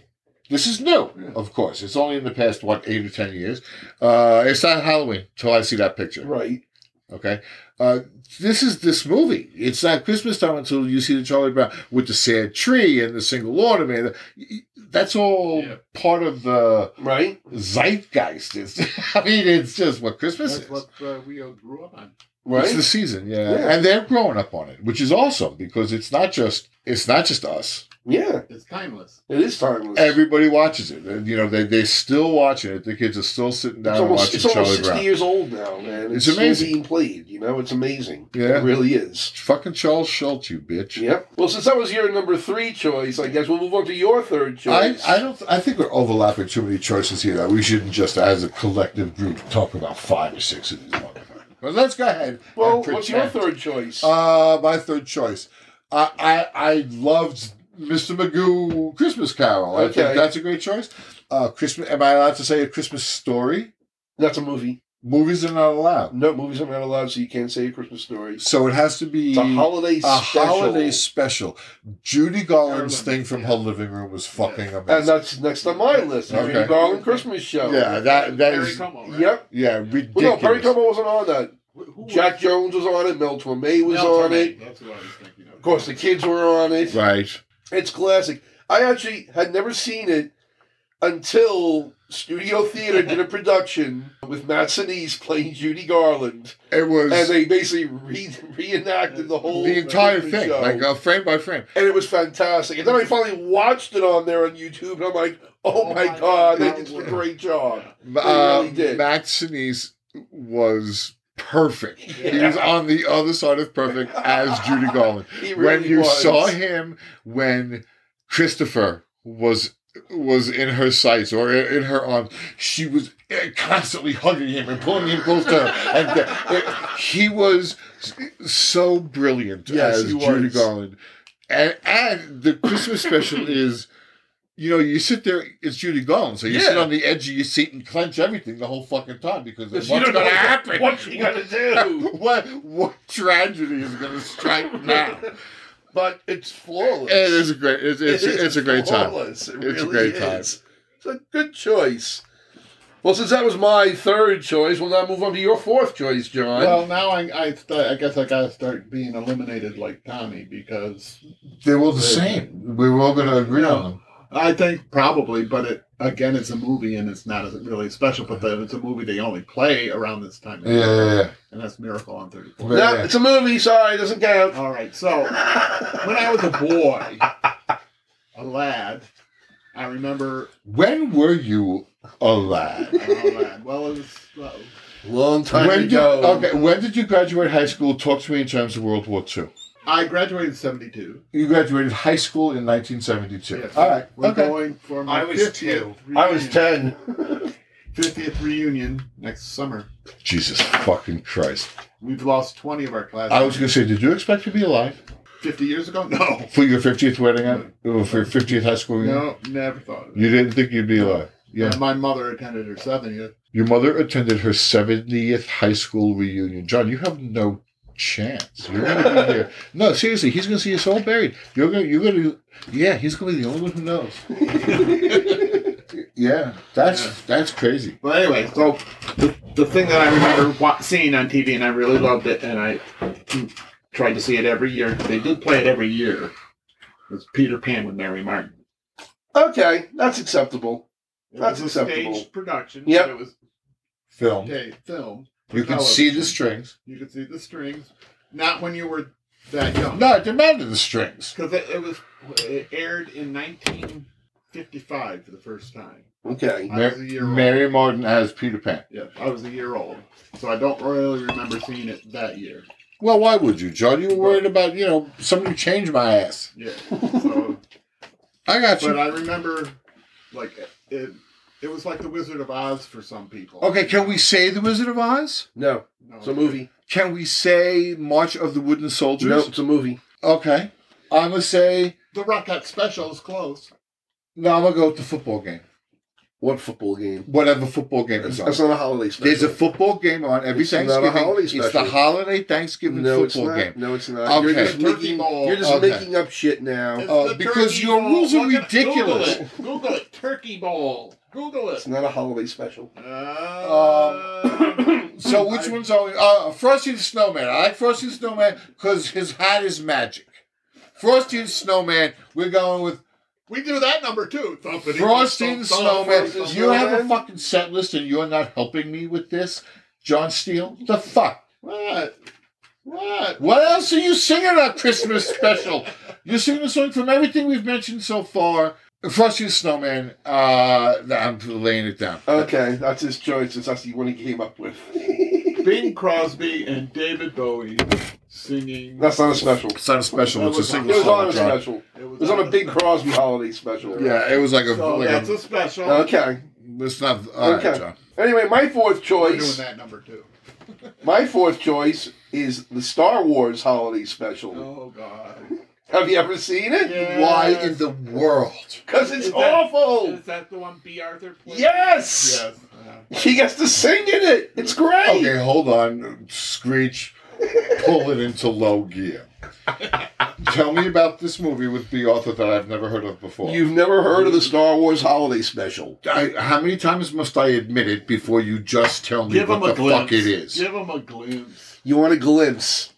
Speaker 2: This is new, of course. It's only in the past what eight or ten years. Uh, it's not Halloween until I see that picture.
Speaker 1: Right.
Speaker 2: Okay. Uh, this is this movie. It's not Christmas time until you see the Charlie Brown with the sad tree and the single ornament. That's all
Speaker 3: Yeah.
Speaker 2: part of the
Speaker 1: Right.
Speaker 2: zeitgeist. Is *laughs* I mean, it's just what Christmas
Speaker 3: That's
Speaker 2: is.
Speaker 3: what uh, we all grew up on.
Speaker 2: It's the
Speaker 1: Right.
Speaker 2: season, yeah.
Speaker 1: Yeah.
Speaker 2: and they're growing up on it, which is awesome because it's not just it's not just us.
Speaker 1: Yeah.
Speaker 3: It's timeless.
Speaker 1: It is timeless.
Speaker 2: Everybody watches it, and you know they they still watching it. The kids are still sitting down
Speaker 1: it's almost,
Speaker 2: and
Speaker 1: it's
Speaker 2: watching
Speaker 1: almost
Speaker 2: Charlie
Speaker 1: 60
Speaker 2: Brown.
Speaker 1: years old now, man.
Speaker 2: It's
Speaker 1: It's, still
Speaker 2: amazing.
Speaker 1: being played, you know? It's amazing.
Speaker 2: Yeah.
Speaker 1: It really is.
Speaker 2: Fucking Charles Schultz, you bitch.
Speaker 1: Yep. Well, since that was your number three choice, I guess we'll move on to your third
Speaker 2: I,
Speaker 1: choice.
Speaker 2: I don't. I think we're overlapping too many choices here. That we shouldn't just, as a collective group, talk about five or six of these motherfuckers. But let's go ahead.
Speaker 1: well,
Speaker 2: and
Speaker 1: what's your
Speaker 2: pretend.
Speaker 1: third choice?
Speaker 2: Uh, my third choice. I I, I loved Mr. Magoo Christmas Carol. I
Speaker 1: Okay.
Speaker 2: think that's a great choice. Uh, Christmas. Am I allowed to say a Christmas story?
Speaker 1: That's a movie.
Speaker 2: Movies are not allowed,
Speaker 1: No, movies are not allowed, so you can't say a Christmas story.
Speaker 2: so it has to be
Speaker 1: It's a holiday
Speaker 2: a
Speaker 1: special.
Speaker 2: holiday special. Judy Garland's thing
Speaker 3: Garland,
Speaker 2: from
Speaker 3: yeah.
Speaker 2: her living room was fucking
Speaker 1: and
Speaker 2: amazing.
Speaker 1: that's next on my list. Okay.
Speaker 2: Okay.
Speaker 1: Judy Garland Christmas show.
Speaker 2: Yeah, that that
Speaker 3: Perry
Speaker 2: is
Speaker 3: Como, right?
Speaker 1: Yep.
Speaker 2: yeah
Speaker 1: Well, no, Perry
Speaker 2: ridiculous.
Speaker 1: Como wasn't on that.
Speaker 3: Who- who
Speaker 1: Jack
Speaker 3: was-
Speaker 1: Jones was on it. Mel Torme was
Speaker 3: Mel
Speaker 1: on
Speaker 3: Torme,
Speaker 1: it.
Speaker 3: That's what I was thinking of.
Speaker 1: Of course, the kids were on it.
Speaker 2: right.
Speaker 1: It's classic. I actually had never seen it until Studio Theater
Speaker 2: *laughs*
Speaker 1: did a production with Matt Sinise playing Judy Garland,
Speaker 2: It was
Speaker 1: and they basically re- reenacted the whole
Speaker 2: the entire
Speaker 1: Christmas
Speaker 2: thing,
Speaker 1: show.
Speaker 2: like uh, frame by frame.
Speaker 1: and it was fantastic. And then I finally watched it on there on YouTube, and I'm like, oh,
Speaker 3: Oh
Speaker 1: my
Speaker 3: my
Speaker 1: god, they
Speaker 3: God.
Speaker 1: did a great job.
Speaker 2: Uh,
Speaker 1: really did.
Speaker 2: Matt Sinise was
Speaker 1: *laughs*
Speaker 2: perfect. He
Speaker 1: Yeah.
Speaker 2: was on the other side of perfect as Judy Garland.
Speaker 1: He
Speaker 2: when
Speaker 1: really
Speaker 2: you
Speaker 1: was.
Speaker 2: saw him when Christopher was was in her sights or in in her arms, she was eh, constantly hugging him and pulling him close to her.
Speaker 1: *laughs*
Speaker 2: And uh, he was so brilliant
Speaker 1: Yes,
Speaker 2: as
Speaker 1: he was.
Speaker 2: Judy Garland. And and the Christmas special
Speaker 1: *laughs*
Speaker 2: is. You know, you sit there. It's Judy Garland, so you sit
Speaker 1: Yeah.
Speaker 2: on the edge of your seat and clench everything the whole fucking time because what's
Speaker 1: Because you don't
Speaker 2: going to
Speaker 1: know what-
Speaker 2: happen?
Speaker 1: What you gonna do?
Speaker 2: *laughs* what what tragedy is going
Speaker 1: *laughs*
Speaker 2: to strike now?
Speaker 1: but it's flawless.
Speaker 2: It is a great. It's it's,
Speaker 1: It is
Speaker 2: it's a great time.
Speaker 1: flawless. It
Speaker 2: It's a
Speaker 1: really
Speaker 2: great time.
Speaker 1: is. It's a good choice. Well, since that was my third choice, we'll now move on to your fourth choice, John.
Speaker 3: Well, now I I, st- I guess I gotta start being eliminated like Tommy because
Speaker 2: They were
Speaker 3: the
Speaker 2: same. We were all going to agree
Speaker 3: on
Speaker 2: them.
Speaker 3: I think probably, but it again, it's a movie and it's not really special. But the, it's a movie they only play around this time, of
Speaker 2: Yeah,
Speaker 3: year,
Speaker 2: yeah, yeah.
Speaker 3: and that's Miracle on Thirty Fourth.
Speaker 2: Right.
Speaker 1: no, it's a movie. Sorry, it doesn't count.
Speaker 3: All right, so when I was a boy, a lad, I remember
Speaker 2: When were you a lad?
Speaker 3: a lad. Well, it was uh,
Speaker 1: *laughs* Long time
Speaker 2: When did,
Speaker 1: ago.
Speaker 2: okay, when did you graduate high school? Talk to me in terms of World War II.
Speaker 3: I graduated in '72.
Speaker 2: You graduated high school in 1972.
Speaker 3: Yes.
Speaker 2: All right.
Speaker 3: We're
Speaker 2: okay.
Speaker 3: going for my
Speaker 4: I was
Speaker 3: 50th
Speaker 4: two.
Speaker 3: reunion,
Speaker 1: I was ten.
Speaker 3: 50th reunion next summer.
Speaker 2: Jesus fucking Christ.
Speaker 3: We've lost 20 of our class.
Speaker 2: I was going to say, did you expect to be alive
Speaker 3: 50 years ago? No.
Speaker 2: for your 50th wedding? uh, or For your 50th high school? reunion?
Speaker 3: No, never thought of it.
Speaker 2: You didn't think you'd be alive. Yeah.
Speaker 3: And My mother attended her 70th.
Speaker 2: Your mother attended her 70th high school reunion. John, you have no chance. You're going to be
Speaker 3: *laughs*
Speaker 2: there. No, seriously, he's going to see us all buried. You're going to, you're going to, yeah, he's going to be the only one who
Speaker 3: *laughs*
Speaker 2: knows. yeah, that's,
Speaker 3: Yeah.
Speaker 2: that's crazy.
Speaker 3: But anyway, so the, the thing that I remember wa- seeing on TV and I really loved it and I tried to see it every year. They did play it every year. Was Peter Pan with Mary Martin.
Speaker 1: Okay, that's acceptable.
Speaker 3: It
Speaker 1: That's
Speaker 3: was a
Speaker 1: acceptable.
Speaker 3: staged production.
Speaker 1: Yep.
Speaker 3: but It was
Speaker 2: Film.
Speaker 3: okay, film.
Speaker 2: You can see the strings.
Speaker 3: You could see the strings. Not when you were that young.
Speaker 2: No, it demanded the strings.
Speaker 3: Because it, it was it aired in 1955 for the first time.
Speaker 1: Okay.
Speaker 3: I was a year old.
Speaker 2: Mary Martin as Peter Pan.
Speaker 3: Yeah, I was a year old, so I don't really remember seeing it that year.
Speaker 2: Well, why would you, John? You were worried about, you know, somebody change my ass.
Speaker 3: Yeah,
Speaker 2: *laughs*
Speaker 3: so
Speaker 2: I got
Speaker 3: but
Speaker 2: you.
Speaker 3: I remember, like it, it was like the Wizard of Oz for some people.
Speaker 2: Okay, can we say The Wizard of Oz?
Speaker 1: No,
Speaker 3: No.
Speaker 1: it's a movie.
Speaker 2: Can we say March of the Wooden Soldiers?
Speaker 1: No, it's a movie.
Speaker 2: Okay. I'm going to say,
Speaker 3: the Rockette special is close.
Speaker 2: no, I'm going to go with the football game.
Speaker 1: What football game?
Speaker 2: Whatever football game
Speaker 1: That's
Speaker 2: is on.
Speaker 1: that's not a holiday special.
Speaker 2: There's a football game on every
Speaker 1: It's not a
Speaker 2: Thanksgiving.
Speaker 1: holiday
Speaker 2: it's the
Speaker 1: special.
Speaker 2: holiday Thanksgiving
Speaker 1: no, it's
Speaker 2: football
Speaker 1: not.
Speaker 2: game.
Speaker 1: No, it's not. You're
Speaker 2: Okay.
Speaker 1: just
Speaker 3: Turkey
Speaker 1: making,
Speaker 3: ball.
Speaker 1: you're just
Speaker 2: Okay.
Speaker 1: making up shit now.
Speaker 2: Uh, because your rules are
Speaker 3: Look at-
Speaker 2: ridiculous.
Speaker 3: Google it. Google it. Turkey Bowl. Google
Speaker 1: It's
Speaker 3: it.
Speaker 1: not a holiday special.
Speaker 3: *clears throat* Uh,
Speaker 2: *clears throat* So which
Speaker 3: I-
Speaker 2: one's on? Uh, Frosty the Snowman. I like Frosty the Snowman because his hat is magic. Frosty the Snowman. We're going with
Speaker 3: We do that number two. Thumpity,
Speaker 2: Frosty
Speaker 3: thump,
Speaker 2: the
Speaker 3: thump,
Speaker 2: Snowman.
Speaker 3: thump, thump,
Speaker 2: You have a
Speaker 1: Snowman?
Speaker 2: fucking set list and you're not helping me with this, John Steele. The fuck.
Speaker 3: What? What?
Speaker 2: What else are you singing on Christmas special? You're singing a song from everything we've mentioned so far. Frosty the Snowman. Uh, I'm laying it down.
Speaker 1: Okay, that's his choice. It's that's the one he came up with. *laughs*
Speaker 3: Bing Crosby and David Bowie singing.
Speaker 1: that's not a special.
Speaker 2: It's not a special. It's a
Speaker 1: It
Speaker 2: single
Speaker 1: was on a
Speaker 2: song. John.
Speaker 1: special. It was on a Big Crosby holiday special.
Speaker 2: Yeah, it was like a.
Speaker 3: So
Speaker 2: like
Speaker 3: that's
Speaker 2: a
Speaker 3: a special.
Speaker 1: Okay.
Speaker 2: it's not. all right,
Speaker 1: Okay.
Speaker 2: John.
Speaker 1: Anyway, my fourth
Speaker 3: We're doing
Speaker 1: choice.
Speaker 3: that number two.
Speaker 1: My fourth choice is the Star Wars holiday special.
Speaker 3: Oh God.
Speaker 1: Have you ever seen it?
Speaker 3: Yeah.
Speaker 2: Why in the world?
Speaker 1: Because it's
Speaker 3: Is that-
Speaker 1: awful.
Speaker 3: Oh. Is that the one B. Arthur played?
Speaker 1: yes.
Speaker 3: Yes. Uh,
Speaker 1: She gets to sing in it. It's great.
Speaker 2: Okay, hold on. Screech, pull it into low gear. Tell me about this movie with B. Arthur that I've never heard of before.
Speaker 1: You've never heard of the Star Wars holiday special.
Speaker 2: I, how many times must I admit it before you just tell me
Speaker 3: give
Speaker 2: what
Speaker 3: him a
Speaker 2: the
Speaker 3: glimpse.
Speaker 2: fuck it is?
Speaker 3: Give him a glimpse.
Speaker 1: You want a glimpse?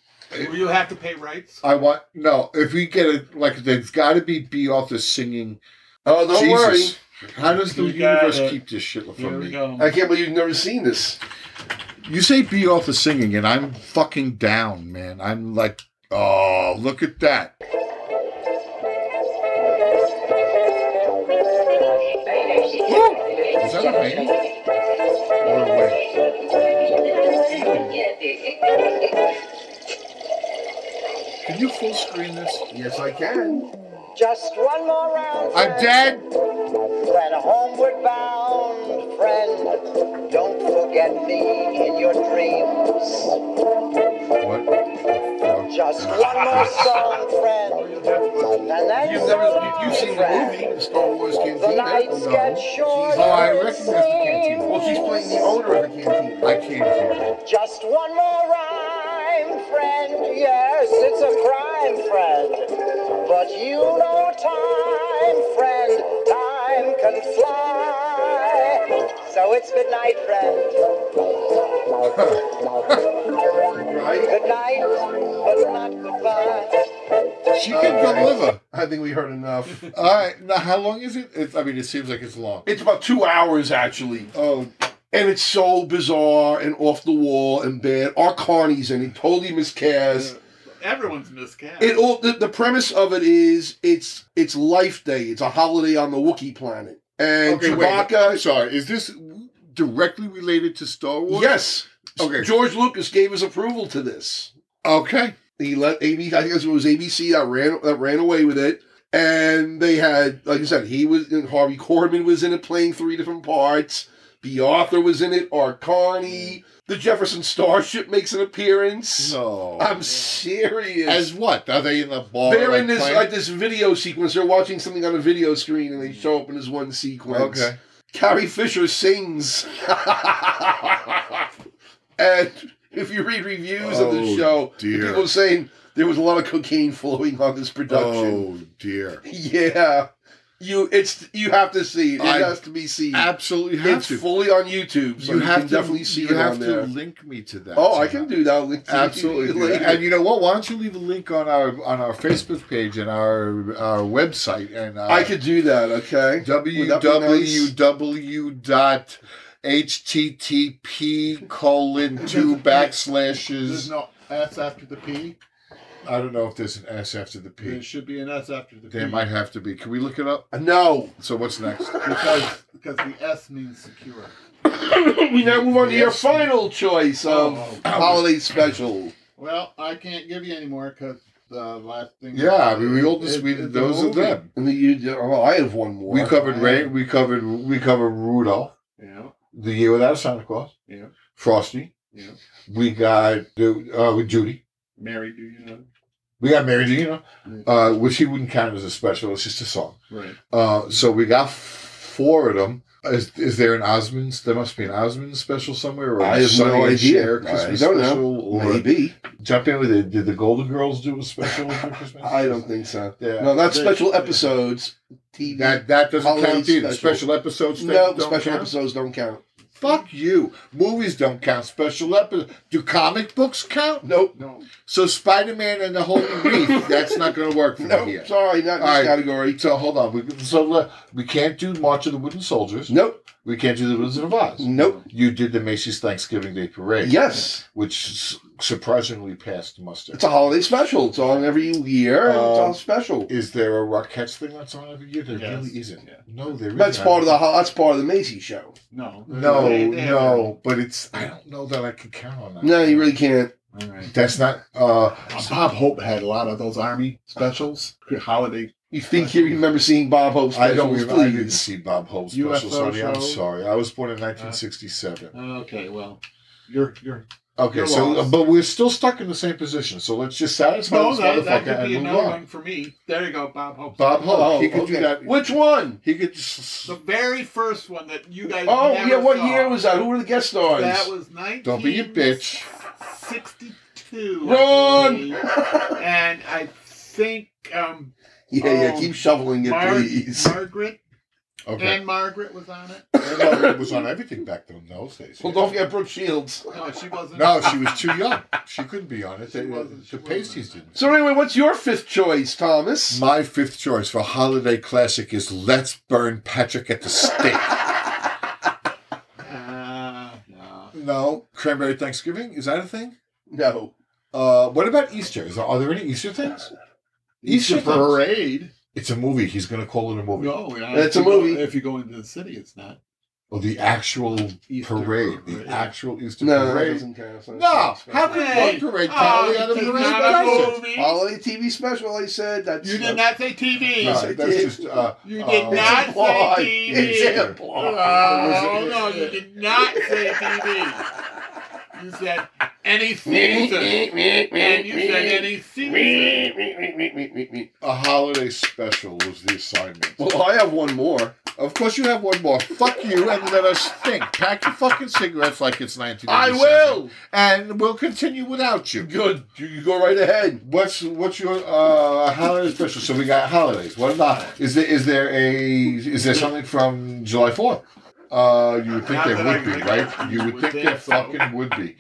Speaker 3: Will you have to pay rights?
Speaker 2: I want no. If we get it, like there's got to be B. Arthur singing.
Speaker 1: Oh, don't
Speaker 2: Jesus, how does the
Speaker 3: You got
Speaker 2: universe
Speaker 3: it.
Speaker 2: keep this shit
Speaker 3: Here
Speaker 2: from
Speaker 3: we
Speaker 2: me?
Speaker 3: go.
Speaker 1: worry. I can't believe you've never seen this.
Speaker 2: You say B off the singing, and I'm fucking down, man. I'm like, oh, look at that.
Speaker 4: Is
Speaker 2: that a man? What a way. Can you full screen this?
Speaker 1: Yes, I can.
Speaker 5: Just one more round.
Speaker 2: I'm
Speaker 5: friend.
Speaker 2: dead.
Speaker 5: Friend, homeward bound, friend. Don't forget me in your dreams.
Speaker 2: What? the
Speaker 5: Just one more
Speaker 2: *laughs*
Speaker 5: song,
Speaker 3: Oh,
Speaker 5: friend.
Speaker 3: you'll have
Speaker 5: And then
Speaker 1: You've
Speaker 5: so
Speaker 1: never.
Speaker 5: long,
Speaker 1: you- You've seen the
Speaker 5: friend.
Speaker 1: movie, the Star Wars
Speaker 5: The
Speaker 1: Cantina.
Speaker 5: nights
Speaker 2: No.
Speaker 5: get shorter.
Speaker 1: Oh,
Speaker 2: I
Speaker 5: it
Speaker 2: recognize the canteen.
Speaker 5: seems.
Speaker 1: Well, she's playing the owner of the cantina.
Speaker 2: fuck? I can't hear.
Speaker 5: Just one more rhyme, friend. Yes, it's a crime, friend. But you know time, friend. Time can fly. So it's good night, friend.
Speaker 1: Right?
Speaker 5: Good night, but not goodbye.
Speaker 2: She can deliver.
Speaker 1: I think we heard *laughs* enough.
Speaker 2: All right. Now, how long is it? It's, I mean, it seems like it's long.
Speaker 1: It's about two hours actually.
Speaker 2: Oh,
Speaker 1: And it's so bizarre and off the wall and bad. Our Carney's in it, totally miscast.
Speaker 3: Everyone's miscast.
Speaker 1: It all the, the premise of it is it's it's Life Day. It's a holiday on the Wookiee planet. And
Speaker 2: okay. Wait. I'm
Speaker 1: Chewbacca.
Speaker 2: sorry. Is this directly related to Star Wars?
Speaker 1: yes,
Speaker 2: Okay.
Speaker 1: George Lucas gave his approval to this.
Speaker 2: Okay.
Speaker 1: He let ABC. I think it was ABC that ran that ran away with it. And they had, like I said, he was in Harvey Korman was in it playing three different parts. B. Arthur was in it. Art Carney. The Jefferson Starship makes an appearance.
Speaker 2: No.
Speaker 1: I'm serious.
Speaker 2: Um, As what? Are they in the bar?
Speaker 1: they're
Speaker 2: like,
Speaker 1: in this
Speaker 2: playing?
Speaker 1: like this video sequence. They're watching something on a video screen, and they show up in this one sequence.
Speaker 2: okay.
Speaker 1: Carrie Fisher sings. *laughs* and if you read reviews of
Speaker 2: Oh,
Speaker 1: the show, the
Speaker 2: dear.
Speaker 1: people are saying there was a lot of cocaine flowing on this production.
Speaker 2: Oh dear.
Speaker 1: Yeah. You it's you have to see it. It
Speaker 2: I
Speaker 1: has to be seen.
Speaker 2: Absolutely have
Speaker 1: It's
Speaker 2: to.
Speaker 1: fully on YouTube, so you, can definitely see
Speaker 2: you
Speaker 1: it
Speaker 2: have
Speaker 1: on
Speaker 2: to
Speaker 1: there.
Speaker 2: link me to that.
Speaker 1: Oh, I
Speaker 2: somehow.
Speaker 1: can do that. I'll link to it *laughs*
Speaker 2: Absolutely, do
Speaker 1: later.
Speaker 2: that. and you know what? Why don't you leave a link on our on our Facebook page and our our website and uh,
Speaker 1: I could do that, okay? Would that be nice?
Speaker 2: www dot http colon two
Speaker 3: There's
Speaker 2: backslashes.
Speaker 3: no S after the P.
Speaker 2: I don't know if there's an S after the
Speaker 3: There
Speaker 2: P.
Speaker 3: should be an S after the P.
Speaker 2: There might have to be. Can we look it up?
Speaker 1: No.
Speaker 2: So what's next?
Speaker 3: Because because the S means secure.
Speaker 1: we now move on to your
Speaker 2: Yes.
Speaker 1: final choice of
Speaker 3: Oh,
Speaker 1: holiday special.
Speaker 3: Well, I can't give you any more because the last thing.
Speaker 2: Yeah, I mean, we all
Speaker 3: It-
Speaker 2: just
Speaker 3: it-
Speaker 2: we,
Speaker 3: it's a
Speaker 2: those are
Speaker 3: movie.
Speaker 2: them.
Speaker 1: And the, you, oh, I have one more.
Speaker 2: We covered Ray. We covered we covered Rudolph.
Speaker 3: Yeah.
Speaker 2: The year without Santa Claus.
Speaker 3: Yeah.
Speaker 2: Frosty.
Speaker 3: Yeah.
Speaker 2: We got uh, with Judy.
Speaker 3: Mary, do you know?
Speaker 2: We got Mary Jean,
Speaker 1: Mm-hmm.
Speaker 2: uh, which he wouldn't count as a special. It's just a song.
Speaker 3: Right.
Speaker 2: Uh, so we got four of them. Is, is there an Osmonds? There must be an Osmonds special somewhere. Or
Speaker 1: I
Speaker 2: a
Speaker 1: have
Speaker 2: Sonny
Speaker 1: no
Speaker 2: and
Speaker 1: idea.
Speaker 2: Cher Christmas
Speaker 1: I don't know.
Speaker 2: special, Or
Speaker 1: Maybe.
Speaker 2: Jump in with it. Did the Golden Girls do a special for
Speaker 1: *laughs*
Speaker 2: Christmas?
Speaker 1: I don't think so.
Speaker 2: Yeah.
Speaker 1: No, that's
Speaker 3: They-
Speaker 1: special episodes. TV.
Speaker 2: that that doesn't
Speaker 1: Holiday
Speaker 2: count either.
Speaker 1: special.
Speaker 2: Special episodes. don't-
Speaker 1: no,
Speaker 2: don't
Speaker 1: special
Speaker 2: count?
Speaker 1: episodes don't count.
Speaker 2: Fuck you. Movies don't count. Special episodes. Do comic books count?
Speaker 1: Nope.
Speaker 3: No.
Speaker 2: So Spider Man and
Speaker 1: *laughs*
Speaker 2: the Holy Wreath. That's not going to work for
Speaker 1: Nope.
Speaker 2: me here.
Speaker 1: Sorry, not in this
Speaker 2: All right.
Speaker 1: category.
Speaker 2: So hold on. We, so le- we can't do March of the Wooden Soldiers.
Speaker 1: Nope.
Speaker 2: We can't do the Wizard of Oz.
Speaker 1: Nope.
Speaker 2: You did the Macy's Thanksgiving Day Parade.
Speaker 1: Yes.
Speaker 2: Which s- surprisingly passed muster.
Speaker 1: It's a holiday special. It's on every year. and it's
Speaker 2: Um,
Speaker 1: all special.
Speaker 2: is there a Rockettes thing that's on every year? There
Speaker 3: Yes.
Speaker 2: really isn't.
Speaker 3: Yeah.
Speaker 2: No, there isn't.
Speaker 1: That's part of the. ho- That's part of the Macy show.
Speaker 3: No.
Speaker 2: No,
Speaker 3: They- they have
Speaker 2: no. But it's. I don't know that I can count on that.
Speaker 1: No, you really can't.
Speaker 3: it. All right.
Speaker 2: That's not. uh
Speaker 3: Bob Hope had a lot of those Army specials, holiday.
Speaker 1: You think you remember seeing Bob Hope specials?
Speaker 2: I don't. Remember, I didn't
Speaker 1: please.
Speaker 2: see Bob Hope's
Speaker 3: UFO
Speaker 2: special. Sonny. I'm
Speaker 3: show.
Speaker 2: sorry. I was born in 1967.
Speaker 3: Okay, well, you're you're
Speaker 2: Okay,
Speaker 3: You're
Speaker 2: so uh,
Speaker 3: lost.
Speaker 2: but we're still stuck in the same position. So let's just satisfy
Speaker 3: No,
Speaker 2: this
Speaker 3: that, that
Speaker 2: motherfucker
Speaker 3: could
Speaker 2: and
Speaker 3: be
Speaker 2: move
Speaker 3: another
Speaker 2: on.
Speaker 3: one for me. There you go, Bob Hope.
Speaker 2: Bob Hope, he could do
Speaker 1: Oh, okay.
Speaker 2: that.
Speaker 1: Which one?
Speaker 2: He could just
Speaker 3: The very first one that you guys.
Speaker 1: Oh
Speaker 3: never
Speaker 1: yeah, what
Speaker 3: saw.
Speaker 1: year was that? Who were the guest stars?
Speaker 3: That was 19.
Speaker 2: don't be a bitch.
Speaker 3: 62. I
Speaker 1: Run!
Speaker 3: believe.
Speaker 1: *laughs*
Speaker 3: and I think um,
Speaker 1: yeah, yeah.
Speaker 3: Oh,
Speaker 1: Keep shoveling it,
Speaker 3: Mar-
Speaker 1: please. *laughs*
Speaker 3: Margaret
Speaker 2: Okay,
Speaker 3: and Margaret was on it.
Speaker 2: it was on everything back then in those days.
Speaker 1: Well, don't forget Brooke Shields.
Speaker 3: No, she wasn't.
Speaker 2: No, she was
Speaker 3: *laughs*
Speaker 2: too young. She couldn't be on it. They,
Speaker 3: She wasn't. She
Speaker 2: the pasties
Speaker 3: wasn't.
Speaker 2: didn't.
Speaker 1: So anyway, what's your fifth choice, Thomas?
Speaker 2: My fifth choice for holiday classic is "Let's Burn Patrick at the Stake."
Speaker 3: Uh, *laughs* no.
Speaker 2: no, cranberry Thanksgiving is that a thing?
Speaker 1: No.
Speaker 2: Uh, what about Easter? Is there, are there any Easter things? Easter things.
Speaker 3: parade.
Speaker 2: It's a movie. He's going to call it Oh, a movie.
Speaker 3: No, yeah,
Speaker 1: That's a
Speaker 3: if you go-
Speaker 1: movie.
Speaker 3: if you go into the city, it's not.
Speaker 2: Oh, the actual
Speaker 3: Easter
Speaker 2: parade, the
Speaker 3: parade.
Speaker 2: actual Easter
Speaker 1: No, that
Speaker 2: parade.
Speaker 1: doesn't count. So
Speaker 2: No,
Speaker 1: it's
Speaker 2: how
Speaker 1: not
Speaker 2: could
Speaker 3: Hey,
Speaker 2: one parade count
Speaker 3: Oh,
Speaker 2: the other
Speaker 3: you did
Speaker 2: parade
Speaker 3: not
Speaker 2: doesn't?
Speaker 3: a movie.
Speaker 1: special. Holiday TV special. I said that's
Speaker 3: You did not say TV.
Speaker 1: Yes, I
Speaker 2: No, that's
Speaker 1: did.
Speaker 2: just uh,
Speaker 3: You
Speaker 2: uh,
Speaker 3: did not
Speaker 1: implied.
Speaker 3: say TV.
Speaker 1: *laughs* It's
Speaker 3: Oh
Speaker 1: implied.
Speaker 3: no, you did not say TV. You said any season, and you said any season.
Speaker 2: A holiday special was the assignment.
Speaker 1: Well, I have one more.
Speaker 2: Of course, you have one more. Fuck you and let us think. Pack your fucking cigarettes like it's 1997.
Speaker 1: I will.
Speaker 2: And we'll continue without you.
Speaker 1: Good. You you go right ahead.
Speaker 2: What's what's your uh, holiday special? So we got holidays. What about is there is there a is there something from July Fourth? Uh, you would think
Speaker 3: Not
Speaker 2: there
Speaker 3: that
Speaker 2: would
Speaker 3: I
Speaker 2: be,
Speaker 3: can-
Speaker 2: right? You would think there
Speaker 3: so.
Speaker 2: fucking would be.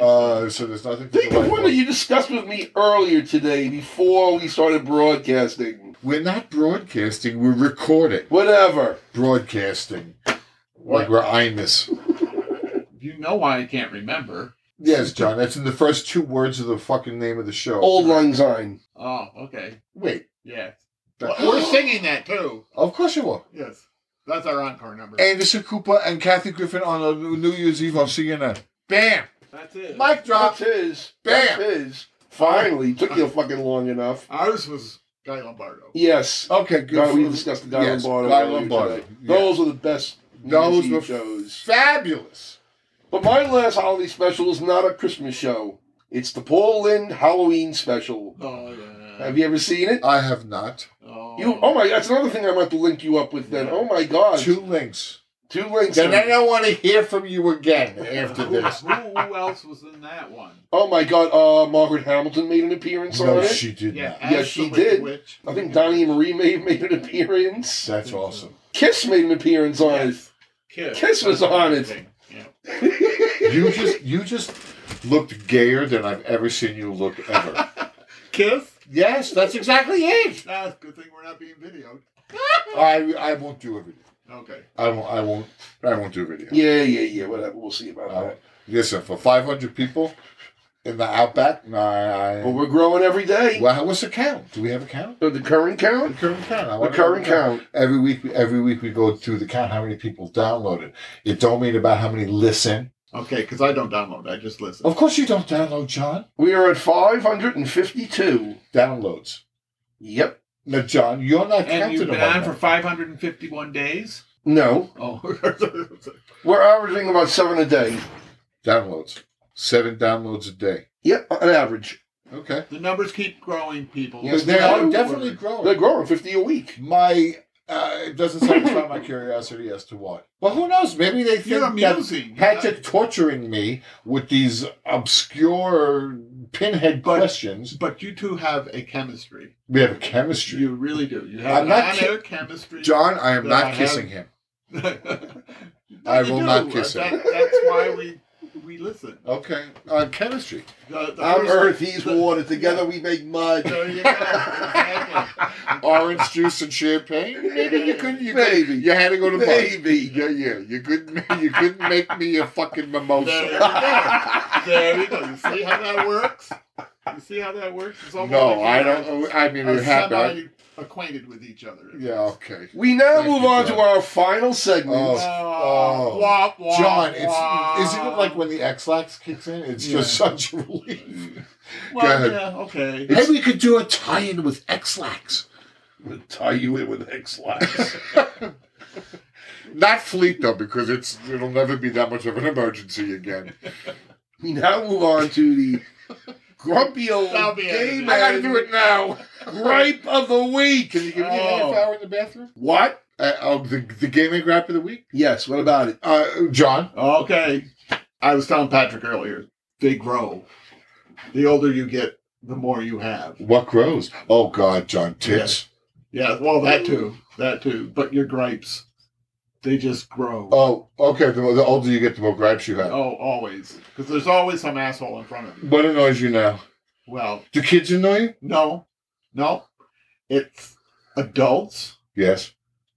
Speaker 2: Uh, so there's nothing. For
Speaker 1: Think
Speaker 2: July
Speaker 1: of one that
Speaker 2: 4th.
Speaker 1: you discussed with me earlier today before we started broadcasting.
Speaker 2: We're not broadcasting. We're recording.
Speaker 1: Whatever.
Speaker 2: Broadcasting. Like
Speaker 3: What?
Speaker 2: we're Imus.
Speaker 3: you know why I can't remember.
Speaker 2: Yes, John. That's in the first two words of the fucking name of the show.
Speaker 1: Old Lang Syne.
Speaker 3: Oh, okay.
Speaker 2: Wait.
Speaker 3: Yeah,
Speaker 2: That-
Speaker 3: we're singing that too.
Speaker 2: Of course you are.
Speaker 3: Yes, that's our encore number.
Speaker 2: Anderson Cooper and Kathy Griffin on a New Year's Eve on CNN. Bam.
Speaker 3: That's it.
Speaker 2: Mic drop.
Speaker 1: That's his.
Speaker 2: Bam.
Speaker 1: That's his. Finally. Took you fucking long enough.
Speaker 3: Ours was Guy Lombardo.
Speaker 1: Yes.
Speaker 2: Okay,
Speaker 1: Guy,
Speaker 2: good.
Speaker 1: we discussed the Guy
Speaker 2: Yes,
Speaker 1: Lombardo.
Speaker 2: Guy
Speaker 1: earlier
Speaker 2: Lombardo,
Speaker 1: today.
Speaker 2: yes.
Speaker 1: Those were the best
Speaker 2: Those
Speaker 1: New
Speaker 2: were
Speaker 1: Year's Eve shows.
Speaker 2: Fabulous.
Speaker 1: But my last holiday special is not a Christmas show. It's the Paul Lynde Halloween special.
Speaker 3: Oh yeah.
Speaker 1: Have you ever seen it?
Speaker 2: I have not.
Speaker 3: Oh,
Speaker 1: You oh my that's another thing I want to link you up with then. Oh my god.
Speaker 2: Two links.
Speaker 1: Two links.
Speaker 2: Then I don't want to hear from you
Speaker 1: *laughs*
Speaker 2: again after
Speaker 3: Who,
Speaker 2: this.
Speaker 3: who else was in that one?
Speaker 1: Oh my god, uh Margaret Hamilton made an appearance on
Speaker 2: No,
Speaker 1: it.
Speaker 2: she did not.
Speaker 1: Yes, she did.
Speaker 3: Which
Speaker 1: I think Donnie and Marie may have made an appearance.
Speaker 2: That's awesome.
Speaker 1: Kiss made an appearance on
Speaker 3: Yes. Kiss.
Speaker 1: Kiss was
Speaker 3: That's
Speaker 1: on it.
Speaker 3: amazing. Yeah.
Speaker 1: it.
Speaker 2: You just you just looked gayer than I've ever seen you look ever.
Speaker 3: Kiss.
Speaker 2: yes, that's exactly it.
Speaker 3: That's good thing we're not being videoed.
Speaker 2: I I won't do a video.
Speaker 3: Okay.
Speaker 2: I won't I won't I won't do a video.
Speaker 1: yeah, yeah, yeah, whatever. We'll see about
Speaker 2: I
Speaker 1: that.
Speaker 2: won't. Listen, for five hundred people in the outback, nah, I,
Speaker 1: But we're growing every day.
Speaker 2: well, what's the count? Do we have a count?
Speaker 1: So the current count?
Speaker 2: Recurring count. I
Speaker 1: The
Speaker 2: wanna know
Speaker 1: current count.
Speaker 2: Every week, every week we go through the count. How many people downloaded? It don't mean about how many listen.
Speaker 3: Okay, because I don't download. I just listen.
Speaker 1: Oh,
Speaker 2: Of course, you don't download, John.
Speaker 1: We are at five hundred and fifty-two.
Speaker 2: Downloads.
Speaker 1: Yep.
Speaker 2: Now, John, you're not
Speaker 3: and
Speaker 2: counted
Speaker 3: you've
Speaker 2: among
Speaker 3: been on
Speaker 2: them.
Speaker 3: for 551 days.
Speaker 1: No.
Speaker 3: Oh. *laughs*
Speaker 1: We're averaging about seven a day.
Speaker 2: downloads. Seven downloads a day.
Speaker 1: Yep, on average.
Speaker 2: Okay,
Speaker 3: the numbers keep growing, people.
Speaker 1: Yes,
Speaker 2: they
Speaker 1: they
Speaker 2: are
Speaker 1: are.
Speaker 2: definitely
Speaker 1: They're
Speaker 2: growing.
Speaker 1: growing fifty a week.
Speaker 2: My uh, it doesn't satisfy *coughs* my curiosity as to why. Well, who knows? Maybe they
Speaker 3: You're
Speaker 2: think that
Speaker 3: amusing.
Speaker 2: Patrick torturing me with these obscure pinhead
Speaker 3: But-
Speaker 2: questions.
Speaker 3: But you two have a chemistry.
Speaker 2: We have a chemistry.
Speaker 3: You really do. You
Speaker 2: I'm
Speaker 3: have an
Speaker 2: not
Speaker 3: on-air chemistry. *laughs*
Speaker 2: John, I am
Speaker 3: That
Speaker 2: not
Speaker 3: I have-
Speaker 2: kissing him. I
Speaker 3: I
Speaker 2: will not kiss
Speaker 3: that,
Speaker 2: him.
Speaker 3: That's why we we listen.
Speaker 2: Okay, uh, chemistry.
Speaker 3: The, the
Speaker 1: I'm
Speaker 3: first-
Speaker 1: earth, he's
Speaker 3: the-
Speaker 1: water. Together we make mud.
Speaker 3: There you go. Exactly.
Speaker 2: Orange juice and champagne. Maybe you couldn't. You, couldn't-
Speaker 1: Maybe.
Speaker 2: you had to go to
Speaker 1: *laughs*
Speaker 2: bed.
Speaker 1: Baby.
Speaker 2: Yeah, yeah. You couldn't. *laughs* You couldn't make me a fucking
Speaker 3: There
Speaker 2: *laughs*
Speaker 3: you
Speaker 2: mimosa.
Speaker 3: go. There you go. You see how that works? You see how that works? It's almost
Speaker 2: No,
Speaker 3: like
Speaker 2: I
Speaker 3: you
Speaker 2: don't. I mean,
Speaker 3: Are
Speaker 2: it happened.
Speaker 3: semi acquainted with each other.
Speaker 2: Yeah. Okay.
Speaker 1: We now
Speaker 2: Thank
Speaker 1: move
Speaker 2: you,
Speaker 1: on
Speaker 2: John.
Speaker 1: to our final segment.
Speaker 2: Oh. Oh.
Speaker 3: Wah, wah,
Speaker 2: John,
Speaker 3: wah.
Speaker 2: it's isn't it like when the X-Lax kicks in? It's just *laughs* such a relief.
Speaker 3: Well,
Speaker 2: Go ahead.
Speaker 3: yeah, okay.
Speaker 2: Hey, we could do a tie-in with X-Lax.
Speaker 1: We'll tie you in with X lax. *laughs*
Speaker 2: Not fleet though, because it's it'll never be that much of an emergency again.
Speaker 1: We now move on to the grumpy old
Speaker 3: That'll be
Speaker 1: gay
Speaker 3: edited.
Speaker 1: man
Speaker 2: I gotta do it
Speaker 3: *laughs*
Speaker 2: now.
Speaker 1: gripe of the week.
Speaker 2: Can you give me a
Speaker 3: Oh.
Speaker 2: half hour in the bathroom?
Speaker 1: What?
Speaker 2: Uh, oh, the the gaming rap of the week.
Speaker 1: Yes. What about it?
Speaker 2: Uh, John.
Speaker 3: Okay. I was telling Patrick earlier, they grow. The older you get, the more you have.
Speaker 2: What grows? Oh God, John tits.
Speaker 3: Yeah, well, that too. That too. But your gripes, they just grow.
Speaker 2: Oh, okay. The, the older you get, the more gripes you have.
Speaker 3: Oh, always. Because there's always some asshole in front of you.
Speaker 2: What annoys you now?
Speaker 3: Well,
Speaker 2: Do kids annoy you?
Speaker 3: no, no. It's adults
Speaker 2: Yes.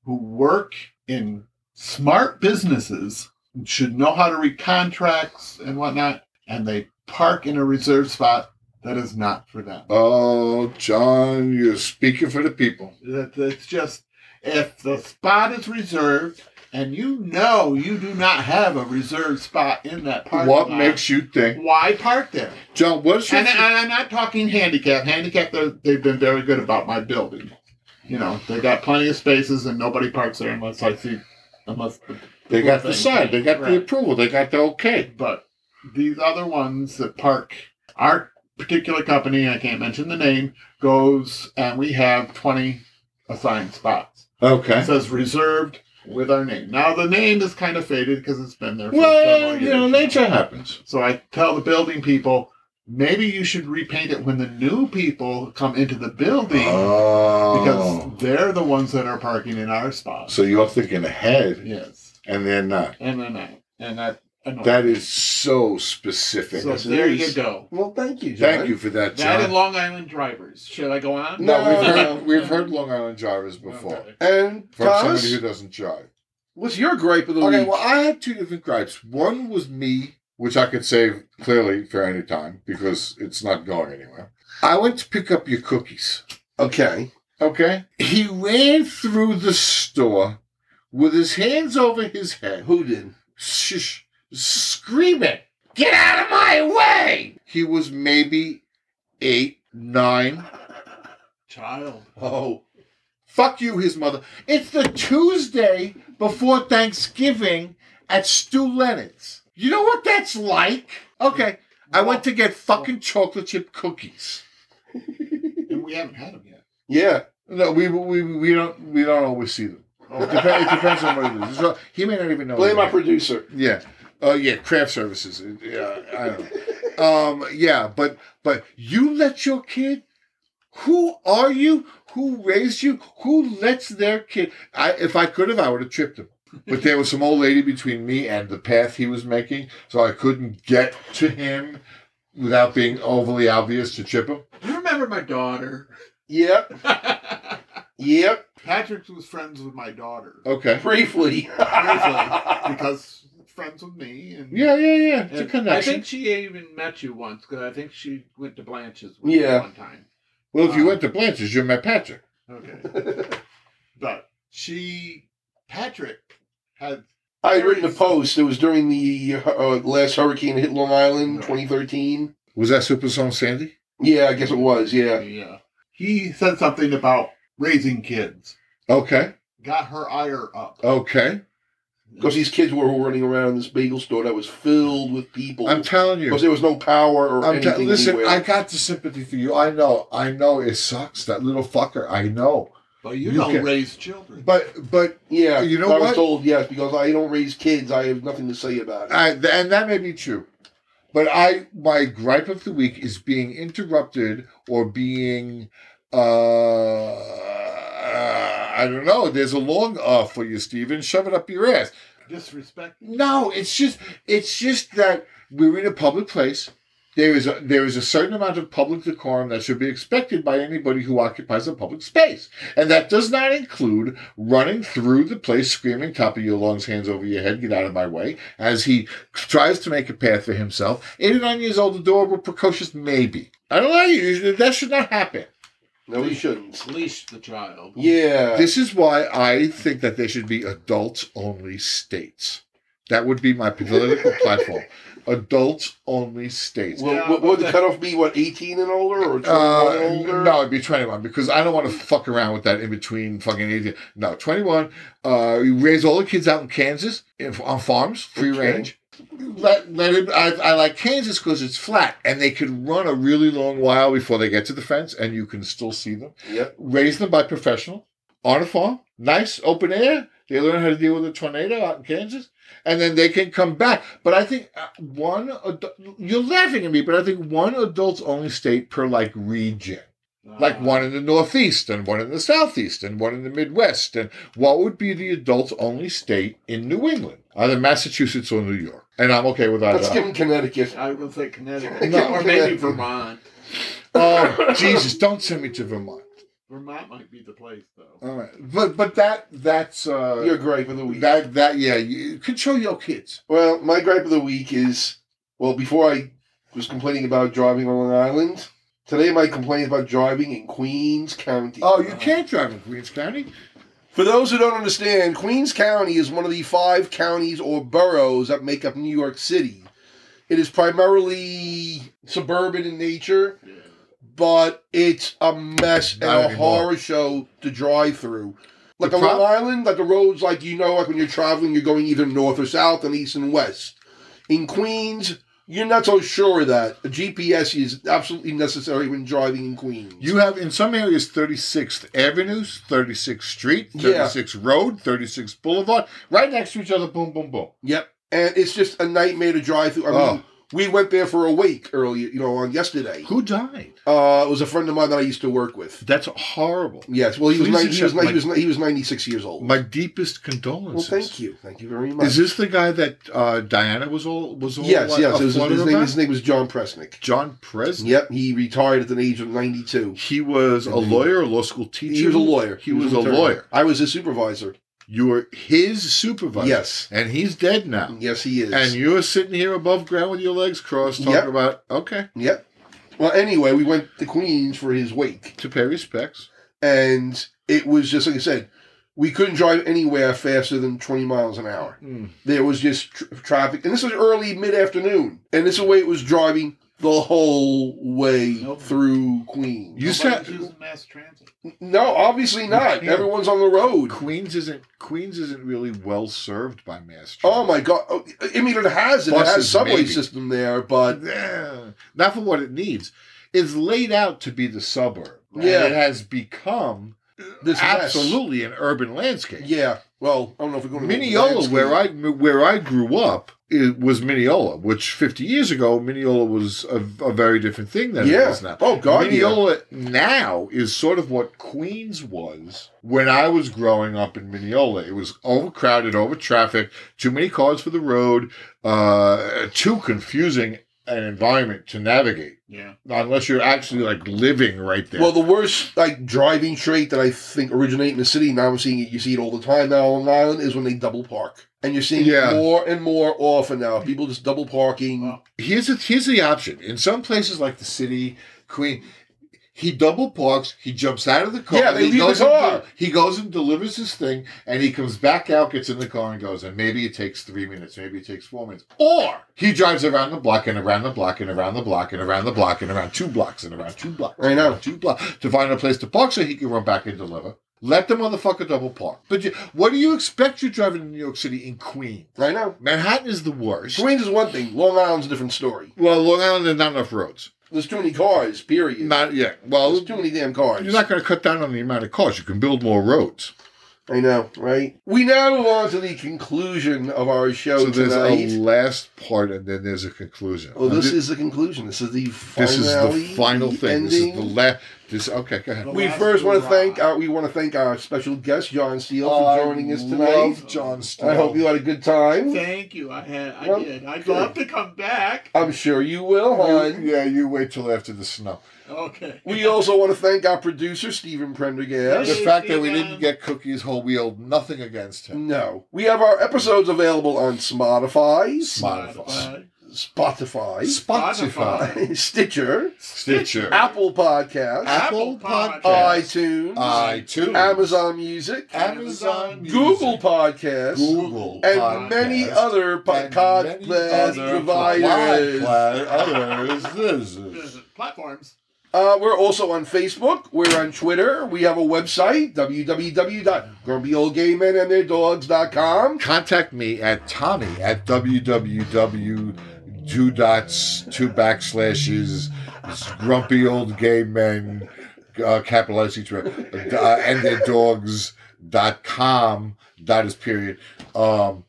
Speaker 3: who work in smart businesses and should know how to read contracts and whatnot, and they park in a reserved spot that is not for them.
Speaker 2: Oh, John, you're speaking for the people.
Speaker 3: That It's just if the spot is reserved and you know you do not have a reserved spot in that parking
Speaker 2: what
Speaker 3: lot,
Speaker 2: makes you think,
Speaker 3: why park there?
Speaker 2: John? What's your
Speaker 3: And, and I'm not talking handicap. Handicap, they're- they've been very good about my building. You know, they got plenty of spaces and nobody parks there unless I see, unless
Speaker 2: They got the
Speaker 3: Thing.
Speaker 2: sign. They got the
Speaker 3: Right.
Speaker 2: approval. They got the okay.
Speaker 3: But these other ones that park, our particular company, I can't mention the name, goes and we have 20 assigned spots. It
Speaker 2: Okay.
Speaker 3: says reserved with our name. Now the name is kind of faded because it's been there for
Speaker 2: Well,
Speaker 3: several
Speaker 2: you know,
Speaker 3: years.
Speaker 2: nature happens.
Speaker 3: So I tell the building people, maybe you should repaint it when the new people come into the building
Speaker 2: Oh.
Speaker 3: because they're the ones that are parking in our spots.
Speaker 2: so you're thinking ahead,
Speaker 3: yes,
Speaker 2: and they're not.
Speaker 3: and they're not, and that annoys
Speaker 2: That
Speaker 3: me.
Speaker 2: is so specific.
Speaker 3: So
Speaker 1: Yes, it
Speaker 3: there you
Speaker 1: is.
Speaker 3: go.
Speaker 1: Well, thank you, John.
Speaker 2: Thank you for that, John.
Speaker 3: That and Long Island drivers. Should I go on?
Speaker 2: no, we've
Speaker 1: No,
Speaker 2: heard
Speaker 1: no.
Speaker 2: we've heard Long Island drivers before
Speaker 3: Okay.
Speaker 1: And
Speaker 2: from somebody
Speaker 1: Thomas,
Speaker 2: who doesn't drive.
Speaker 1: what's your gripe of the
Speaker 2: Okay,
Speaker 1: week?
Speaker 2: well, I had two different gripes. One was me, which I could say clearly for any time because it's not going anywhere. I went to pick up your cookies.
Speaker 1: okay.
Speaker 2: Okay. He ran through the store with his hands over his head,
Speaker 1: Who did?
Speaker 2: sh- screaming, Get out of my way! He was maybe eight, nine.
Speaker 3: Child.
Speaker 1: Oh,
Speaker 2: Fuck you, his mother. It's the Tuesday before Thanksgiving at Stu Leonard's. You know what that's like? Okay. I went to get fucking chocolate chip cookies.
Speaker 3: And we haven't had them yet.
Speaker 1: yeah.
Speaker 2: No, we we, we don't we don't always see them.
Speaker 3: Oh,
Speaker 2: It, depends, it depends on what it is. So He may not even know.
Speaker 1: Blame
Speaker 2: what it
Speaker 1: our
Speaker 2: is.
Speaker 1: producer.
Speaker 2: Yeah. Oh yeah, craft services. Yeah, I don't know. um, yeah, but but you let your kid. Who are you? Who raised you? Who lets their kid? I if I could have, I would have tripped him. But there was some old lady between me and the path he was making, so I couldn't get to him without being overly obvious to trip him.
Speaker 3: You remember my daughter? *laughs*
Speaker 1: Yep. Yep.
Speaker 3: Patrick was friends with my daughter
Speaker 2: Okay.
Speaker 1: Briefly. *laughs*
Speaker 3: Briefly. because friends with me. And,
Speaker 2: Yeah, yeah, yeah. It's
Speaker 3: and
Speaker 2: a connection.
Speaker 3: I think she even met you once because I think she went to Blanche's with
Speaker 1: Yeah.
Speaker 3: you one time.
Speaker 2: well,
Speaker 3: uh,
Speaker 2: if you went to Blanche's, you're my Patrick.
Speaker 3: Okay. but she, Patrick, had
Speaker 1: I had written a post. It was during the uh, last hurricane that hit Long Island,
Speaker 3: Right.
Speaker 1: 2013.
Speaker 2: Was that Super Song Sandy?
Speaker 1: Yeah, I guess it was. Yeah.
Speaker 3: yeah. uh, He said something about raising kids.
Speaker 2: Okay.
Speaker 3: Got her ire up.
Speaker 2: Okay. Oh,
Speaker 1: Because these kids were running around this bagel store that was filled with people.
Speaker 2: I'm telling you.
Speaker 1: because there was no power or
Speaker 2: I'm
Speaker 1: anything.
Speaker 2: t- listen,
Speaker 1: anywhere.
Speaker 2: I got the sympathy for you. I know, I know it sucks, that little fucker. I know.
Speaker 3: But you,
Speaker 2: You
Speaker 3: don't
Speaker 2: can-
Speaker 3: raise children.
Speaker 2: But but
Speaker 1: yeah,
Speaker 2: you know
Speaker 1: I
Speaker 2: what?
Speaker 1: was told yes because I don't raise kids. I have nothing to say about it.
Speaker 2: I th- and that may be true. But I my gripe of the week is being interrupted or being uh I don't know. There's a long uh for you, Steven. Shove it up your ass.
Speaker 3: Disrespect.
Speaker 2: No, it's just it's just that we're in a public place. There is a, there is a certain amount of public decorum that should be expected by anybody who occupies a public space, and that does not include running through the place screaming top of your lungs, hands over your head, get out of my way, as he tries to make a path for himself. Eight or nine years old, adorable, precocious, maybe. I don't know. you- That should not happen.
Speaker 1: No, we shouldn't.
Speaker 3: Leash the child.
Speaker 1: Yeah.
Speaker 2: This is why I think that there should be adults only states. That would be
Speaker 1: *laughs*
Speaker 2: my political platform. Adults only states.
Speaker 1: Well,
Speaker 3: Yeah,
Speaker 1: what, what would the
Speaker 3: but-
Speaker 1: cutoff be? What, 18 and older or 21
Speaker 2: Uh,
Speaker 1: and older?
Speaker 2: no, it'd be 21 because I don't want to fuck around with that in between fucking 18. No, 21. Uh, you raise all the kids out in Kansas if, on farms, free
Speaker 1: Okay.
Speaker 2: range. let, let it, I, I like Kansas because it's flat and they could run a really long while before they get to the fence and you can still see them.
Speaker 1: Yep.
Speaker 2: Raise them by professional on a farm, nice open air. They learn how to deal with a tornado out in Kansas, and then they can come back. But I think uh, one adult, you're laughing at me, but I think one adults only state per like region
Speaker 3: Uh,
Speaker 2: like
Speaker 1: Uh-huh.
Speaker 2: one in the Northeast and one in the Southeast and one in the Midwest. And what would be the adults only state in New England? Either Massachusetts or New York. And I'm okay with
Speaker 1: Let's give
Speaker 2: either.
Speaker 1: him Connecticut.
Speaker 3: I would say Connecticut.
Speaker 2: No.
Speaker 3: or maybe Vermont.
Speaker 1: *laughs*
Speaker 2: Oh, Jesus, don't send me to Vermont.
Speaker 3: Vermont might be the place, though.
Speaker 2: All right. But but that that's uh
Speaker 1: Your gripe of the week.
Speaker 2: that that yeah, you control your kids.
Speaker 1: Well, my gripe of the week is well, before I was complaining about driving on Long Island, today my complaint is about driving in Queens County.
Speaker 2: Oh, you can't drive in Queens County.
Speaker 1: For those who don't understand, Queens County is one of the five counties or boroughs that make up New York City. It is primarily suburban in nature,
Speaker 3: Yeah.
Speaker 1: but it's a mess and
Speaker 2: Not
Speaker 1: a
Speaker 2: anymore.
Speaker 1: horror show to drive through. Like
Speaker 2: The
Speaker 1: on
Speaker 2: prob-
Speaker 1: Long Island, like the roads, like you know, like when you're traveling, you're going either north or south and east and west. In Queens, you're not so sure of that. A GPS is absolutely necessary when driving in Queens.
Speaker 2: You have in some areas 36th Avenue, 36th Street,
Speaker 1: Yeah.
Speaker 2: 36th Road, 36th Boulevard, right next to each other, boom, boom, boom.
Speaker 1: Yep. And it's just a nightmare to drive through. I mean,
Speaker 2: Oh.
Speaker 1: we went there for a week earlier, you know, on yesterday.
Speaker 2: Who died?
Speaker 1: Uh, it was a friend of mine that I used to work with.
Speaker 2: That's horrible.
Speaker 1: Yes. Well, he was,
Speaker 2: Please
Speaker 1: nine, he, was,
Speaker 2: accept
Speaker 1: ni- he, was, ni- he was 96 years old.
Speaker 2: My deepest
Speaker 1: well,
Speaker 2: condolences.
Speaker 1: thank you. Thank you very much.
Speaker 2: Is this the guy that uh, Diana was all was all
Speaker 1: yes,
Speaker 2: like,
Speaker 1: yes.
Speaker 2: a
Speaker 1: It was,
Speaker 2: flutter
Speaker 1: his, name,
Speaker 2: about?
Speaker 1: his name was John Presnick.
Speaker 2: John Presley.
Speaker 1: Yep. He retired at the age of 92.
Speaker 2: He was a lawyer, a law school teacher.
Speaker 1: He was a lawyer.
Speaker 2: He, was, a
Speaker 1: retired.
Speaker 2: lawyer.
Speaker 1: I was his supervisor.
Speaker 2: You were his supervisor.
Speaker 1: Yes.
Speaker 2: And he's dead now.
Speaker 1: Yes, he is.
Speaker 2: And you're sitting here above ground with your legs crossed talking
Speaker 1: Yep.
Speaker 2: about, okay,
Speaker 1: Yep. Well, anyway, we went to Queens for his wake.
Speaker 2: to pay respects.
Speaker 1: and it was just like I said, we couldn't drive anywhere faster than 20 miles an hour. There was just tr- traffic, and this was early mid afternoon, and this is the way it was driving the whole way
Speaker 3: Nope.
Speaker 1: through Queens.
Speaker 2: You
Speaker 3: Nobody's
Speaker 2: said-
Speaker 3: using mass transit.
Speaker 1: no, obviously not.
Speaker 2: Yeah.
Speaker 1: Everyone's on the road.
Speaker 2: Queens isn't Queens isn't really well served by mass transit.
Speaker 1: Oh my god! Oh, I mean, it has it. it has
Speaker 2: Buses,
Speaker 1: subway
Speaker 2: maybe.
Speaker 1: system there, but
Speaker 2: Yeah. not for what it needs. It's laid out to be the suburb. and
Speaker 1: Yeah.
Speaker 2: it has become
Speaker 1: this mess.
Speaker 2: absolutely an urban landscape.
Speaker 1: yeah. Well, I don't know if we're going to
Speaker 2: Mineola, where I where I grew up, it was Mineola, which 50 years ago, Mineola was a, a very different thing than it
Speaker 1: yeah.
Speaker 2: is now.
Speaker 1: Oh god, yeah.
Speaker 2: Mineola now is sort of what Queens was when I was growing up in Mineola. It was overcrowded, over traffic, too many cars for the road, uh, too confusing an environment to navigate
Speaker 3: Yeah.
Speaker 2: unless you're actually like living right there.
Speaker 1: Well, the worst like driving trait that I think originate in the city now I'm seeing it. You see it all the time now on Long Island is when they double park, and you're seeing
Speaker 2: Yeah.
Speaker 1: it more and more often now. People just double parking.
Speaker 3: Well,
Speaker 2: here's the, here's the option. In some places like the city, Queen, he double parks. He jumps out of the car.
Speaker 1: Yeah, they
Speaker 2: he
Speaker 1: leave the
Speaker 2: goes and
Speaker 1: car.
Speaker 2: del- he goes and delivers his thing, and he comes back out, gets in the car, and goes. And maybe it takes three minutes. Maybe it takes four minutes. Or he drives around the block and around the block and around the block and around the block and around two blocks and around two blocks.
Speaker 1: I know.
Speaker 2: and around two blocks to find a place to park so he can run back and deliver. Let the motherfucker double park. But you, what do you expect? You're driving in New York City in Queens.
Speaker 1: I know.
Speaker 2: Manhattan is the worst.
Speaker 1: Queens is one thing. Long Island's a different story.
Speaker 2: Well, Long Island, there's not enough roads.
Speaker 1: There's too many cars. Period.
Speaker 2: Not yet. Well,
Speaker 1: There's too many damn cars.
Speaker 2: you're not going to cut down on the amount of cars. You can build more roads.
Speaker 1: I know, right? We now move on to the conclusion of our show
Speaker 2: So there's a
Speaker 1: tonight.
Speaker 2: last part, and then there's a conclusion.
Speaker 1: Well, this
Speaker 2: Now, thi-
Speaker 1: is the conclusion. This is the
Speaker 2: this is the
Speaker 1: finale,
Speaker 2: final
Speaker 1: the
Speaker 2: thing. This is the
Speaker 1: ending.
Speaker 2: last. This okay. Go ahead.
Speaker 3: The
Speaker 1: We
Speaker 3: last
Speaker 1: first want to
Speaker 3: hurrah. Oh,
Speaker 1: thank our, we want to thank our special guest John Steele for joining us tonight.
Speaker 2: love John Steele.
Speaker 1: I hope you had a good time.
Speaker 3: Thank you. I had. I
Speaker 1: Well,
Speaker 3: did. I'd
Speaker 1: good.
Speaker 3: love to come back.
Speaker 1: I'm sure you will, hon.
Speaker 2: Yeah, you wait till after the snow.
Speaker 3: Okay.
Speaker 1: We also want to thank our producer Stephen Prendergast.
Speaker 2: The
Speaker 3: Hey,
Speaker 2: fact that we
Speaker 3: Steven.
Speaker 2: didn't get cookies whole, we hold nothing against him.
Speaker 1: No, we have our episodes available on Spotify,
Speaker 2: Spotify,
Speaker 1: Spotify, *laughs*
Speaker 2: Spotify,
Speaker 1: Stitcher,
Speaker 2: Stitcher,
Speaker 1: Apple Podcasts,
Speaker 2: Apple
Speaker 3: Apple
Speaker 2: Podcast,
Speaker 1: iTunes,
Speaker 2: iTunes,
Speaker 1: Amazon Music,
Speaker 2: Amazon, Music,
Speaker 1: Google Podcasts,
Speaker 2: Google,
Speaker 1: and
Speaker 2: Podcast.
Speaker 1: many other
Speaker 2: and many
Speaker 1: podcast
Speaker 2: other
Speaker 1: providers.
Speaker 2: podcast others. This is-
Speaker 3: Platforms.
Speaker 1: Uh, we're also on Facebook. We're on Twitter. We have a website, www.grumpyoldgaymenandtheirdogs.com.
Speaker 2: Contact me at Tommy at www two dots two backslashes grumpy old gay men uh, capitalized each word uh, and their dogs dot com dot is period um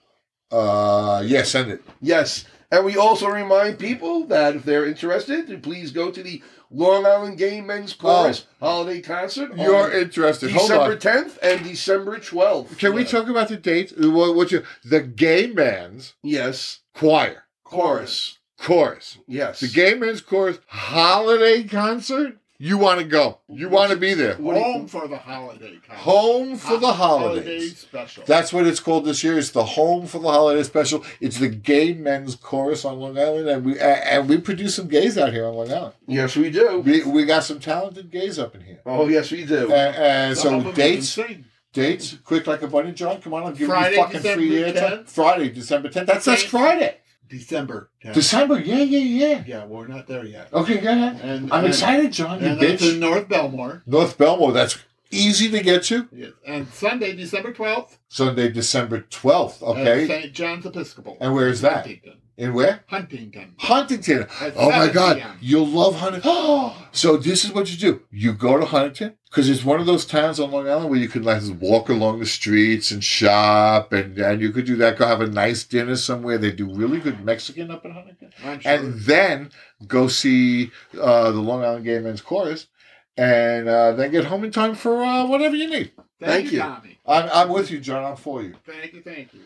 Speaker 2: uh yeah send it
Speaker 1: Yes. And we also remind people that if they're interested, to please go to the Long Island Gay Men's Chorus Holiday Concert. on
Speaker 2: you're Oh. interested hold
Speaker 1: December
Speaker 2: on
Speaker 1: 10th and December 12th.
Speaker 2: can we talk about the dates what, what you the gay man's
Speaker 1: Yes.
Speaker 2: choir
Speaker 1: Chorus.
Speaker 2: chorus
Speaker 1: Yes.
Speaker 2: the gay man's chorus holiday concert you want to go you want to be there
Speaker 1: What do you-
Speaker 3: Home for the holiday. Colin.
Speaker 2: home for the
Speaker 3: Holiday
Speaker 2: holidays
Speaker 3: special.
Speaker 2: That's what it's called this year. It's the Home for the Holiday Special. It's the Gay Men's Chorus on Long Island, and we a- and we produce some gays out here on Long Island.
Speaker 1: Yes, we do.
Speaker 2: We, we got some talented gays up in here.
Speaker 1: Oh, yes, we do.
Speaker 2: And, and
Speaker 3: Some of
Speaker 2: so
Speaker 3: them
Speaker 2: dates,
Speaker 3: even sing.
Speaker 2: dates, quick like a bunny, John. Come on, I'll give
Speaker 3: Friday,
Speaker 2: you fucking free
Speaker 3: December
Speaker 2: airtime.
Speaker 3: 10th.
Speaker 2: Friday, December tenth. That's that's
Speaker 3: Okay.
Speaker 2: Friday.
Speaker 3: December. 10th.
Speaker 2: December. Yeah, yeah, yeah.
Speaker 3: Yeah, we're not there yet.
Speaker 2: Okay, go ahead.
Speaker 3: And,
Speaker 2: I'm
Speaker 3: and-
Speaker 2: excited, John. You
Speaker 3: And that's in
Speaker 2: bitch.
Speaker 3: North Belmore.
Speaker 2: North Belmore. That's easy to get to.
Speaker 3: Yes. And Sunday, December 12th,
Speaker 2: Sunday, December twelfth.
Speaker 3: at
Speaker 2: Okay.
Speaker 3: St. John's Episcopal.
Speaker 2: And where is that?
Speaker 3: Huntington.
Speaker 2: In where?
Speaker 3: Huntington.
Speaker 2: Huntington.
Speaker 3: At
Speaker 2: Oh my
Speaker 3: 7
Speaker 2: God,
Speaker 3: p.m..
Speaker 2: you'll love *gasps* Huntington. so this is what you do: you go to Huntington because it's one of those towns on Long Island where you can like just walk along the streets and shop, and and you could do that. Go have a nice dinner somewhere. They do really good Mexican up in Huntington,
Speaker 3: I'm sure.
Speaker 2: and then go see uh, the Long Island Gay Men's Chorus, and uh, then get home in time for uh, whatever you need.
Speaker 1: thank you.
Speaker 3: Tommy.
Speaker 2: I'm, I'm with you, John. I'm for you.
Speaker 3: Thank you, thank you.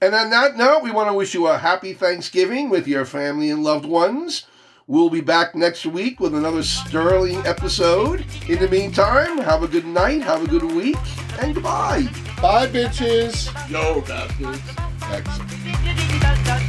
Speaker 1: And on that note, we want to wish you a happy Thanksgiving with your family and loved ones. We'll be back next week with another sterling episode. In the meantime, have a good night, have a good week, and goodbye.
Speaker 2: Bye, bitches.
Speaker 3: Yo, Baptist.
Speaker 2: Excellent.
Speaker 4: Excellent.